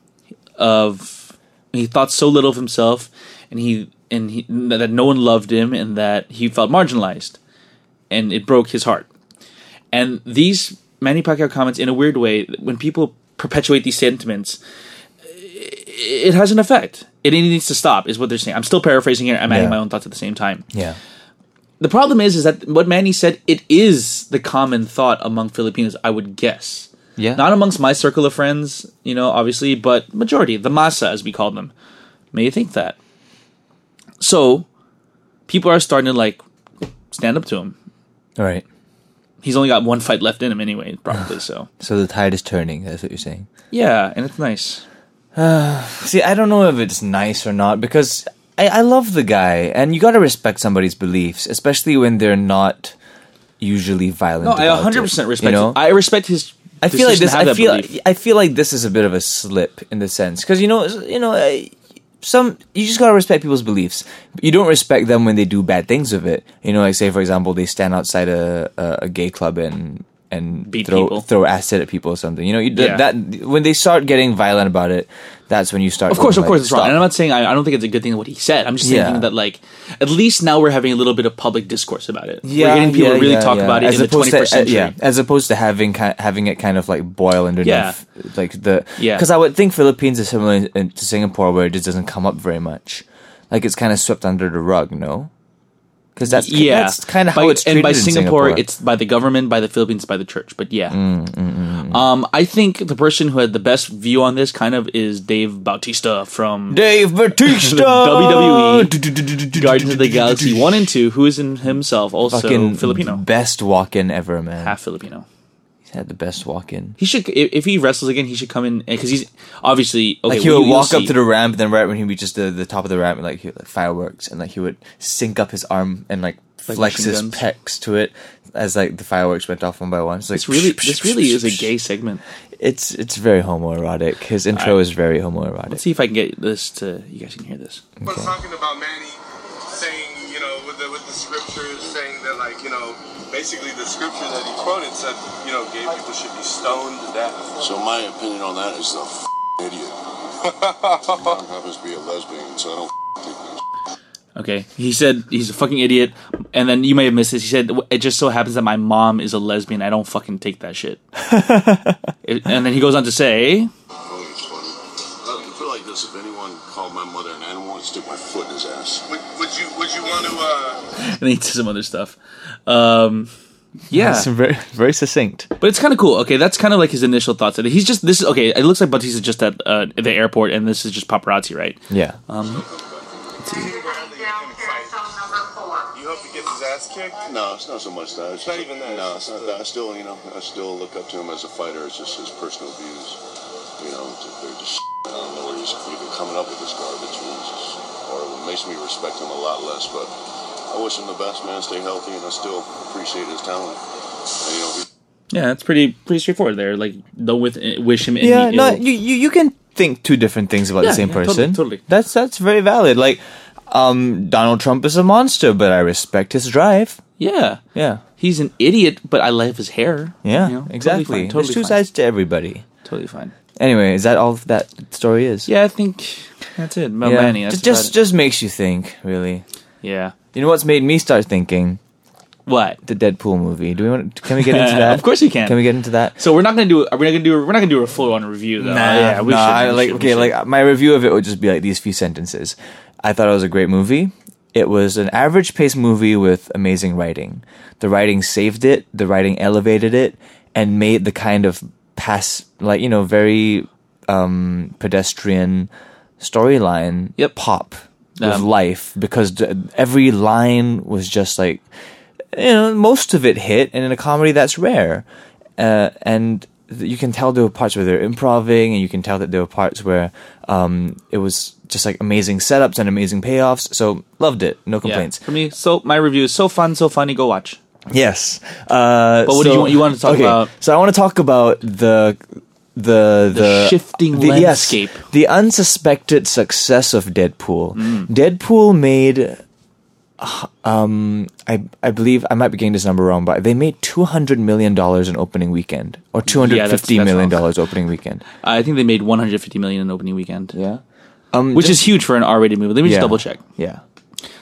Speaker 1: of he thought so little of himself, and he and he that no one loved him, and that he felt marginalized, and it broke his heart. And these Manny Pacquiao comments, in a weird way, when people perpetuate these sentiments, it has an effect. It needs to stop, is what they're saying. I'm still paraphrasing here. I'm adding
Speaker 2: Yeah.
Speaker 1: my own thoughts at the same time.
Speaker 2: Yeah.
Speaker 1: The problem is, is that what Manny said, it is the common thought among Filipinos. I would guess,
Speaker 2: Yeah.
Speaker 1: not amongst my circle of friends, you know, obviously, but majority, the masa, as we call them, may think that. So, people are starting to like stand up to him.
Speaker 2: All right.
Speaker 1: He's only got one fight left in him, anyway, probably. <sighs> So,
Speaker 2: So the tide is turning. That's what you're saying.
Speaker 1: yeah, and it's nice.
Speaker 2: See, I don't know if it's nice or not because I, I love the guy, and you got to respect somebody's beliefs, especially when they're not usually violent.
Speaker 1: No, I
Speaker 2: about
Speaker 1: 100
Speaker 2: it,
Speaker 1: percent
Speaker 2: you
Speaker 1: respect.
Speaker 2: know?
Speaker 1: I respect his.
Speaker 2: I feel
Speaker 1: decision
Speaker 2: like this.
Speaker 1: to have
Speaker 2: I
Speaker 1: that
Speaker 2: feel.
Speaker 1: belief.
Speaker 2: I feel like this is a bit of a slip in the sense because you know, you know, uh, some you just gotta respect people's beliefs. You don't respect them when they do bad things of it. You know, like say for example, they stand outside a a, a gay club and and
Speaker 1: Beat
Speaker 2: throw
Speaker 1: people.
Speaker 2: throw acid at people or something. You know, you,
Speaker 1: Yeah.
Speaker 2: that when they start getting violent about it, that's when you start.
Speaker 1: Of course,
Speaker 2: going,
Speaker 1: of course,
Speaker 2: like,
Speaker 1: it's wrong.
Speaker 2: stop.
Speaker 1: And I'm not saying I, I don't think it's a good thing what he said. I'm just
Speaker 2: Yeah.
Speaker 1: thinking that like at least now we're having a little bit of public discourse about it. we're
Speaker 2: Yeah,
Speaker 1: getting people
Speaker 2: yeah,
Speaker 1: to really
Speaker 2: yeah,
Speaker 1: talk
Speaker 2: yeah.
Speaker 1: about it in the 21st
Speaker 2: to, uh,
Speaker 1: century.
Speaker 2: yeah, as opposed to having ki- having it kind of like boil underneath,
Speaker 1: Yeah.
Speaker 2: like the
Speaker 1: Yeah.
Speaker 2: Because I would think Philippines is similar in- in- to Singapore, where it just doesn't come up very much. Like it's kind of swept under the rug, no? Because that's
Speaker 1: Yeah,
Speaker 2: that's kind of
Speaker 1: By-
Speaker 2: how it's treated
Speaker 1: and by
Speaker 2: in
Speaker 1: Singapore, it's by the government, by the Philippines, by the church. But yeah,
Speaker 2: Mm,
Speaker 1: um, I think the person who had the best view on this kind of is Dave Bautista from <laughs>
Speaker 2: Dave Batista, <laughs>
Speaker 1: WWE. E Guardians of the Galaxy One and Two, who is in himself also
Speaker 2: fucking
Speaker 1: Filipino,
Speaker 2: best walk-in ever, man.
Speaker 1: half Filipino.
Speaker 2: He's had the best walk-in.
Speaker 1: He should if if he wrestles again, he should come in because he's obviously okay.
Speaker 2: Like he
Speaker 1: we-
Speaker 2: would
Speaker 1: we'll
Speaker 2: walk up
Speaker 1: see.
Speaker 2: to the ramp, then right when he reaches the, the top of the ramp, like he would, like fireworks, and like he would sync up his arm and like flex
Speaker 1: machine
Speaker 2: his
Speaker 1: guns.
Speaker 2: pecs to it as like the fireworks went off one by one. It's like
Speaker 1: This
Speaker 2: <laughs>
Speaker 1: really, this really is a gay segment.
Speaker 2: It's it's very homoerotic. His intro is very homoerotic.
Speaker 1: Let's see if I can get this to you guys can hear this.
Speaker 7: We're talking about Manny saying, you know, with the with the scriptures saying that, like, you know, basically the scripture that he quoted said, you know, gay people should be stoned to death.
Speaker 8: So my opinion on that is a f- idiot. I happens to be a lesbian, so I don't f- think that.
Speaker 1: Okay, he said he's a fucking idiot, and then you may have missed this. He said it just so happens that my mom is a lesbian. I don't fucking take that <laughs> shit. It- and then he goes on to say,
Speaker 8: Oh, it's funny. I feel like this if anyone called my mother an animal, I'd stick my foot in his ass.
Speaker 7: Would, would you would you want to? Uh,
Speaker 1: and then he says some other stuff. Um, yeah,
Speaker 2: It's <laughs> very very succinct.
Speaker 1: But it's kind of cool. Okay, that's kind of like his initial thoughts. He's just this. is Okay, it looks like Bautista just at uh, the airport, and this is just paparazzi, right?
Speaker 2: Yeah.
Speaker 1: Um,
Speaker 7: you hope he gets his ass kicked.
Speaker 8: No, it's not so much that. It's
Speaker 7: Not
Speaker 8: just-
Speaker 7: even that.
Speaker 8: No, it's not that. I still, you know, I still look up to him as a fighter. It's just his personal views. You know, they're just. I don't know where he's even coming up with this garbage. and It's just horrible. It makes me respect him a lot less, but I wish him the best, man. Stay healthy, and I still appreciate his talent. And, you know, he-
Speaker 1: Yeah, it's pretty pretty straightforward there. Like, don't with, wish him any
Speaker 2: yeah, no,
Speaker 1: ill.
Speaker 2: you, you you can think two different things about
Speaker 1: Yeah,
Speaker 2: the same
Speaker 1: yeah, totally,
Speaker 2: person.
Speaker 1: totally.
Speaker 2: That's that's very valid. Like, um, Donald Trump is a monster, but I respect his drive.
Speaker 1: yeah,
Speaker 2: Yeah,
Speaker 1: he's an idiot, but I love his hair.
Speaker 2: yeah,
Speaker 1: You know, totally
Speaker 2: exactly.
Speaker 1: fine, Totally
Speaker 2: There's two
Speaker 1: fine,
Speaker 2: sides to everybody.
Speaker 1: Totally fine.
Speaker 2: Anyway, is that all that story is?
Speaker 1: Yeah, I think that's it. Mel
Speaker 2: Yeah.
Speaker 1: Manny. That's
Speaker 2: Ju- just
Speaker 1: about
Speaker 2: just makes you think, really.
Speaker 1: it. yeah.
Speaker 2: You know what's made me start thinking?
Speaker 1: What?
Speaker 2: The Deadpool movie. Do we want? Can we get
Speaker 1: <laughs>
Speaker 2: into that?
Speaker 1: of course you can.
Speaker 2: Can we get into that?
Speaker 1: so we're not gonna do. Are we not gonna do? We're not gonna do a full on review though. yeah, we
Speaker 2: nah,
Speaker 1: should.
Speaker 2: I
Speaker 1: we
Speaker 2: like
Speaker 1: should, we
Speaker 2: okay,
Speaker 1: should.
Speaker 2: like my review of it would just be like these few sentences. I thought it was a great movie. It was an average paced movie with amazing writing. The writing saved it, the writing elevated it, and made the kind of pass like, you know, very um pedestrian storyline
Speaker 1: Yep.
Speaker 2: pop with
Speaker 1: Um,
Speaker 2: life because d- every line was just like you know, most of it hit, and in a comedy that's rare. Uh, and th- you can tell there were parts where they're improving, and you can tell that there were parts where um, it was just like amazing setups and amazing payoffs. So loved it, no
Speaker 1: Yeah.
Speaker 2: complaints.
Speaker 1: For me, so my review is so fun, so funny. Go watch.
Speaker 2: Yes, uh,
Speaker 1: But what do you want- you want to talk
Speaker 2: okay,
Speaker 1: about-
Speaker 2: So I want to talk about the the the,
Speaker 1: shifting
Speaker 2: the- yes,
Speaker 1: landscape.
Speaker 2: the unsuspected success of Deadpool.
Speaker 1: Mm.
Speaker 2: Deadpool made. uh, um, I, I believe I might be getting this number wrong, but they made two hundred million dollars in opening weekend, or two hundred fifty
Speaker 1: that's
Speaker 2: million
Speaker 1: wrong.
Speaker 2: dollars opening weekend.
Speaker 1: I think they made 150 million in opening weekend.
Speaker 2: Yeah, um,
Speaker 1: Which
Speaker 2: just-
Speaker 1: is huge for an R-rated movie. Let me
Speaker 2: yeah.
Speaker 1: just double check.
Speaker 2: Yeah,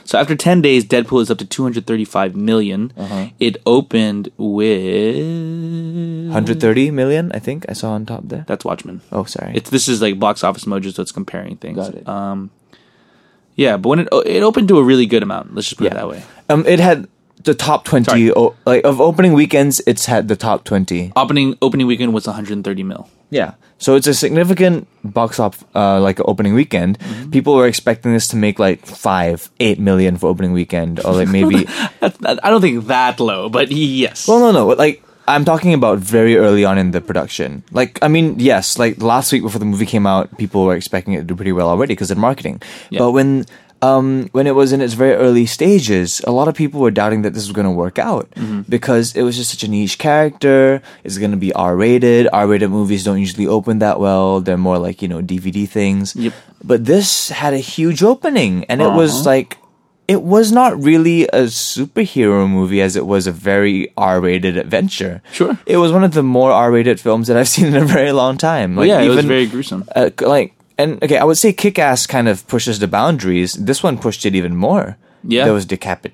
Speaker 1: So after 10 days, Deadpool is up to 235 million. It opened with
Speaker 2: hundred thirty million. I think I saw on top there.
Speaker 1: That's Watchmen.
Speaker 2: Oh, sorry.
Speaker 1: It's this is like box office mojo, so it's comparing things.
Speaker 2: Got it.
Speaker 1: Um, yeah, but when it o- it opened to a really good amount. Let's just put
Speaker 2: yeah,
Speaker 1: it that way.
Speaker 2: Um, it had the top twenty.
Speaker 1: Sorry.
Speaker 2: O- like of opening weekends, it's had the top twenty.
Speaker 1: Opening opening weekend was 130 mil. <laughs>
Speaker 2: Yeah. So it's a significant box off, uh, like opening weekend. People were expecting this to make like five, eight million for opening weekend, or like maybe
Speaker 1: That's, that, I don't think that low, but yes.
Speaker 2: Well, no, no. Like I'm talking about very early on in the production. Like I mean, yes. Like last week before the movie came out, people were expecting it to do pretty well already because of marketing.
Speaker 1: Yeah.
Speaker 2: But when um, when it was in its very early stages, a lot of people were doubting that this was going to work out
Speaker 1: Mm-hmm.
Speaker 2: because it was just such a niche character. It's going to be R-rated. R-rated movies don't usually open that well. They're more like you know DVD things.
Speaker 1: Yep.
Speaker 2: But this had a huge opening, and it was
Speaker 1: Uh-huh.
Speaker 2: like it was not really a superhero movie as it was a very R-rated adventure.
Speaker 1: Sure.
Speaker 2: It was one of the more R-rated films that I've <laughs> seen in a very long time. Like
Speaker 1: yeah, it was very gruesome.
Speaker 2: uh, c- like and okay, I would say Kick-Ass kind of pushes the boundaries. This one pushed it even more.
Speaker 1: Yeah.
Speaker 2: There was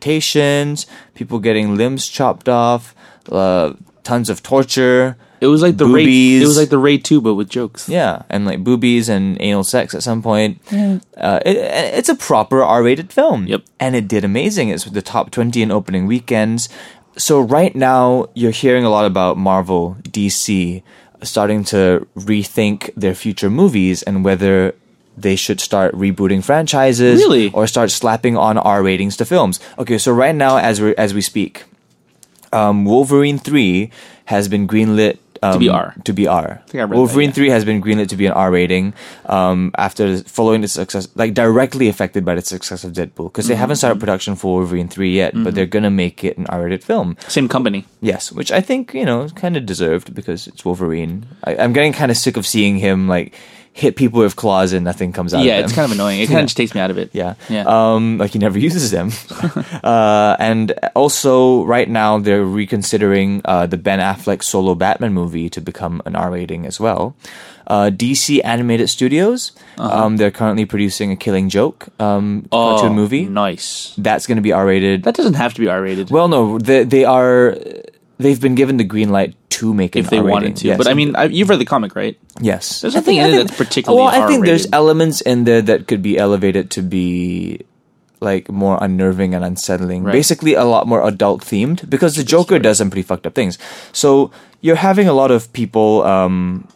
Speaker 2: decapitations, people getting limbs chopped off, uh, tons of torture.
Speaker 1: It was like the Ray.
Speaker 2: Boobies.
Speaker 1: It was like the Ray two, but with jokes.
Speaker 2: Yeah, and like boobies and anal sex at some point. Uh, it, it's a proper R-rated film.
Speaker 1: Yep.
Speaker 2: and it did amazing. It's with the top twenty in opening weekends. So right now, you're hearing a lot about Marvel, DC, starting to rethink their future movies and whether they should start rebooting franchises,
Speaker 1: Really?
Speaker 2: or start slapping on R ratings to films. Okay, so right now, as we as we speak, um, Wolverine three has been greenlit. Um,
Speaker 1: be R.
Speaker 2: to be R.
Speaker 1: think I read that,
Speaker 2: Wolverine
Speaker 1: yeah.
Speaker 2: three has been greenlit to be an R rating um, after following the success, like directly affected by the success of Deadpool, because
Speaker 1: Mm-hmm,
Speaker 2: they haven't started production for Wolverine three yet, but they're gonna make it an R rated film.
Speaker 1: Same company.
Speaker 2: Yes, which I think you know kind of deserved because it's Wolverine. I, I'm getting kind of sick of seeing him like hit people with claws and nothing comes out.
Speaker 1: Yeah,
Speaker 2: of them.
Speaker 1: it's kind of annoying.
Speaker 2: <laughs>
Speaker 1: It kind of just takes me out of it.
Speaker 2: Yeah.
Speaker 1: yeah.
Speaker 2: Um, like he never <laughs> uses them. uh, and also, right now, they're reconsidering uh, the Ben Affleck solo Batman movie to become an R rating as well. Uh, DC Animated Studios, um, they're currently producing a Killing Joke um,
Speaker 1: Uh-huh. Oh,
Speaker 2: cartoon movie.
Speaker 1: Nice.
Speaker 2: That's going to be R rated.
Speaker 1: That doesn't have to be R rated.
Speaker 2: Well, no, they, they are. They've been given the green light to make it
Speaker 1: if
Speaker 2: an
Speaker 1: they
Speaker 2: R rating.
Speaker 1: wanted to,
Speaker 2: Yes.
Speaker 1: but I mean, I, you've read the comic, right?
Speaker 2: Yes,
Speaker 1: There's
Speaker 2: I
Speaker 1: nothing
Speaker 2: think-
Speaker 1: in
Speaker 2: I
Speaker 1: it
Speaker 2: think-
Speaker 1: that's particularly
Speaker 2: Well, I think there's
Speaker 1: R-rated.
Speaker 2: elements in there that could be elevated to be like more unnerving and unsettling.
Speaker 1: Right.
Speaker 2: Basically, a lot more adult themed because the Joker does some pretty fucked up things. So you're having a lot of people, um,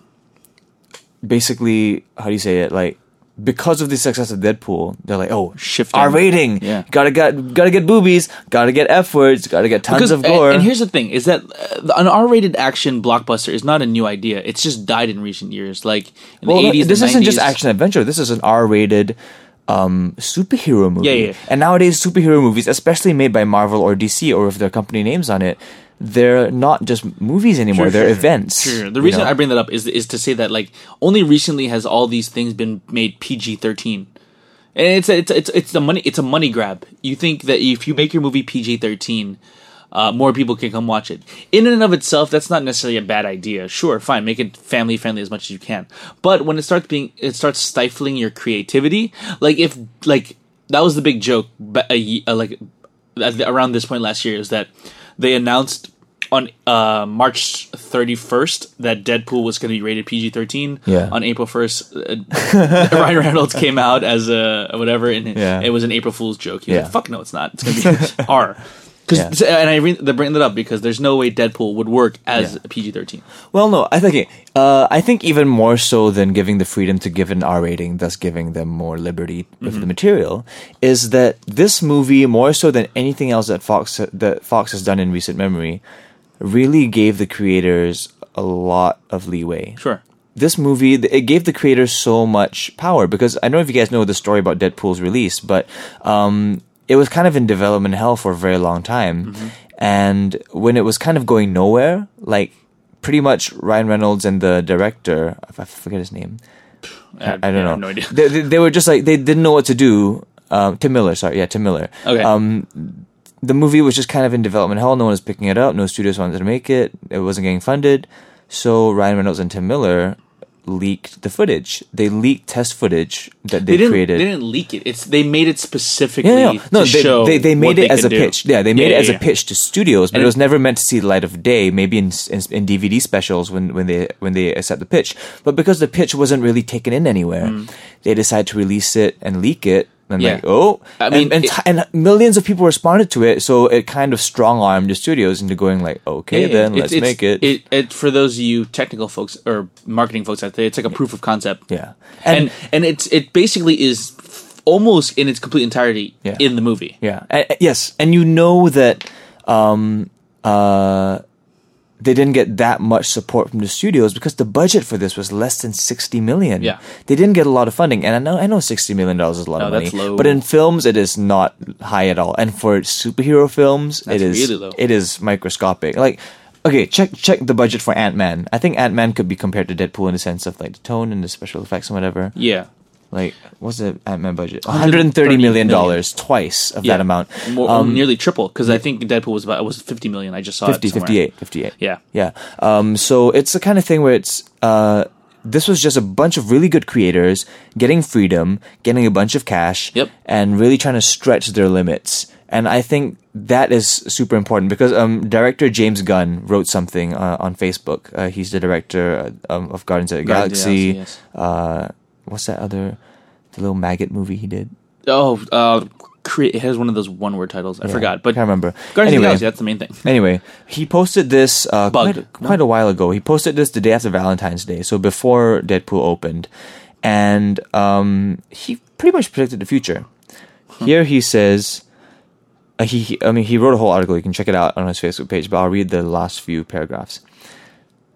Speaker 2: basically, how do you say it? Like because of the success of Deadpool, they're like, oh,
Speaker 1: Shifting.
Speaker 2: R rating.
Speaker 1: Yeah.
Speaker 2: gotta get gotta get boobies, gotta get f words, gotta get tons
Speaker 1: Because
Speaker 2: of gore.
Speaker 1: and, and here's the thing: is that uh, the- an R-rated action blockbuster is not a new idea. It's just died in recent years. Like in
Speaker 2: Well,
Speaker 1: the
Speaker 2: no,
Speaker 1: 80s,
Speaker 2: this
Speaker 1: the
Speaker 2: isn't just
Speaker 1: 90s.
Speaker 2: action adventure. This is an R-rated um, superhero movie.
Speaker 1: Yeah, yeah, yeah.
Speaker 2: And nowadays, superhero movies, especially made by Marvel or DC or with their company names on it, they're not just movies anymore.
Speaker 1: Sure,
Speaker 2: they're
Speaker 1: sure, sure.
Speaker 2: events.
Speaker 1: Sure. The
Speaker 2: you
Speaker 1: reason
Speaker 2: know?
Speaker 1: I bring that up is is to say that like only recently has all these things been made PG thirteen, and it's a, it's a- it's it's the money it's a money grab. You think that if you make your movie PG thirteen, uh, more people can come watch it. In and of itself, that's not necessarily a bad idea. Sure, fine, make it family friendly as much as you can. But when it starts being, it starts stifling your creativity. Like if like that was the big joke, but a, ye- uh, like at the- around this point last year is that they announced on uh, March 31st that Deadpool was going to be rated PG-13.
Speaker 2: Yeah.
Speaker 1: On April 1st, uh, <laughs> Ryan Reynolds came out as a whatever, and it-
Speaker 2: Yeah.
Speaker 1: it was an April Fool's joke. He was
Speaker 2: Yeah.
Speaker 1: like, "Fuck no, it's not. It's going to be
Speaker 2: <laughs>
Speaker 1: R." 'Cause-
Speaker 2: Yeah.
Speaker 1: so- and I re- they bring that up because there's no way Deadpool would work as
Speaker 2: Yeah.
Speaker 1: a PG-13.
Speaker 2: Well, no, I think uh, I think even more so than giving the freedom to give an R rating, thus giving them more liberty
Speaker 1: Mm-hmm.
Speaker 2: with the material, is that this movie more so than anything else that Fox that Fox has done in recent memory, really gave the creators a lot of leeway
Speaker 1: Sure.
Speaker 2: this movie th- it gave the creators so much power because I don't know if you guys know the story about Deadpool's release, but um, it was kind of in development hell for a very long time,
Speaker 1: Mm-hmm.
Speaker 2: and when it was kind of going nowhere, like pretty much Ryan Reynolds and the director, I forget his name, I don't
Speaker 1: yeah,
Speaker 2: know.
Speaker 1: have no idea. <laughs>
Speaker 2: They, they, they were just like they didn't know what to do. Um, Tim Miller, sorry, yeah, Tim Miller.
Speaker 1: Okay.
Speaker 2: Um, the movie was just kind of in development hell. No one was picking it up. No studios wanted to make it. It wasn't getting funded. So Ryan Reynolds and Tim Miller leaked the footage. They leaked test footage that they,
Speaker 1: They didn't.
Speaker 2: created.
Speaker 1: They didn't leak it. It's they made it specifically.
Speaker 2: yeah, yeah, no,
Speaker 1: to
Speaker 2: they,
Speaker 1: show
Speaker 2: they, they
Speaker 1: what
Speaker 2: made it as
Speaker 1: can
Speaker 2: a
Speaker 1: do.
Speaker 2: pitch. Yeah, they made
Speaker 1: Yeah,
Speaker 2: it as
Speaker 1: yeah,
Speaker 2: a pitch to studios, but
Speaker 1: And
Speaker 2: it
Speaker 1: it-
Speaker 2: was never meant to see the light of day. Maybe in, in in DVD specials when when they when they accept the pitch, but because the pitch wasn't really taken in anywhere, they decided to release it and leak it.
Speaker 1: Mm.
Speaker 2: And
Speaker 1: Yeah.
Speaker 2: like, oh,
Speaker 1: I
Speaker 2: I
Speaker 1: mean,
Speaker 2: mean, and,
Speaker 1: it-
Speaker 2: ti- and millions of people responded to it, so it kind of strong armed the studios into going like, okay,
Speaker 1: Yeah,
Speaker 2: then
Speaker 1: it's-
Speaker 2: let's
Speaker 1: it's-
Speaker 2: make it.
Speaker 1: it. it. For those of you technical folks or marketing folks out there, it's like a proof of concept.
Speaker 2: yeah,
Speaker 1: and and it's it basically is f- almost in its complete entirety
Speaker 2: Yeah.
Speaker 1: in the movie.
Speaker 2: Yeah. A- a- yes, and you know that um, uh, they didn't get that much support from the studios because the budget for this was less than sixty million.
Speaker 1: Yeah.
Speaker 2: They didn't get a lot of funding, and I know I know sixty million dollars is a lot
Speaker 1: No,
Speaker 2: of money,
Speaker 1: that's low.
Speaker 2: but in films it is not high at all, and for superhero films
Speaker 1: That's
Speaker 2: it is
Speaker 1: really low.
Speaker 2: it is microscopic. Like. Okay, check check the budget for Ant Man. I think Ant Man could be compared to Deadpool in the sense of like the tone and the special effects and whatever
Speaker 1: Yeah,
Speaker 2: like what's the Ant Man budget? One hundred and thirty million dollars, twice of
Speaker 1: Yeah.
Speaker 2: that amount.
Speaker 1: More,
Speaker 2: um,
Speaker 1: nearly triple because I think Deadpool was about was fifty million. I just saw
Speaker 2: 50,
Speaker 1: it somewhere.
Speaker 2: 58, 58.
Speaker 1: Yeah.
Speaker 2: yeah. Um, so it's the kind of thing where it's uh, this was just a bunch of really good creators getting freedom, getting a bunch of cash,
Speaker 1: Yep.
Speaker 2: and really trying to stretch their limits. And I think that is super important because um, director James Gunn wrote something uh, on Facebook. Uh, he's the director uh, um, of Guardians of the
Speaker 1: Guardians of
Speaker 2: Galaxy.
Speaker 1: the Galaxy,
Speaker 2: uh, what's that other the little maggot movie he did?
Speaker 1: Oh, uh, cre- it has one of those one word titles. I forgot, but
Speaker 2: can't remember.
Speaker 1: Guardians of the
Speaker 2: Anyway.
Speaker 1: Galaxy. That's the main thing.
Speaker 2: Anyway, he posted this uh,
Speaker 1: Bug.
Speaker 2: quite, quite a while ago. He posted this the day after Valentine's Day, so before Deadpool opened, and um, he pretty much predicted the future. Here he says, uh, he, he, I mean, he wrote a whole article. You can check it out on his Facebook page, but I'll read the last few paragraphs.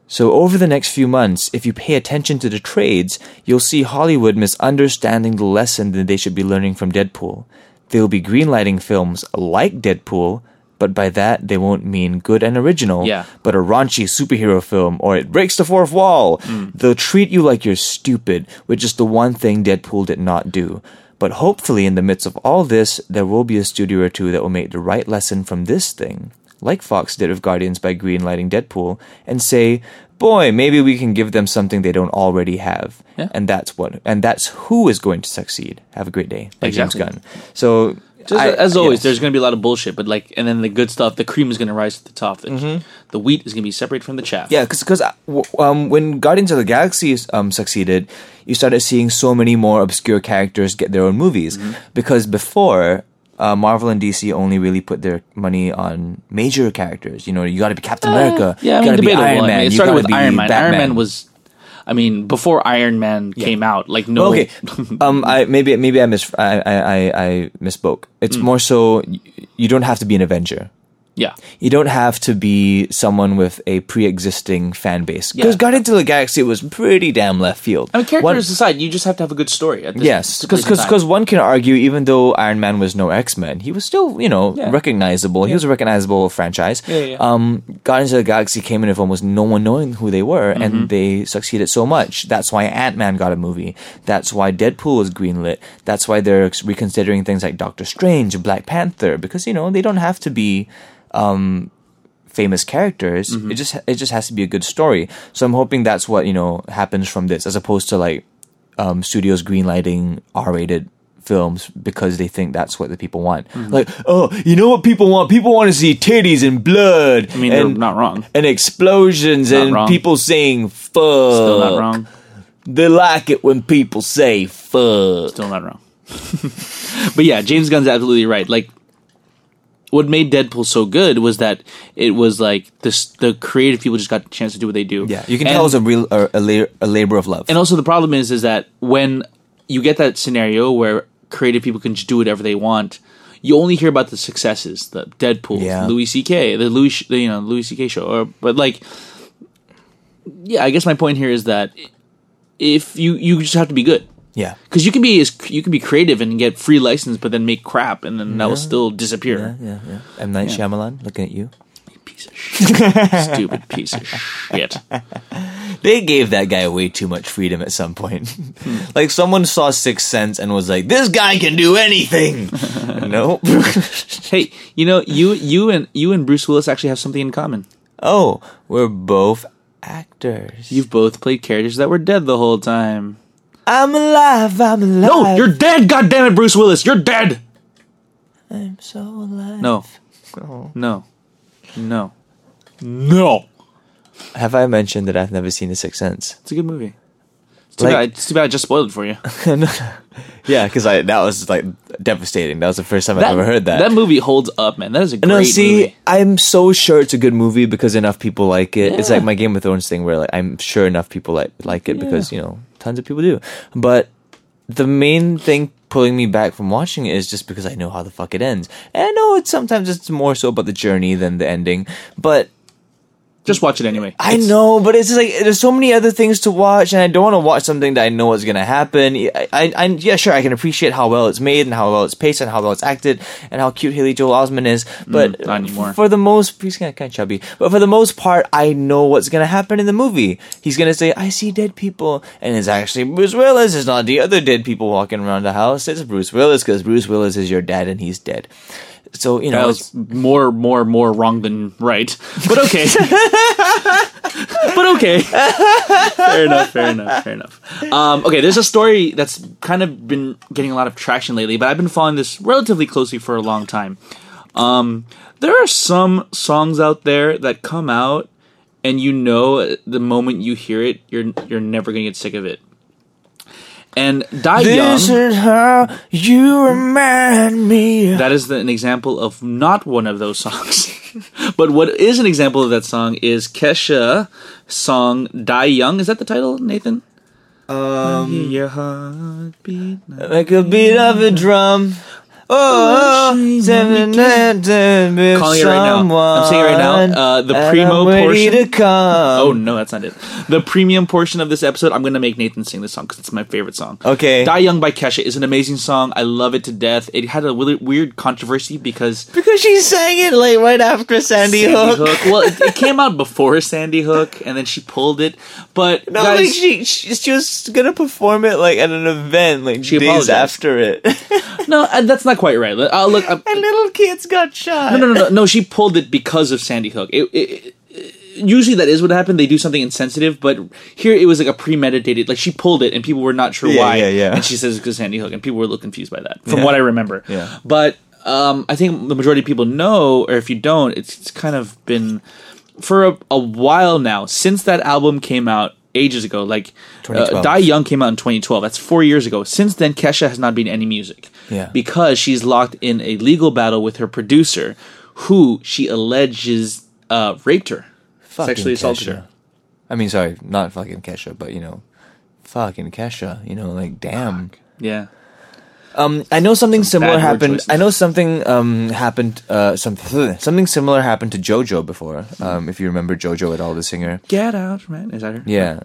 Speaker 2: So, over the next few months, if you pay attention to the trades, you'll see Hollywood misunderstanding the lesson that they should be learning from Deadpool. They'll be greenlighting films like Deadpool, but by that, they won't mean good and original,
Speaker 1: Yeah.
Speaker 2: but a raunchy superhero film, or it breaks the fourth wall.
Speaker 1: Hmm.
Speaker 2: They'll treat you like you're stupid, which is the one thing Deadpool did not do. But hopefully, in the midst of all this, there will be a studio or two that will make the right lesson from this thing like Fox did with Guardians by greenlighting Deadpool, and say, "Boy, maybe we can give them something they don't already have."
Speaker 1: Yeah.
Speaker 2: And that's what, and that's who is going to succeed. Have a great day, like
Speaker 1: Exactly.
Speaker 2: James Gunn. So,
Speaker 1: Just,
Speaker 2: I-
Speaker 1: as always,
Speaker 2: yes.
Speaker 1: there's going to be a lot of bullshit, but like, and then the good stuff, the cream is going to rise to the top. The, the wheat is going to be separate from the chaff.
Speaker 2: Mm-hmm. Yeah, because um, when Guardians of the Galaxy um, succeeded, you started seeing so many more obscure characters get their own movies.
Speaker 1: Mm-hmm.
Speaker 2: Because before, uh, Marvel and DC only really put their money on major characters. You know, you got to be Captain America.
Speaker 1: Uh, Yeah, I
Speaker 2: you
Speaker 1: mean,
Speaker 2: got to be
Speaker 1: debatable. I
Speaker 2: Iron
Speaker 1: mean,
Speaker 2: Man.
Speaker 1: it
Speaker 2: you
Speaker 1: started
Speaker 2: gotta
Speaker 1: with
Speaker 2: be
Speaker 1: Iron Man. Iron
Speaker 2: Batman.
Speaker 1: Man was, I mean, before Iron Man came out, like no.
Speaker 2: okay. um, I maybe maybe I mis I I, I, I misspoke. It's
Speaker 1: Mm.
Speaker 2: more so y- you don't have to be an Avenger.
Speaker 1: yeah,
Speaker 2: You don't have to be someone with a pre-existing fan base. Because
Speaker 1: Yeah.
Speaker 2: Guardians of the Galaxy was pretty damn left field.
Speaker 1: I mean, characters
Speaker 2: One-
Speaker 1: aside, you just have to have a good story. At this
Speaker 2: Yes, because
Speaker 1: particular time.
Speaker 2: one can argue, even though Iron Man was no X Men, he was still you know
Speaker 1: Yeah.
Speaker 2: recognizable. He was a recognizable franchise.
Speaker 1: Yeah, yeah, yeah.
Speaker 2: Um, Guardians of the Galaxy came in with almost no one knowing who they were,
Speaker 1: Mm-hmm.
Speaker 2: and they succeeded so much. That's why Ant Man got a movie. That's why Deadpool was greenlit. That's why they're ex- reconsidering things like Doctor Strange, Black Panther, because you know they don't have to be. famous characters. It just it just has to be a good story. So I'm hoping that's what you know happens from this, as opposed to like um, studios greenlighting R-rated films because they think that's what the people want. Like, oh, you know what people want? People want to see titties and blood.
Speaker 1: I mean,
Speaker 2: and,
Speaker 1: they're not wrong.
Speaker 2: And explosions
Speaker 1: Not
Speaker 2: and
Speaker 1: wrong.
Speaker 2: people saying fuck.
Speaker 1: Still not wrong.
Speaker 2: They like it when people say fuck.
Speaker 1: Still not wrong. <laughs> but yeah, James Gunn's absolutely right. Like, what made Deadpool so good was that it was like this, the creative people just got a chance to do what they do.
Speaker 2: Yeah,
Speaker 3: You can
Speaker 1: And-
Speaker 3: tell it's a real a, a, la- a labor of love.
Speaker 1: And also, the problem is, is that when you get that scenario where creative people can just do whatever they want, you only hear about the successes, the Deadpool,
Speaker 2: Yeah.
Speaker 1: Louis C.K., the Louis, the, you know, Louis C.K. show, or but like, yeah, I guess my point here is that if you you just have to be good
Speaker 2: Yeah.
Speaker 1: because you can be as you can be creative and get free license, but then make crap, and then that will still disappear.
Speaker 2: Yeah, yeah. M. Night Shyamalan, looking at you.
Speaker 1: Piece of shit, <laughs> stupid piece of shit.
Speaker 2: They gave that guy way too much freedom at some point. <laughs> like someone saw Sixth Sense and was like, "This guy can do <laughs> anything." nope.
Speaker 1: Hey, you know you you and you and Bruce Willis actually have something in common.
Speaker 2: oh, we're both actors.
Speaker 1: You've both played characters that were dead the whole time.
Speaker 2: I'm alive. I'm alive.
Speaker 1: No, you're dead, goddammit, Bruce Willis. You're dead.
Speaker 2: I'm so alive.
Speaker 1: No.
Speaker 2: Oh.
Speaker 1: No. No. No.
Speaker 2: Have I mentioned that I've never seen The Sixth Sense?
Speaker 1: It's a good movie. It's too,
Speaker 2: Like-
Speaker 1: bad, it's too bad I just spoiled it for you.
Speaker 2: yeah, because I that was like devastating. That was the first time <laughs> I've ever heard that.
Speaker 1: That movie holds up, man. That is a great
Speaker 2: no, see,
Speaker 1: movie.
Speaker 2: I'm so sure it's a good movie because enough people like it. It's
Speaker 1: Yeah.
Speaker 2: like my Game of Thrones thing where like I'm sure enough people like like it because you know tons of people do. But the main thing pulling me back from watching it is just because I know how the fuck it ends. And I know it's sometimes it's more so about the journey than the ending, but.
Speaker 1: Just watch it anyway.
Speaker 2: I know, but it's just like there's so many other things to watch, and I don't want to watch something that I know is going to happen. I, I, I, yeah, sure, I can appreciate how well it's made and how well it's paced and how well it's acted and how cute Haley Joel Osment is, but
Speaker 1: Mm, not anymore.
Speaker 2: for the most, he's kind of, kind of chubby. But for the most part, I know what's going to happen in the movie. He's going to say, "I see dead people," and it's actually Bruce Willis. It's not the other dead people walking around the house. It's Bruce Willis because Bruce Willis is your dad and he's dead. So you know,
Speaker 1: That
Speaker 2: it's-
Speaker 1: was more, more, more wrong than right. But <laughs> okay. but okay. Fair enough, fair enough, fair enough. Um, okay, there's a story that's kind of been getting a lot of traction lately, but I've been following this relatively closely for a long time. Um, there are some songs out there that come out, and you know uh, the moment you hear it, you're you're never gonna get sick of it. And Die
Speaker 2: this
Speaker 1: Young.
Speaker 2: is how you remind me.
Speaker 1: That is the, an example of not one of those songs. <laughs> but what is an example of that song is Kesha song Die Young. Is that the title, Nathan? Um, your heartbeat.
Speaker 2: Like a beat of a drum. Oh, oh, seven I'm
Speaker 1: Calling it right now. I'm saying it right now. Uh, the primo portion-
Speaker 2: To come.
Speaker 1: Oh no, that's not it. The premium portion of this episode, I'm gonna make Nathan sing this song because it's my favorite song.
Speaker 2: Okay.
Speaker 1: Die Young by Kesha is an amazing song. I love it to death. It had a really weird controversy because
Speaker 2: Because she sang it like right after Sandy, Hook.
Speaker 1: Well, it, it came out before Sandy Hook, and then she pulled it. But
Speaker 2: No,
Speaker 1: guys,
Speaker 2: like she, she, she was gonna perform it like at an event like
Speaker 1: She
Speaker 2: days
Speaker 1: apologized.
Speaker 2: after it. <laughs> and
Speaker 1: no, uh, that's not quite right. Uh, look, I'm-
Speaker 2: little kids got shot.
Speaker 1: no, no, no, no. She pulled it because of Sandy Hook. It, it, it- usually that is what happened. They do something insensitive, but here it was like a premeditated. Like she pulled it, and people were not sure
Speaker 2: Yeah,
Speaker 1: why.
Speaker 2: yeah, yeah.
Speaker 1: And she says it's because Sandy Hook, and people were a little confused by that, from what I remember.
Speaker 2: Yeah.
Speaker 1: But um, I think the majority of people know, or if you don't, it's, it's kind of been for a, a while now since that album came out ages ago. Like uh,
Speaker 2: 2012.
Speaker 1: Die Young came out in 2012. That's four years ago. Since then, Kesha has not been in any music
Speaker 2: Yeah.
Speaker 1: because she's locked in a legal battle with her producer, who she alleges uh, raped her,
Speaker 2: Fucking
Speaker 1: <laughs> sexually assaulted
Speaker 2: Kesha.
Speaker 1: her.
Speaker 2: I mean, sorry, not fucking Kesha, but you know, fucking Kesha. You know, like damn.
Speaker 1: Yeah,
Speaker 2: Um, I know something similar
Speaker 1: word
Speaker 2: happened.
Speaker 1: choices.
Speaker 2: I know something um, happened. Uh, something <laughs> something similar happened to JoJo before. Um, if you remember JoJo at all, the singer.
Speaker 1: get out, man. Is that her?
Speaker 2: Yeah.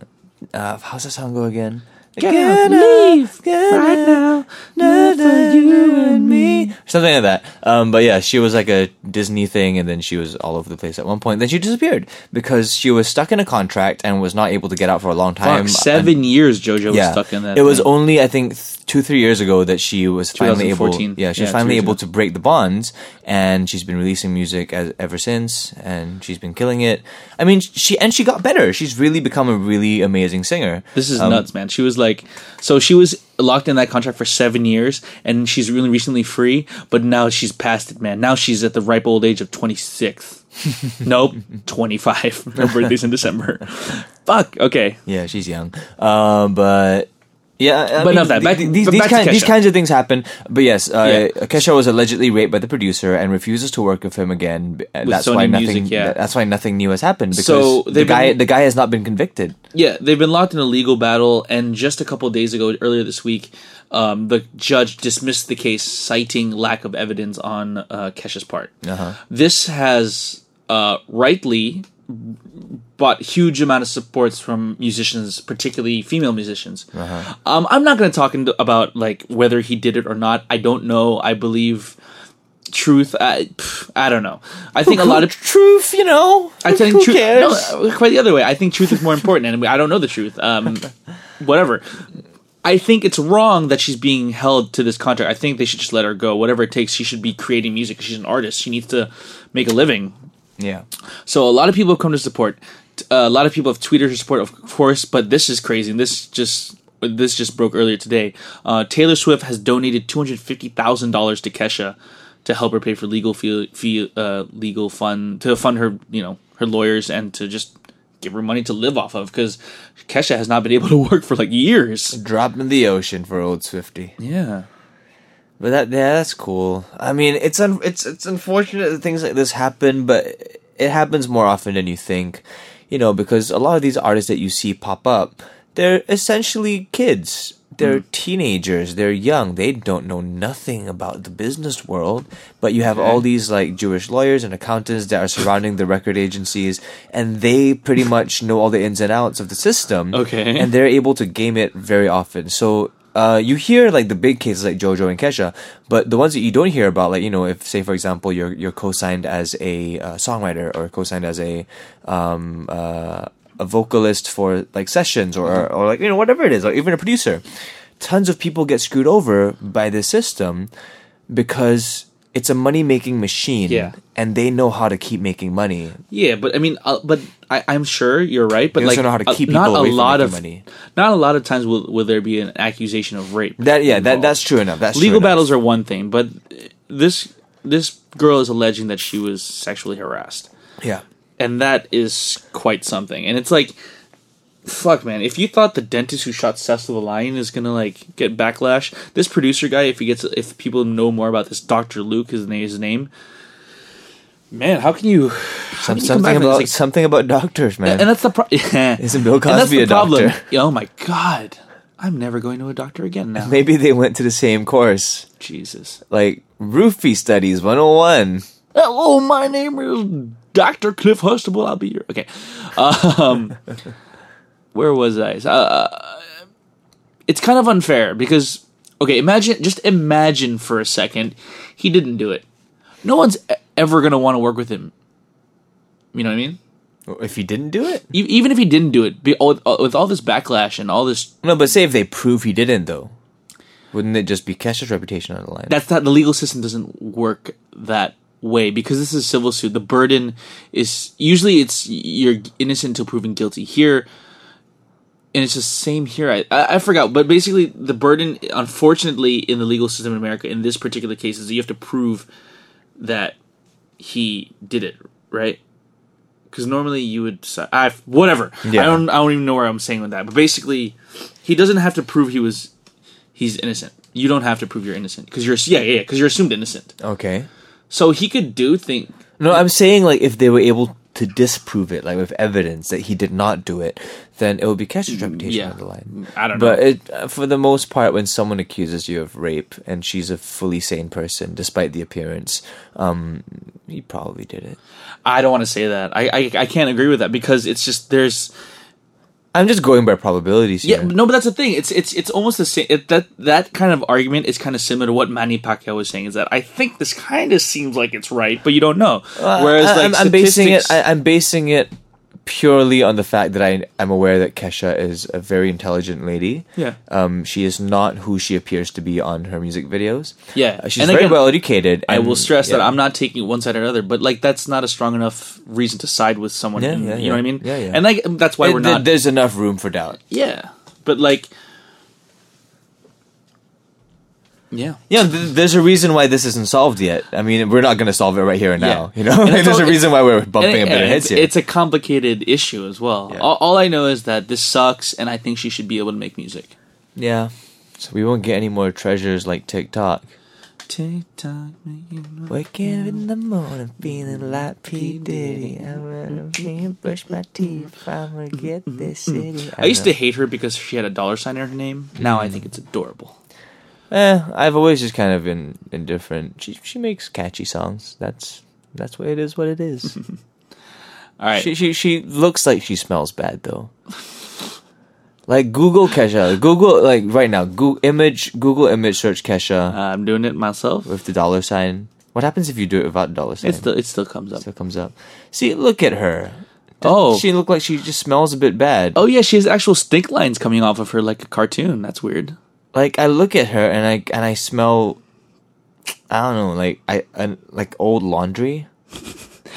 Speaker 2: Uh, how's that song go again?
Speaker 1: Get, out, leave right now. Never you and me.
Speaker 2: Something like that. Um, but yeah, she was like a Disney thing, and then she was all over the place at one point. Then she disappeared because she was stuck in a contract Um, and was not able to get out for a long time.
Speaker 1: Fuck, seven years JoJo was
Speaker 2: yeah,
Speaker 1: stuck in that.
Speaker 2: it was
Speaker 1: thing.
Speaker 2: only I think th- two three years ago that she was finally able.
Speaker 1: 2014.
Speaker 2: Yeah, she
Speaker 1: Yeah,
Speaker 2: was
Speaker 1: two
Speaker 2: finally
Speaker 1: years
Speaker 2: able
Speaker 1: ago.
Speaker 2: to break the bonds, and she's been releasing music as, ever since, and she's been killing it. I mean, she and she got better. She's really become a really amazing singer.
Speaker 1: This is
Speaker 2: Um,
Speaker 1: nuts, man. She was like, so she was locked in that contract for seven years, and she's really recently free, but now she's past it, man. Now she's at the ripe old age of
Speaker 2: <laughs>
Speaker 1: 26. nope, 25. Her birthday's in
Speaker 2: <laughs>
Speaker 1: December. Fuck, okay.
Speaker 2: Yeah, she's young. Uh, but yeah, I
Speaker 1: But enough of that. Back-
Speaker 2: the- these,
Speaker 1: but
Speaker 2: these
Speaker 1: back to
Speaker 2: kind, these
Speaker 1: Kesha.
Speaker 2: kinds of things happen. But yes, uh,
Speaker 1: Yeah.
Speaker 2: Kesha was allegedly raped by the producer and refuses to work with him again. B- and
Speaker 1: With
Speaker 2: that's
Speaker 1: Sony
Speaker 2: why
Speaker 1: Music,
Speaker 2: nothing.
Speaker 1: yeah.
Speaker 2: That's why nothing new has happened because
Speaker 1: So
Speaker 2: the
Speaker 1: they've
Speaker 2: guy
Speaker 1: been-
Speaker 2: the guy has not been convicted.
Speaker 1: Yeah, they've been locked in a legal battle, and just a couple days ago, earlier this week, um, the judge dismissed the case, citing lack of evidence on uh, Kesha's part. This has uh, rightly bought huge amount of supports from musicians, particularly female musicians. Um, I'm not going to talk into, about like whether he did it or not. I don't know. I believe truth. I, pff, I don't know. I think a lot of
Speaker 2: truth, you know.
Speaker 1: I think
Speaker 2: who
Speaker 1: truth.
Speaker 2: cares?
Speaker 1: No, uh, quite the other way. I think truth is more important, and I don't know the truth.
Speaker 2: <laughs>
Speaker 1: Um, whatever. I think it's wrong that she's being held to this contract. I think they should just let her go. Whatever it takes, she should be creating music. She's an artist. She needs to make a living.
Speaker 2: yeah,
Speaker 1: So a lot of people have come to support. T- Uh, a lot of people have tweeted her support, of course. But this is crazy. And This just this just broke earlier today. Uh, Taylor Swift has donated two hundred fifty thousand dollars to Kesha to help her pay for legal fee, fee uh, legal fund to fund her you know her lawyers and to just give her money to live off of because Kesha has not been able to <laughs> work for like years.
Speaker 2: drop in the ocean for old Swifty.
Speaker 1: Yeah.
Speaker 2: But that yeah, that's cool. I mean, it's un- it's it's unfortunate that things like this happen, but it happens more often than you think. You know, because a lot of these artists that you see pop up, they're essentially kids. They're teenagers. They're young. They don't know nothing about the business world. But you have all these like Jewish lawyers and accountants that are surrounding the record agencies, and they pretty much know all the ins and outs of the system.
Speaker 1: Okay.
Speaker 2: And they're able to game it very often. So uh, you hear like the big cases like JoJo and Kesha, but the ones that you don't hear about, like you know, if say for example you're you're co-signed as a uh, songwriter or co-signed as a um, uh, a vocalist for like sessions or, or or like you know whatever it is, or even a producer, tons of people get screwed over by this system because it's a money making machine,
Speaker 1: Yeah.
Speaker 2: and they know how to keep making money.
Speaker 1: Yeah, but I mean, uh, but I, I'm sure you're right. But
Speaker 2: They
Speaker 1: like,
Speaker 2: also know how to
Speaker 1: uh,
Speaker 2: keep
Speaker 1: not
Speaker 2: people
Speaker 1: a
Speaker 2: away from
Speaker 1: lot
Speaker 2: making
Speaker 1: of
Speaker 2: money.
Speaker 1: not a lot of times will will there be an accusation of rape.
Speaker 2: That yeah, that
Speaker 1: involved.
Speaker 2: that's true enough. That's true
Speaker 1: Legal
Speaker 2: enough.
Speaker 1: battles are one thing, but this this girl is alleging that she was sexually harassed,
Speaker 2: yeah.
Speaker 1: and that is quite something. And it's like, fuck, man. If you thought the dentist who shot Cecil the Lion is gonna like get backlash, this producer guy, if he gets, if people know more about this, Doctor Luke is na- his name. Man, how can you?
Speaker 2: Some,
Speaker 1: you come back from
Speaker 2: something
Speaker 1: that?
Speaker 2: about
Speaker 1: It's like-
Speaker 2: something about doctors, man.
Speaker 1: and that's the <laughs>
Speaker 2: <laughs>
Speaker 1: problem. Isn't
Speaker 2: Bill Cosby a doctor?
Speaker 1: Oh my god, I'm never going to a doctor again
Speaker 2: <laughs>
Speaker 1: now.
Speaker 2: Maybe they went to the same course,
Speaker 1: Jesus.
Speaker 2: like roofie studies 101.
Speaker 1: Hello, my name is Doctor Cliff Hustable. I'll be your okay. Um, <laughs> where was I? Uh, it's kind of unfair because okay, imagine just imagine for a second he didn't do it. No one's e- ever gonna want to work with him. You know what I mean?
Speaker 2: If he didn't do it,
Speaker 1: E- Even if he didn't do it, be, all, with all this backlash and all this
Speaker 2: no. But say if they prove he didn't, though, wouldn't it just be Kesha's reputation on the line?
Speaker 1: that's not the legal system doesn't work that way because this is civil suit the burden is usually it's you're innocent until proven guilty here and it's the same here I, I i forgot but basically the burden unfortunately in the legal system in america in this particular case is you have to prove that he did it right because normally you would si- i whatever i
Speaker 2: Yeah.
Speaker 1: don't i don't even know where i'm saying with that but basically he doesn't have to prove he was he's innocent. You don't have to prove you're innocent because you're yeah yeah because you're assumed innocent.
Speaker 2: okay.
Speaker 1: So he could do things.
Speaker 2: No, I'm saying like if they were able to disprove it, like with evidence that he did not do it, then it would be Kesha's reputation
Speaker 1: Mm, yeah.
Speaker 2: on the line.
Speaker 1: I don't
Speaker 2: But
Speaker 1: know.
Speaker 2: it, uh, for the most part, when someone accuses you of rape and she's a fully sane person, despite the appearance, um, he probably did it.
Speaker 1: I don't want to say that. I, I I can't agree with that because it's just there's
Speaker 2: I'm just going by probabilities
Speaker 1: yeah
Speaker 2: here.
Speaker 1: no but that's the thing. It's it's it's almost the same. It, that that kind of argument is kind of similar to what Manny Pacquiao was saying. Is that I think this kind of seems like it's right, but you don't know. Whereas
Speaker 2: I-
Speaker 1: like
Speaker 2: I'm, I'm basing it,
Speaker 1: statistics-
Speaker 2: I, I'm basing it purely on the fact that I am aware that Kesha is a very intelligent lady.
Speaker 1: Yeah.
Speaker 2: Um, she is not who she appears to be on her music videos.
Speaker 1: Yeah.
Speaker 2: Uh, she's
Speaker 1: And
Speaker 2: very
Speaker 1: again,
Speaker 2: well educated.
Speaker 1: I
Speaker 2: and-
Speaker 1: will stress that
Speaker 2: yeah.
Speaker 1: I'm not taking one side or another, but like that's not a strong enough reason to side with someone.
Speaker 2: Yeah,
Speaker 1: in-
Speaker 2: yeah,
Speaker 1: you
Speaker 2: yeah.
Speaker 1: know what I mean?
Speaker 2: Yeah, yeah.
Speaker 1: And like that's why
Speaker 2: There-
Speaker 1: we're
Speaker 2: there-
Speaker 1: not.
Speaker 2: There's enough room for doubt.
Speaker 1: yeah, but like, yeah.
Speaker 2: Yeah, th- there's a reason why this isn't solved yet. I mean, we're not going to solve it right here and
Speaker 1: Yeah.
Speaker 2: now. You know,
Speaker 1: And it's
Speaker 2: <laughs> there's a
Speaker 1: all-
Speaker 2: reason why we're
Speaker 1: And
Speaker 2: bumping
Speaker 1: it-
Speaker 2: a bit of
Speaker 1: and
Speaker 2: heads
Speaker 1: it's,
Speaker 2: here.
Speaker 1: it's a complicated issue as well.
Speaker 2: Yeah.
Speaker 1: All, all I know is that this sucks, and I think she should be able to make music.
Speaker 2: yeah. So we won't get any more treasures like TikTok.
Speaker 1: TikTok, make you know-
Speaker 2: Waking up in the morning feeling like P. Diddy. I'm gonna be- brush my teeth. I'm gonna get this city.
Speaker 1: I used to hate her because she had a dollar sign in her name. Now
Speaker 2: Mm.
Speaker 1: I think it's adorable.
Speaker 2: Eh, I've always just kind of been indifferent. She she makes catchy songs. That's that's what it is. What it is.
Speaker 1: All right.
Speaker 2: She she she looks like she smells bad though. Like Google Kesha, Google like right now, Google image, Google image search Kesha
Speaker 1: I'm doing it myself.
Speaker 2: with the dollar sign. What happens if you do it without the dollar sign?
Speaker 1: It still, it still comes up.
Speaker 2: Still comes up. See, look at her.
Speaker 1: Oh,
Speaker 2: She look like she just smells a bit bad.
Speaker 1: oh yeah, she has actual stink lines coming off of her like a cartoon. That's weird.
Speaker 2: Like I look at her and I and I smell. I don't know, like I an, like old laundry.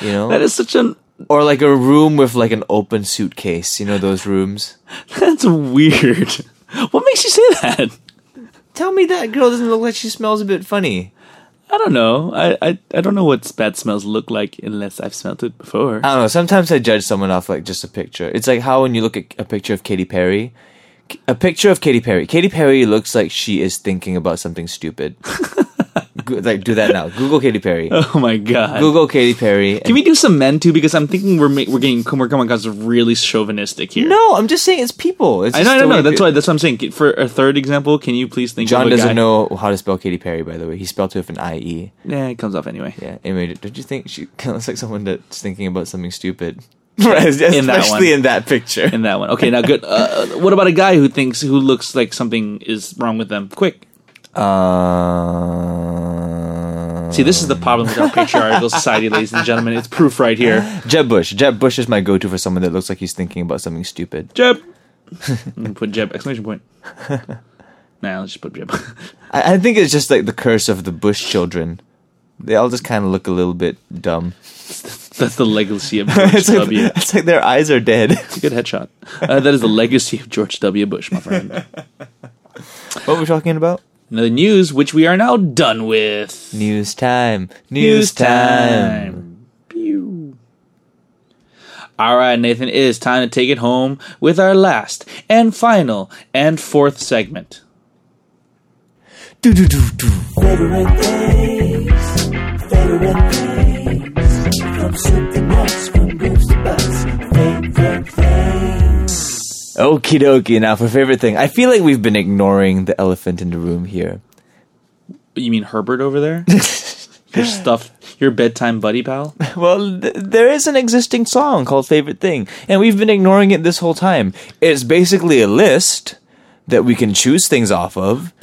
Speaker 2: You know,
Speaker 1: That is such an <laughs>
Speaker 2: or like a room with like an open suitcase. You know those rooms.
Speaker 1: that's weird. <laughs> What makes you say that?
Speaker 2: Tell me that girl doesn't look like she smells a bit funny.
Speaker 1: I don't know. I I, I don't know what bad smells look like unless I've smelled it before. <laughs>
Speaker 2: I don't know. Sometimes I judge someone off like just a picture. It's like how when you look at a picture of Katy Perry, K- a picture of Katy Perry. Katy Perry looks like she is thinking about something stupid.
Speaker 1: <laughs>
Speaker 2: Go- like do that now. Google Katy Perry.
Speaker 1: oh my god.
Speaker 2: Google Katy Perry.
Speaker 1: Can we do some men too? Because I'm thinking we're ma- we're getting we're coming across really chauvinistic here.
Speaker 2: No, I'm just saying it's people. It's
Speaker 1: I
Speaker 2: just
Speaker 1: know, I
Speaker 2: the
Speaker 1: know.
Speaker 2: way
Speaker 1: That's
Speaker 2: pe-
Speaker 1: why. That's what I'm saying. For a third example, can you please think?
Speaker 2: John
Speaker 1: of a
Speaker 2: doesn't
Speaker 1: guy-
Speaker 2: know how to spell Katy Perry. By the way, he spelled it with an I E.
Speaker 1: Yeah, it comes off anyway.
Speaker 2: Yeah. Anyway, don't you think she <laughs> kind of looks like someone that's thinking about
Speaker 1: <laughs>
Speaker 2: something stupid? Right, especially
Speaker 1: that one.
Speaker 2: in that picture.
Speaker 1: In that one. Okay, now
Speaker 2: <laughs>
Speaker 1: good. Uh, what about a guy who thinks who looks like something is wrong with them? Quick.
Speaker 2: Uh,
Speaker 1: See, this is the problem with our
Speaker 2: <laughs>
Speaker 1: patriarchal society, ladies and gentlemen. It's proof right here.
Speaker 2: Jeb Bush. Jeb Bush is my go-to for someone that looks like he's thinking about something stupid.
Speaker 1: Jeb. I'm gonna Put Jeb exclamation point. Nah, let's just put Jeb. <laughs>
Speaker 2: I, I think it's just like the curse of the Bush children. They all just kind of look a little bit dumb. <laughs>
Speaker 1: That's the legacy of George
Speaker 2: it's, like,
Speaker 1: W.
Speaker 2: it's like their eyes are dead. <laughs>
Speaker 1: It's a good headshot. Uh, that is the legacy of George W. Bush, my friend.
Speaker 2: what were we talking about?
Speaker 1: Now, the news, which we are now done with.
Speaker 2: News time. News time.
Speaker 1: Pew. All right, Nathan, it is time to take it home with our last and final and fourth segment.
Speaker 2: Okie dokie. Now for favorite thing, I feel like we've been ignoring the elephant in the room here. <laughs>
Speaker 1: You mean Herbert over there? your stuff, your bedtime buddy pal?
Speaker 2: Well, th- there is an existing song called Favorite Thing, and we've been ignoring it this whole time. It's basically a list that we can choose things off of.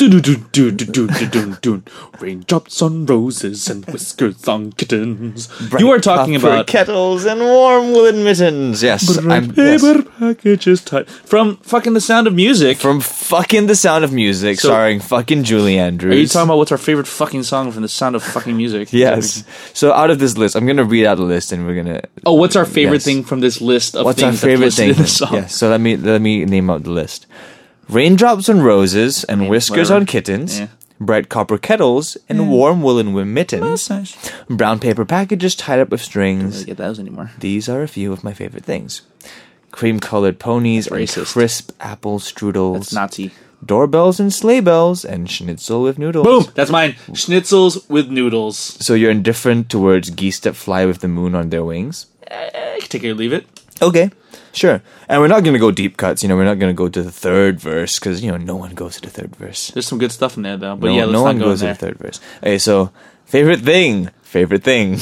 Speaker 1: Raindrops on roses and whiskers on kittens. you are talking
Speaker 2: Copper
Speaker 1: about
Speaker 2: kettles and warm woolen mittens. Yes, Uh, I'm yes.
Speaker 1: paper packages tight from fucking The Sound of Music.
Speaker 2: from fucking The Sound of Music,
Speaker 1: So-
Speaker 2: starring fucking Julie
Speaker 1: are
Speaker 2: Andrews.
Speaker 1: you talking about what's our favorite fucking song from The Sound of fucking Music?
Speaker 2: <laughs> Yes. So out of this list, I'm gonna read out the list, and we're gonna.
Speaker 1: Oh, what's our favorite
Speaker 2: Yes.
Speaker 1: thing from this list of
Speaker 2: What's our
Speaker 1: things
Speaker 2: favorite
Speaker 1: that's listed
Speaker 2: thing?
Speaker 1: in the song?
Speaker 2: Yes. So let me let me name out the list: raindrops on roses and whiskers
Speaker 1: whatever.
Speaker 2: on kittens,
Speaker 1: Yeah.
Speaker 2: bright copper kettles and warm woolen wi- mittens,
Speaker 1: Mustache.
Speaker 2: brown paper packages tied up with strings.
Speaker 1: Don't get those anymore.
Speaker 2: These are a few of my favorite things: cream-colored ponies, and
Speaker 1: racist.
Speaker 2: crisp apple strudels,
Speaker 1: That's Nazi.
Speaker 2: doorbells and sleigh bells, and schnitzel with noodles.
Speaker 1: Boom! That's mine. Schnitzels with noodles.
Speaker 2: So you're indifferent towards geese that fly with the moon on their wings.
Speaker 1: I Eh, can take it or leave it.
Speaker 2: Okay, sure. And we're not going to go deep cuts. You know, we're not going to go to the third verse because you know no one goes to the third verse.
Speaker 1: There's some good stuff in there though. But
Speaker 2: No,
Speaker 1: yeah, let's
Speaker 2: no
Speaker 1: not
Speaker 2: one
Speaker 1: go in
Speaker 2: goes to
Speaker 1: there.
Speaker 2: the third verse. Okay, so favorite thing,
Speaker 1: <laughs>
Speaker 2: favorite thing.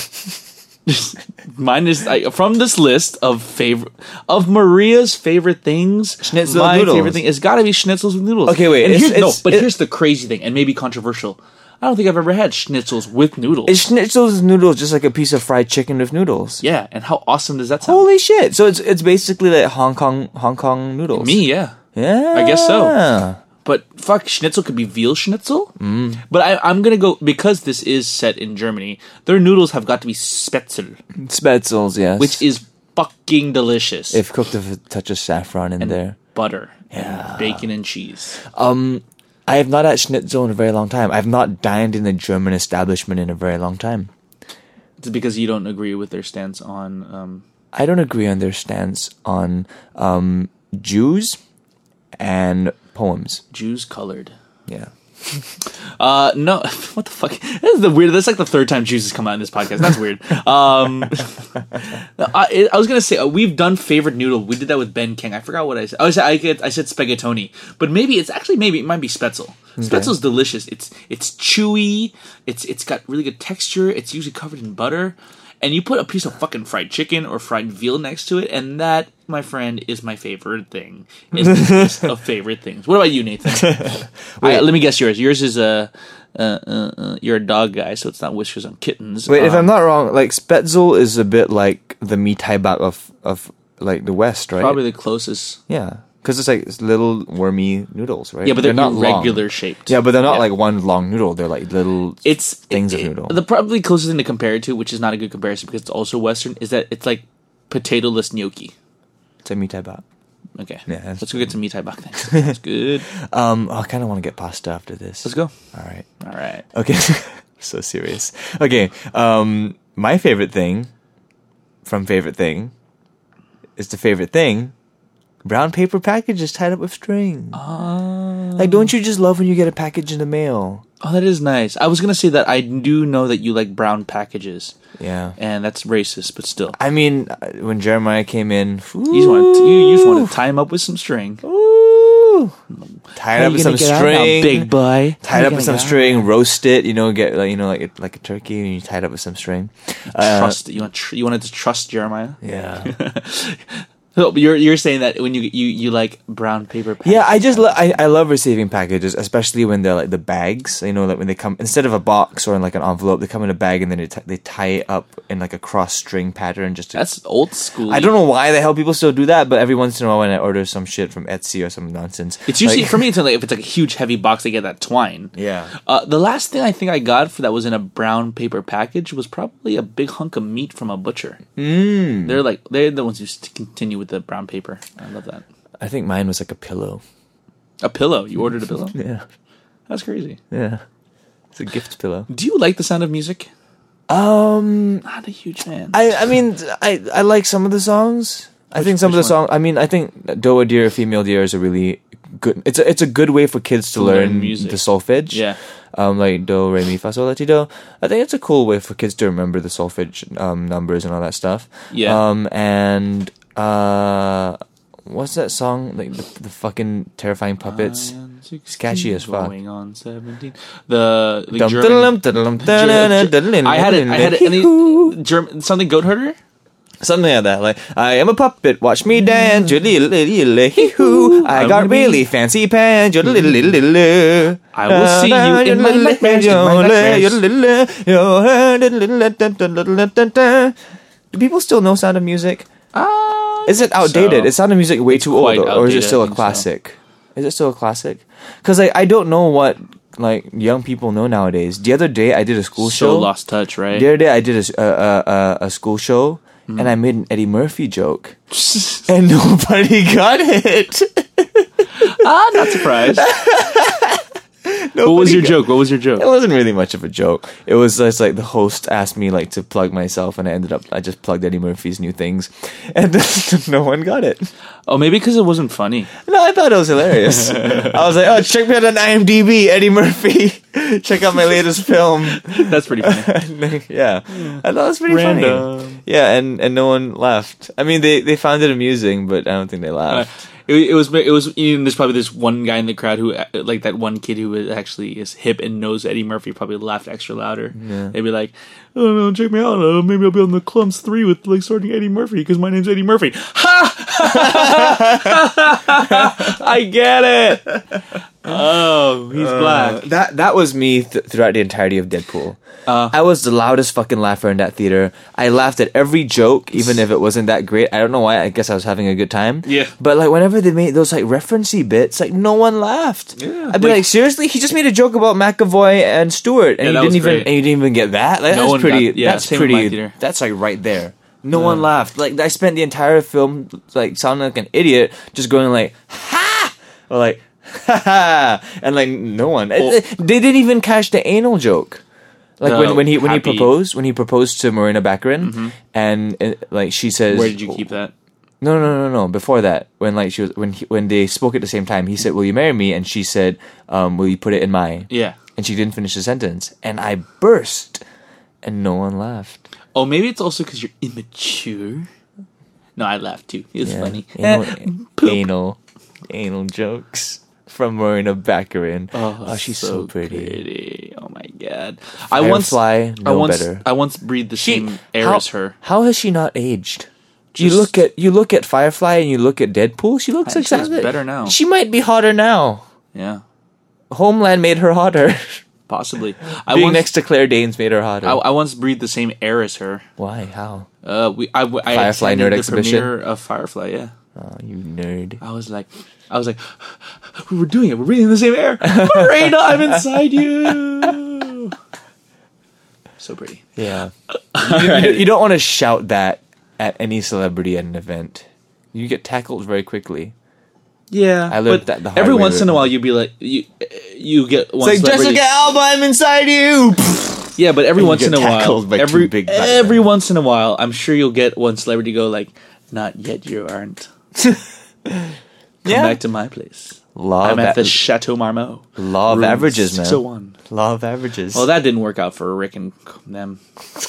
Speaker 1: Mine is I, from this list of favorite of Maria's favorite things.
Speaker 2: Schnitzel
Speaker 1: my
Speaker 2: noodles.
Speaker 1: favorite thing has got to be schnitzels with noodles.
Speaker 2: Okay, wait,
Speaker 1: And
Speaker 2: it's-
Speaker 1: here- no,
Speaker 2: it's-
Speaker 1: but
Speaker 2: it-
Speaker 1: here's the crazy thing, and maybe controversial. I don't think I've ever had schnitzels with noodles.
Speaker 2: It's schnitzels with noodles, just like a piece of fried chicken with noodles.
Speaker 1: yeah, and how awesome does that sound?
Speaker 2: Holy shit! So it's it's basically like Hong Kong Hong Kong noodles.
Speaker 1: Me, yeah.
Speaker 2: Yeah.
Speaker 1: I guess so. But fuck, schnitzel could be veal schnitzel. Mm. But I, I'm gonna go because this is set in Germany. Their noodles have got to be Spätzle,
Speaker 2: Spetzels, yes.
Speaker 1: which is fucking delicious.
Speaker 2: if cooked with a touch of saffron in there.
Speaker 1: butter, and bacon and cheese.
Speaker 2: I have not had schnitzel in a very long time. I've not dined in a German establishment in a very long time.
Speaker 1: It's because you don't agree with their stance on. Um,
Speaker 2: I don't agree on their stance on um, Jews and poems.
Speaker 1: Jews colored.
Speaker 2: Yeah.
Speaker 1: Uh, no, <laughs> what the fuck? This is the weird. That's like the third time Jews has come out in this podcast. That's weird. Um, I, I was gonna say uh, we've done favorite noodle. We did that with Ben King. I forgot what I said. Oh, I was I, get- I said spaghettoni, but maybe it's actually maybe it might be spetzel. Spetzel's delicious. It's it's chewy. It's it's got really good texture. It's usually covered in butter, and you put a piece of fucking fried chicken or fried veal next to it, and that, my friend, is my favorite thing. Is
Speaker 2: <laughs>
Speaker 1: the list of favorite things. What about you, Nathan? All right, let me guess yours. Yours is a. Uh, uh, uh, you're a dog guy, so it's not whiskers on kittens.
Speaker 2: Wait, if
Speaker 1: Um,
Speaker 2: I'm not wrong, like Spetzel is a bit like the Mitai of of like the West, right?
Speaker 1: probably the closest.
Speaker 2: Yeah, because it's like it's little wormy noodles, right?
Speaker 1: Yeah, but they're, not regular
Speaker 2: Long.
Speaker 1: shaped.
Speaker 2: Yeah, but they're not like one long noodle. They're like little.
Speaker 1: it's
Speaker 2: things of
Speaker 1: it-
Speaker 2: noodle.
Speaker 1: The probably closest thing to compare it to, which is not a good comparison because it's also Western, is that it's like potato-less gnocchi.
Speaker 2: it's a mitai bak.
Speaker 1: Okay,
Speaker 2: Yeah, that's-
Speaker 1: let's go get some meat bak then. That's
Speaker 2: <laughs>
Speaker 1: good.
Speaker 2: Um, oh, I kind of want to get pasta after this.
Speaker 1: Let's go.
Speaker 2: All right.
Speaker 1: All right.
Speaker 2: Okay. <laughs> so serious. Okay. Um, my favorite thing from favorite thing is the favorite thing. Brown paper packages tied up with string.
Speaker 1: Ah.
Speaker 2: Like, don't you just love when you get a package in the mail?
Speaker 1: Oh, that is nice. I was gonna say that I do know that you like brown packages,
Speaker 2: Yeah.
Speaker 1: and that's racist, but still,
Speaker 2: I mean, uh, when Jeremiah came in,
Speaker 1: you just want to, you, you just want to tie him up with some string.
Speaker 2: Ooh. Tied
Speaker 1: How
Speaker 2: up
Speaker 1: you
Speaker 2: with
Speaker 1: gonna
Speaker 2: some
Speaker 1: get out now,
Speaker 2: string,
Speaker 1: big boy. How
Speaker 2: Tied
Speaker 1: you
Speaker 2: up with
Speaker 1: gonna
Speaker 2: some
Speaker 1: get out?
Speaker 2: string, roast it. You know, get like you know, like a, like a turkey, and you tie it up with some string.
Speaker 1: Trust you want tr- you wanted to trust Jeremiah.
Speaker 2: Yeah,
Speaker 1: <laughs> So you're you're saying that when you you you like brown paper packages.
Speaker 2: <laughs> yeah. I just lo- I I love receiving packages, especially when they're like the bags. You know, like when they come instead of a box or in like an envelope, they come in a bag and then they ti- they tie it up in like a cross string pattern. Just to,
Speaker 1: that's old school.
Speaker 2: I don't know why the hell people still do that, but every once in a while when I order some shit from Etsy or some nonsense,
Speaker 1: It's usually
Speaker 2: like-
Speaker 1: for me. It's like if it's like a huge heavy box, they get that twine.
Speaker 2: <laughs> Yeah.
Speaker 1: Uh, the last thing I think I got for that was in a brown paper package was probably a big hunk of meat from a butcher.
Speaker 2: Hmm.
Speaker 1: Mm. They're like they're the ones who st- continue with the brown paper. I love that.
Speaker 2: I think mine was like a pillow.
Speaker 1: A pillow. You ordered a pillow.
Speaker 2: Yeah,
Speaker 1: That's crazy.
Speaker 2: yeah. It's a gift pillow.
Speaker 1: Do you like the sound of music?
Speaker 2: Um,
Speaker 1: Not a huge fan.
Speaker 2: I I mean I I like some of the songs. I think some of the
Speaker 1: which one?
Speaker 2: songs. I mean I think Doa Deer, Female Deer is a really good. It's a it's a good way for kids to,
Speaker 1: learn
Speaker 2: learn,
Speaker 1: music.
Speaker 2: the solfege.
Speaker 1: Yeah.
Speaker 2: Um, like do re mi fa sol la ti do. I think it's a cool way for kids to remember the solfege um numbers and all that stuff.
Speaker 1: Yeah.
Speaker 2: Um and uh, what's that song like the, the fucking terrifying puppets?
Speaker 1: It's
Speaker 2: catchy as fuck.
Speaker 1: Going on 17. The, the
Speaker 2: Dum
Speaker 1: German-
Speaker 2: diddle-lum, diddle-lum,
Speaker 1: Ger-
Speaker 2: diddle-lum,
Speaker 1: Ger- I had it. I had it. and the- German, something goat herder.
Speaker 2: Something like that. Like, I am a puppet, watch me dance. hoo. I got really fancy pants. I
Speaker 1: I
Speaker 2: will
Speaker 1: will see you in my nightmares, in my
Speaker 2: nightmares. Do people still know Sound of Music?
Speaker 1: Ah,
Speaker 2: Is it outdated?
Speaker 1: So-
Speaker 2: Is Sound of Music way too old,
Speaker 1: quite
Speaker 2: or is it
Speaker 1: outdated,
Speaker 2: still
Speaker 1: I
Speaker 2: a
Speaker 1: think so.
Speaker 2: classic? Is it still a classic? Because like, I don't know what like young people know nowadays. The other day I did a school
Speaker 1: so
Speaker 2: show.
Speaker 1: lost touch, right?
Speaker 2: The other day I did a s- a a, a, a school show and I made an Eddie Murphy joke, Hmm. <laughs> and nobody got it. <laughs>
Speaker 1: Ah, not surprised. what was your joke? What was your
Speaker 2: It
Speaker 1: joke?
Speaker 2: wasn't really much of a joke. It was just like the host asked me like to plug myself, and I ended up I just plugged Eddie Murphy's new things, <laughs> and <laughs> no one got it.
Speaker 1: Oh, maybe because it wasn't funny.
Speaker 2: No, I thought it was <laughs> hilarious. I was like, oh, check me out on IMDb, Eddie Murphy. <laughs> check out my latest film. <laughs>
Speaker 1: That's pretty <laughs> funny.
Speaker 2: yeah, I thought it was pretty funny.
Speaker 1: Random.
Speaker 2: Yeah, and, and no one laughed. I mean, they, they found it amusing, but I don't think they laughed.
Speaker 1: It, Uh, it was. It was. You know, there's probably this one guy in the crowd who, uh, like that one kid who is actually is hip and knows Eddie Murphy, probably laughed extra louder. They'd be like, "Oh no, check me out! Uh, maybe I'll be on the clumps three with like starting Eddie Murphy because my name's Eddie Murphy." <laughs> Ha! I get it. Oh, he's black.
Speaker 2: Uh, That that was me th- throughout the entirety of Deadpool.
Speaker 1: Uh.
Speaker 2: I was the loudest fucking laugher in that theater. I laughed at every joke, even if it wasn't that great. I don't know why. I guess I was having a good time.
Speaker 1: Yeah.
Speaker 2: But like whenever they made those like referencey bits, like no one laughed.
Speaker 1: Yeah.
Speaker 2: I'd be
Speaker 1: Like-
Speaker 2: like, seriously, he just made a joke about McAvoy and Stewart, and
Speaker 1: Yeah, that
Speaker 2: you
Speaker 1: was
Speaker 2: didn't even
Speaker 1: great.
Speaker 2: and you didn't even get that. Like,
Speaker 1: No
Speaker 2: that's
Speaker 1: one
Speaker 2: pretty.
Speaker 1: got- yeah,
Speaker 2: that's
Speaker 1: same in my
Speaker 2: pretty.
Speaker 1: theater.
Speaker 2: That's like right there. No one laughed. Like I spent the entire film like sounding like an idiot, just going like ha or like ha ha, <laughs> and like no one. they didn't even catch the anal joke. Like
Speaker 1: The
Speaker 2: when, when he when
Speaker 1: happy- Mm-hmm.
Speaker 2: he proposed when he proposed to Marina Baccarin, and uh, like she says,
Speaker 1: Where did you keep that?
Speaker 2: No, no, no, no. Before that, when like she was when he, when they spoke at the same time, he said, "Will you marry me?" and she said, um, "Will you put it in my?"
Speaker 1: Yeah.
Speaker 2: and she didn't finish the sentence, and I burst, and no one laughed.
Speaker 1: Oh, maybe it's also because you're immature. No, I laughed too. It's
Speaker 2: Yeah.
Speaker 1: funny. Eh,
Speaker 2: Anal,
Speaker 1: poop.
Speaker 2: anal, anal jokes from Marina Baccarin. Oh, she's so, pretty.
Speaker 1: Oh my god. I once
Speaker 2: Firefly,
Speaker 1: I
Speaker 2: no
Speaker 1: once
Speaker 2: better.
Speaker 1: I once breathed the same air
Speaker 2: how,
Speaker 1: as her.
Speaker 2: How has she not aged? you
Speaker 1: Just-
Speaker 2: look at you look at Firefly and you look at Deadpool. She looks
Speaker 1: I- she looks
Speaker 2: exactly
Speaker 1: better now.
Speaker 2: She might be hotter now.
Speaker 1: Yeah.
Speaker 2: Homeland made her hotter.
Speaker 1: Possibly. I
Speaker 2: <laughs> Being
Speaker 1: once
Speaker 2: next to Claire Danes made her hotter.
Speaker 1: I, I once breathed the same air as her.
Speaker 2: Why? How?
Speaker 1: Uh, we I, I
Speaker 2: Firefly
Speaker 1: attended
Speaker 2: nerd
Speaker 1: the
Speaker 2: exhibition?
Speaker 1: premiere of Firefly. Yeah,
Speaker 2: Oh, you nerd.
Speaker 1: I was like, I was like, <sighs> we were doing it. We're breathing the same
Speaker 2: <laughs>
Speaker 1: air. Marina, I'm inside you. So pretty.
Speaker 2: <laughs> Yeah. you, you- you don't want to shout that at any celebrity at an event. You get tackled very quickly.
Speaker 1: Yeah,
Speaker 2: I learned that the hard
Speaker 1: every
Speaker 2: way,
Speaker 1: once in a
Speaker 2: really.
Speaker 1: while, you'd be like, you you get one celebrity.
Speaker 2: Alba, I'm inside you.
Speaker 1: Yeah, but every
Speaker 2: You
Speaker 1: once
Speaker 2: get
Speaker 1: in a while,
Speaker 2: tackled by two
Speaker 1: every
Speaker 2: big black
Speaker 1: every once in a while, I'm sure you'll get one celebrity go like, "Not yet, you aren't." Come
Speaker 2: Yeah.
Speaker 1: back to my place.
Speaker 2: Law
Speaker 1: I'm
Speaker 2: of,
Speaker 1: at the
Speaker 2: a-
Speaker 1: Chateau Marmot.
Speaker 2: law of
Speaker 1: room
Speaker 2: averages, man.
Speaker 1: 601.
Speaker 2: Law of averages.
Speaker 1: Well, that didn't work out for Rick and them.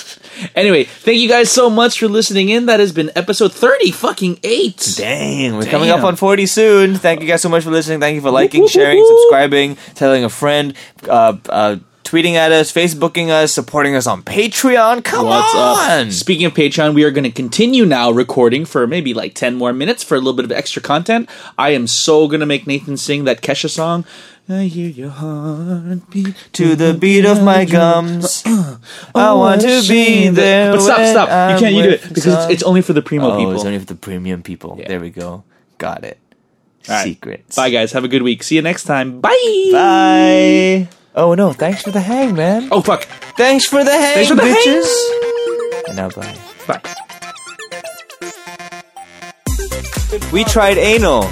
Speaker 1: <laughs> anyway, thank you guys so much for listening in. That has been episode thirty fucking eight.
Speaker 2: Dang, we're coming up
Speaker 1: Damn.
Speaker 2: on 40 soon. Thank you guys so much for listening. Thank you for liking,
Speaker 1: whoop,
Speaker 2: sharing,
Speaker 1: whoop.
Speaker 2: subscribing, telling a friend, uh, uh, tweeting at us, Facebooking us, supporting us on Patreon. Come
Speaker 1: What's
Speaker 2: on!
Speaker 1: up? Speaking of Patreon, we are going to continue now recording for maybe like 10 more minutes for a little bit of extra content. I am so going to make Nathan sing that Kesha song. I hear your heartbeat.
Speaker 2: to the beat of my
Speaker 1: <clears throat>
Speaker 2: gums. I want to be there.
Speaker 1: Oh, But stop,
Speaker 2: when
Speaker 1: stop.
Speaker 2: I'm
Speaker 1: you can't you do
Speaker 2: with
Speaker 1: it because it's,
Speaker 2: some-
Speaker 1: it's only for the primo
Speaker 2: oh,
Speaker 1: people.
Speaker 2: it's only for the premium people. There we go. Got it.
Speaker 1: right.
Speaker 2: Secrets.
Speaker 1: Bye, guys. Have a good week. See you next time. Bye.
Speaker 2: Bye. Oh no! Thanks for the hang, man.
Speaker 1: Oh, fuck.
Speaker 2: Thanks for the hang,
Speaker 1: Thanks for the
Speaker 2: bitches. And now bye.
Speaker 1: Bye.
Speaker 2: We tried anal.